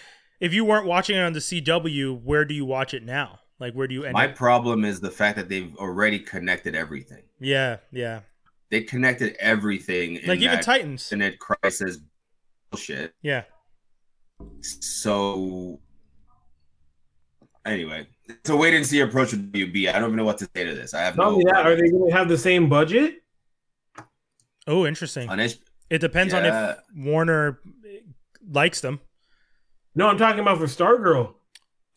if you weren't watching it on the CW, where do you watch it now? Like where do you end
my
up?
problem is the fact that they've already connected everything.
Yeah, yeah.
They connected everything. In
like even
that
Titans.
internet crisis bullshit.
yeah,
So anyway, it's a wait and see approach with WB. I don't even know what to say to this. I have
Not
no
only that, are they going to have the same budget?
Oh, interesting.
on it.
It depends on
Yeah.
if Warner likes them.
No, I'm talking about for Stargirl.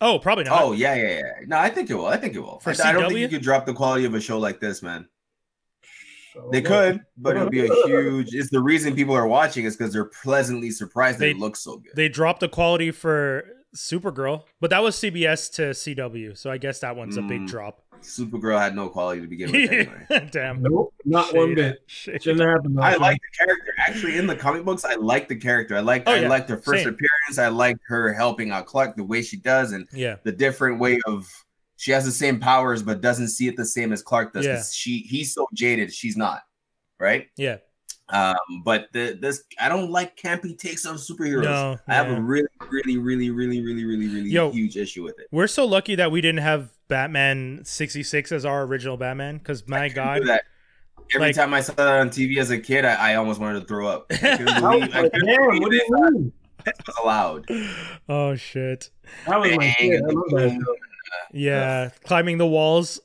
Oh, probably not.
Oh yeah, yeah, yeah. No, I think it will. I think it will.
For
I, I don't think
CW?
you could drop the quality of a show like this, man.
Oh,
They could, but it would be a huge. It's the reason people are watching is because they're pleasantly surprised that
They-
it looks so good.
They dropped the quality for Supergirl, but that was CBS to CW, so I guess that one's a big
Mm.
drop.
Supergirl had no quality to begin with. Anyway.
Damn.
Nope, not one
Shade.
bit.
Shade.
Shouldn't have happened.
I like the character. Actually, in the comic books, I like the character. I like
Oh,
I
yeah.
liked her first
Same.
appearance. I liked her helping out Clark the way she does, and
Yeah,
the different way of she has the same powers but doesn't see it the same as Clark does. 'cause She he's so jaded, she's not, right?
yeah.
Um, but the this I don't like campy takes on superheroes.
No,
I have
yeah.
a really, really, really, really, really, really, really
Yo.
huge issue with it.
We're so lucky that we didn't have Batman 66 as our original Batman because my
I
God.
do that. Every
Like-
time I saw that on TV as a kid, I, I almost wanted to throw up. I couldn't
I was
believe, I
like,
couldn't
damn,
believe
what do
it
you mean?
was allowed.
Oh shit!
That was my
Bang,
shit. I love that.
Yeah, climbing the walls,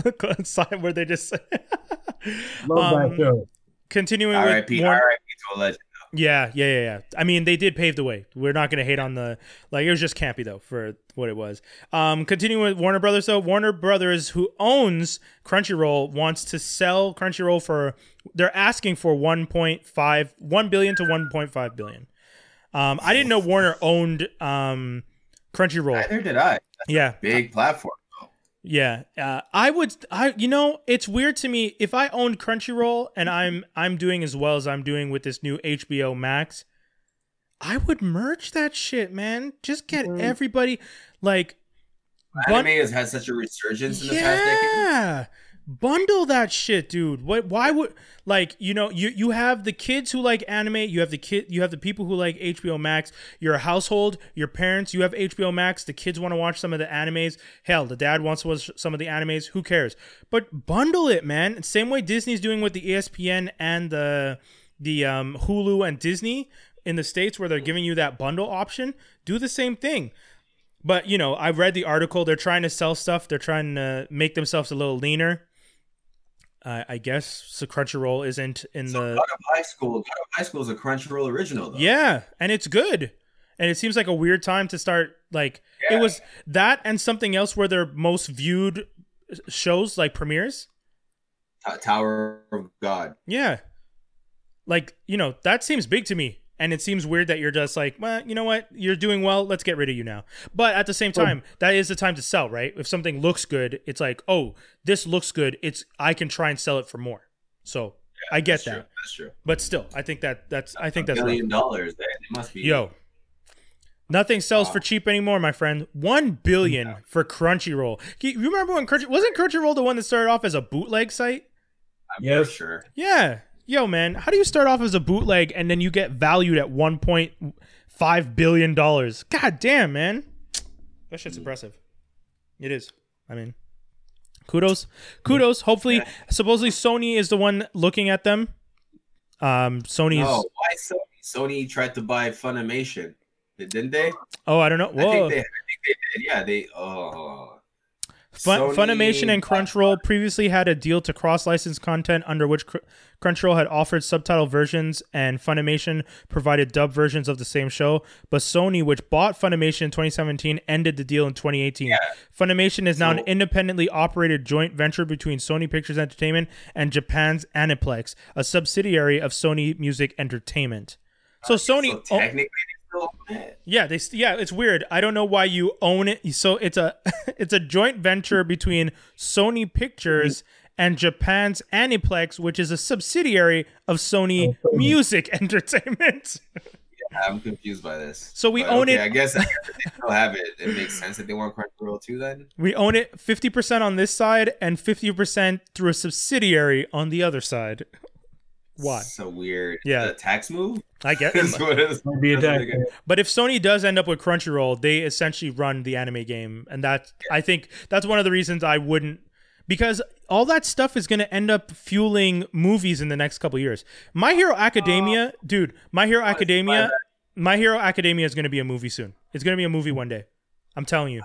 side where they just.
Love
Um,
that show.
continuing with
R.I.P.
more-
R.I.P. to a legend.
Yeah, yeah, yeah, yeah. I mean, they did pave the way. We're not going to hate on the like. It was just campy though for what it was. Um, continuing with Warner Brothers though, Warner Brothers, who owns Crunchyroll, wants to sell Crunchyroll for they're asking for 1.5 1 billion to 1.5 billion. Um, I didn't know Warner owned um Crunchyroll.
Neither did I.
Yeah,
Big platform.
yeah. Uh, I would. I you know it's weird to me if I owned Crunchyroll and I'm I'm doing as well as I'm doing with this new HBO Max. I would merge that shit, man. Just get
Mhm.
everybody like. bun-
Anime has had such a resurgence in the past decade.
yeah. Bundle that shit, dude. What? Why would like you know you you have the kids who like anime, you have the kid, you have the people who like HBO Max. Your household, your parents, you have HBO Max. The kids want to watch some of the animes. Hell, the dad wants to watch some of the animes. Who cares? But bundle it, man. Same way Disney's doing with the E ESPN and the the um, Hulu and Disney in the states where they're giving you that bundle option. Do the same thing. But you know, I read the article. They're trying to sell stuff. They're trying to make themselves a little leaner. I I guess so Crunchyroll isn't in
So God
the
of High School, God of High School is a Crunchyroll original, though.
yeah, and it's good. And it seems like a weird time to start. Like
Yeah.
it was that and something else where their most viewed shows like premieres.
T- Tower of God.
Yeah, like you know that seems big to me. And it seems weird that you're just like, well, you know what? You're doing well. Let's get rid of you now. But at the same time, that is the time to sell, right? If something looks good, it's like, oh, this looks good. It's I can try and sell it for more. So I get
That's
that.
true. That's true.
But still, I think that that's I think that's right.
billion dollars. They, they must be.
Yo, nothing sells
Wow.
for cheap anymore, my friend. One billion for Crunchyroll. Can You you remember when Crunchy wasn't Crunchyroll the one that started off as a bootleg site?
I'm
Yes.
pretty sure.
Yeah. Yo, man, how do you start off as a bootleg and then you get valued at one point five billion dollars? God damn, man, that shit's impressive. It is. I mean, kudos, kudos. Hopefully, supposedly Sony is the one looking at them. Um, Sony's.
No, Oh, why Sony? Sony tried to buy Funimation, didn't they?
Oh, I don't know. Whoa.
I think they. I think they did. Yeah, they. Oh.
Fun,
Sony-
Funimation and Crunchyroll previously had a deal to cross-license content under which Cr- Crunchyroll had offered subtitle versions and Funimation provided dub versions of the same show, but Sony, which bought Funimation in 2017, ended the deal in 2018. Funimation is now an
So-
independently operated joint venture between Sony Pictures Entertainment and Japan's Aniplex, a subsidiary of Sony Music Entertainment. So Sony
So
o-
technically, they still own it.
yeah, they yeah, it's weird. I don't know why you own it. So it's a it's a joint venture between Sony Pictures and Japan's Aniplex, which is a subsidiary of Sony Music Entertainment.
I'm confused by this.
So we
But
own
okay,
it-
I guess I guess if they still have it. It makes sense that they want Crunchyroll too. Then
We own it 50% on this side and 50% through a subsidiary on the other side. Why?
So weird.
Yeah.
A tax move.
I guess.
Is what it is.
Might be a
That's
tax
what they got.
But if Sony does end up with Crunchyroll, they essentially run the anime game, and that I think that's one of the reasons I wouldn't because all that stuff is going to end up fueling movies in the next couple years. My Hero
Uh,
Academia, dude, My Hero Academia, My Hero Academia is going to be a movie soon. It's going to be a movie one day. I'm telling you.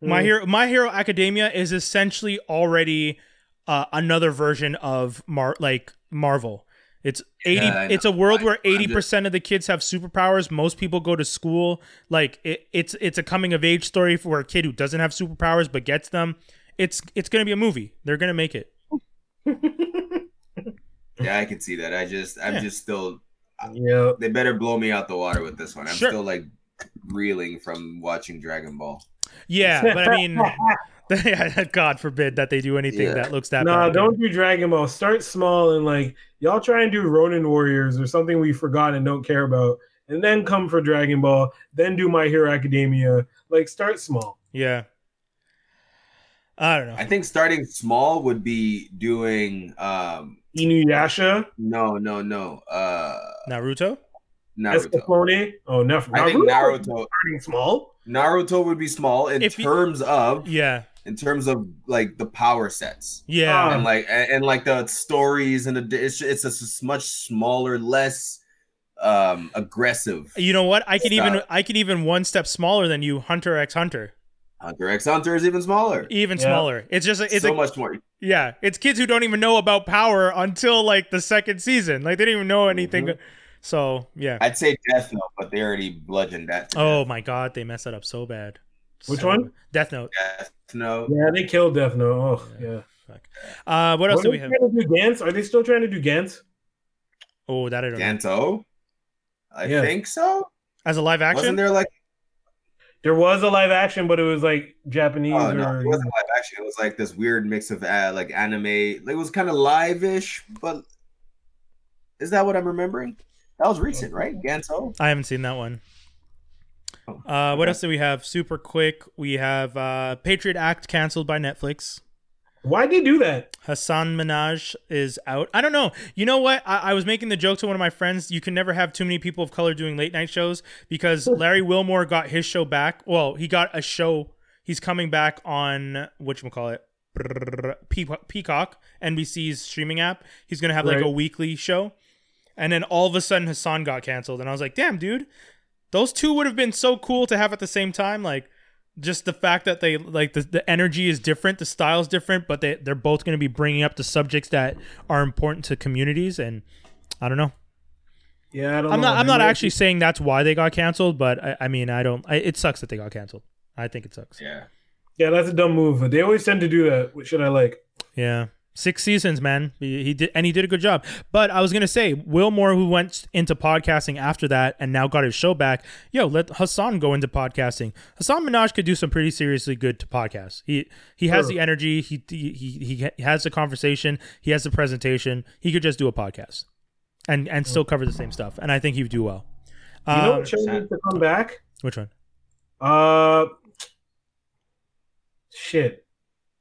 Hmm.
My Hero My Hero Academia is essentially already uh, another version of Mar- like Marvel. It's 80
Yeah, I know.
it's a world
I-
where
I'm just-
80% of the kids have superpowers. Most people go to school. Like it, it's it's a coming of age story for a kid who doesn't have superpowers but gets them. It's it's going to be a movie. They're going to make it.
Yeah, I can see that. I just, I'm
Yeah.
just still.
Yeah.
They better blow me out the water with this one. I'm
Sure.
still like reeling from watching Dragon Ball.
Yeah, but I mean God forbid that they do anything
Yeah.
that looks that
No,
bad.
don't do Dragon Ball. Start small and like y'all try and do Ronin Warriors or something we forgot and don't care about, and then come for Dragon Ball. Then do My Hero Academia. Like start small.
Yeah. I don't know.
I think starting small would be doing. um
Inuyasha,
No, no, no. Uh,
Naruto?
Naruto.
Escaflowne. Oh, no,
I think
Naruto.
Naruto.
Starting small.
Naruto would be small in
If you-
terms of
Yeah.
in terms of like the power sets.
Yeah.
Um,
and like and, and like the stories and the it's it's a s- much smaller, less um aggressive.
You know what? I could even
Stop.
I could even one step smaller than you, Hunter X Hunter.
Hunter X Hunter is even smaller.
Even
Yeah.
smaller. It's just it's
so
like,
much more.
yeah, it's kids who don't even know about power until like the second season. Like they didn't even know
Mm-hmm.
anything. So yeah.
I'd say Death Note, but they already bludgeoned that. to
Oh my god, they messed that up so bad.
Which
So-
one?
Death Note.
Death Note.
Yeah, they killed Death Note. Oh, yeah.
Uh, what else
Were
do
they
we have?
Trying to do Gantz? Are they still trying to do Gantz?
Oh, that I don't know.
Danto. I
Yeah.
think so.
As a live action,
Wasn't there like
There was a live action, but it was like Japanese
oh
or
no, it wasn't live action. It was like this weird mix of uh, like anime. Like, it was kind of live-ish, but is that what I'm remembering? That was recent, right? Ganto.
I haven't seen that one.
Oh,
Uh, what
okay.
else do we have? Super quick. We have uh, Patriot Act canceled by Netflix.
Why'd they do that?
Hassan Minaj is out. I don't know. You know what? I, I was making the joke to one of my friends. You can never have too many people of color doing late night shows because Larry Wilmore got his show back. Well, he got a show. He's coming back on what you call it, Peacock, NBC's streaming app. He's gonna have like
Right.
a weekly show, and then all of a sudden Hassan got canceled, and I was like, damn, dude, those two would have been so cool to have at the same time. Like, just the fact that they like the, the energy is different the style's different but they, they're both going to be bringing up the subjects that are important to communities and i don't know
Yeah, I don't
i'm
know.
not i'm
They
not
might-
actually saying that's why they got canceled but i, I mean i don't I, it sucks that they got canceled i think it sucks yeah,
Yeah.
Yeah, that's a dumb move. They always tend to do that. What should I like?
six seasons man he, he did and he did a good job but i was going to say will moore who went into podcasting after that and now got his show back yo let hassan go into podcasting hassan minaj could do some pretty seriously good to podcasts he He has
Sure.
the energy. He he he he has the conversation. He has the presentation. He could just do a podcast, and and still cover the same stuff. And I think he'd do well.
Mm. You know
Um,
what show needs to come back?
which one?
Uh, shit.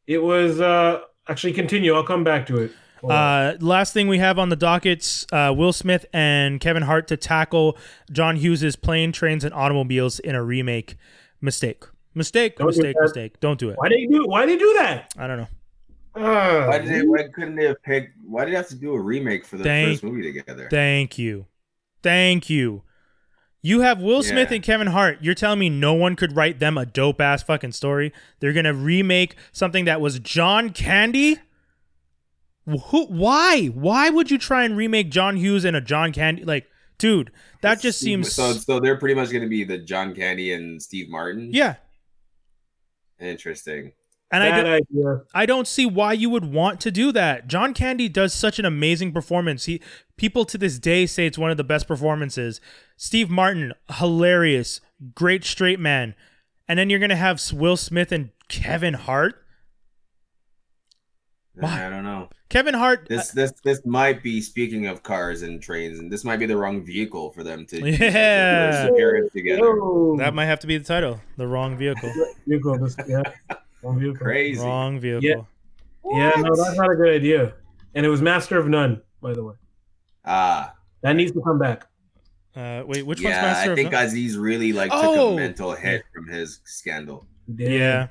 It was uh actually continue. I'll come back to it. Hold on.
Uh, last thing we have on the dockets: uh, Will Smith and Kevin Hart to tackle John Hughes's plane, trains, and automobiles in a remake. Mistake. Mistake.
Don't do
mistake.
that.
mistake. Don't do it.
why they do? Why they do that?
I don't know. Oh,
Uh,
Why did they? Why couldn't they have picked? Why did they have to do a remake for the
Thank-
first movie together?
Thank you. Thank you. You have Will Smith
Yeah.
and Kevin Hart. You're telling me no one could write them a dope ass fucking story? They're going to remake something that was John Candy? Who why? Why would you try and remake John Hughes and a John Candy? Like, dude, that just seems
so. So they're pretty much going to be the John Candy and Steve Martin.
Yeah.
Interesting.
And I
bad
do,
idea.
I don't see why you would want to do that. John Candy does such an amazing performance. He people to this day say it's one of the best performances. Steve Martin, hilarious, great straight man. And then you're gonna have Will Smith and Kevin Hart. Why?
I don't know.
Kevin Hart.
This this this might be speaking of cars and trains, and this might be the wrong vehicle for them to
Yeah.
to do their first appearance together.
Yo.
that might have to be the title. The wrong vehicle.
Vehicle, this- yeah. Wrong vehicle.
Crazy.
wrong vehicle.
Yeah. Yeah, no, that's not a good idea. And it was Master of None, by the way.
Ah,
That needs to come back.
Uh, wait, which one's
yeah.
Master
I
of
think
None?
Aziz really like took
Oh!
a mental hit from his scandal.
yeah.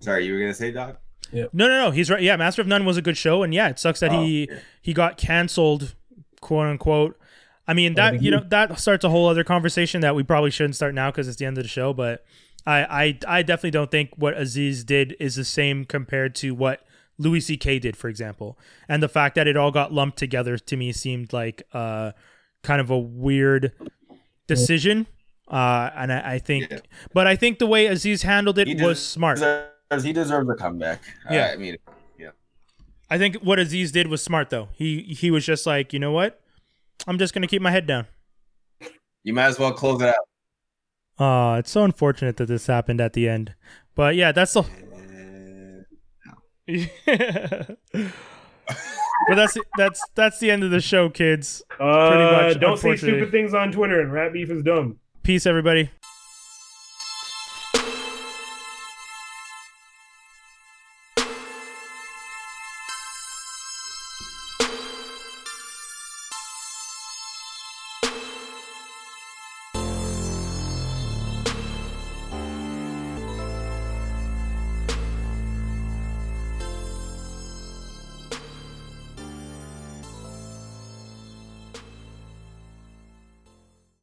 Sorry, you were gonna say, Doc?
No, no, no. He's right. Yeah, Master of None was a good show, and yeah, it sucks that
Oh,
he
yeah.
he got canceled, quote unquote. I mean that
did
you
he?
know that starts a whole other conversation that we probably shouldn't start now because it's the end of the show. But I, I I definitely don't think what Aziz did is the same compared to what Louis C.K. did, for example. And the fact that it all got lumped together to me seemed like uh kind of a weird decision. Uh, and I, I think,
Yeah.
but I think the way Aziz handled it
He
was
deserves-
smart.
He deserves a comeback.
Yeah.
I mean,
I think what Aziz did was smart though. He he was just like, you know what? I'm just gonna keep my head down.
you might as well close it out.
Uh it's so unfortunate that this happened at the end. But yeah, that's the But that's that's that's the end of the show, kids.
Uh,
Pretty much,
don't say
unfortunately.
stupid things on Twitter and rap beef is dumb.
Peace everybody.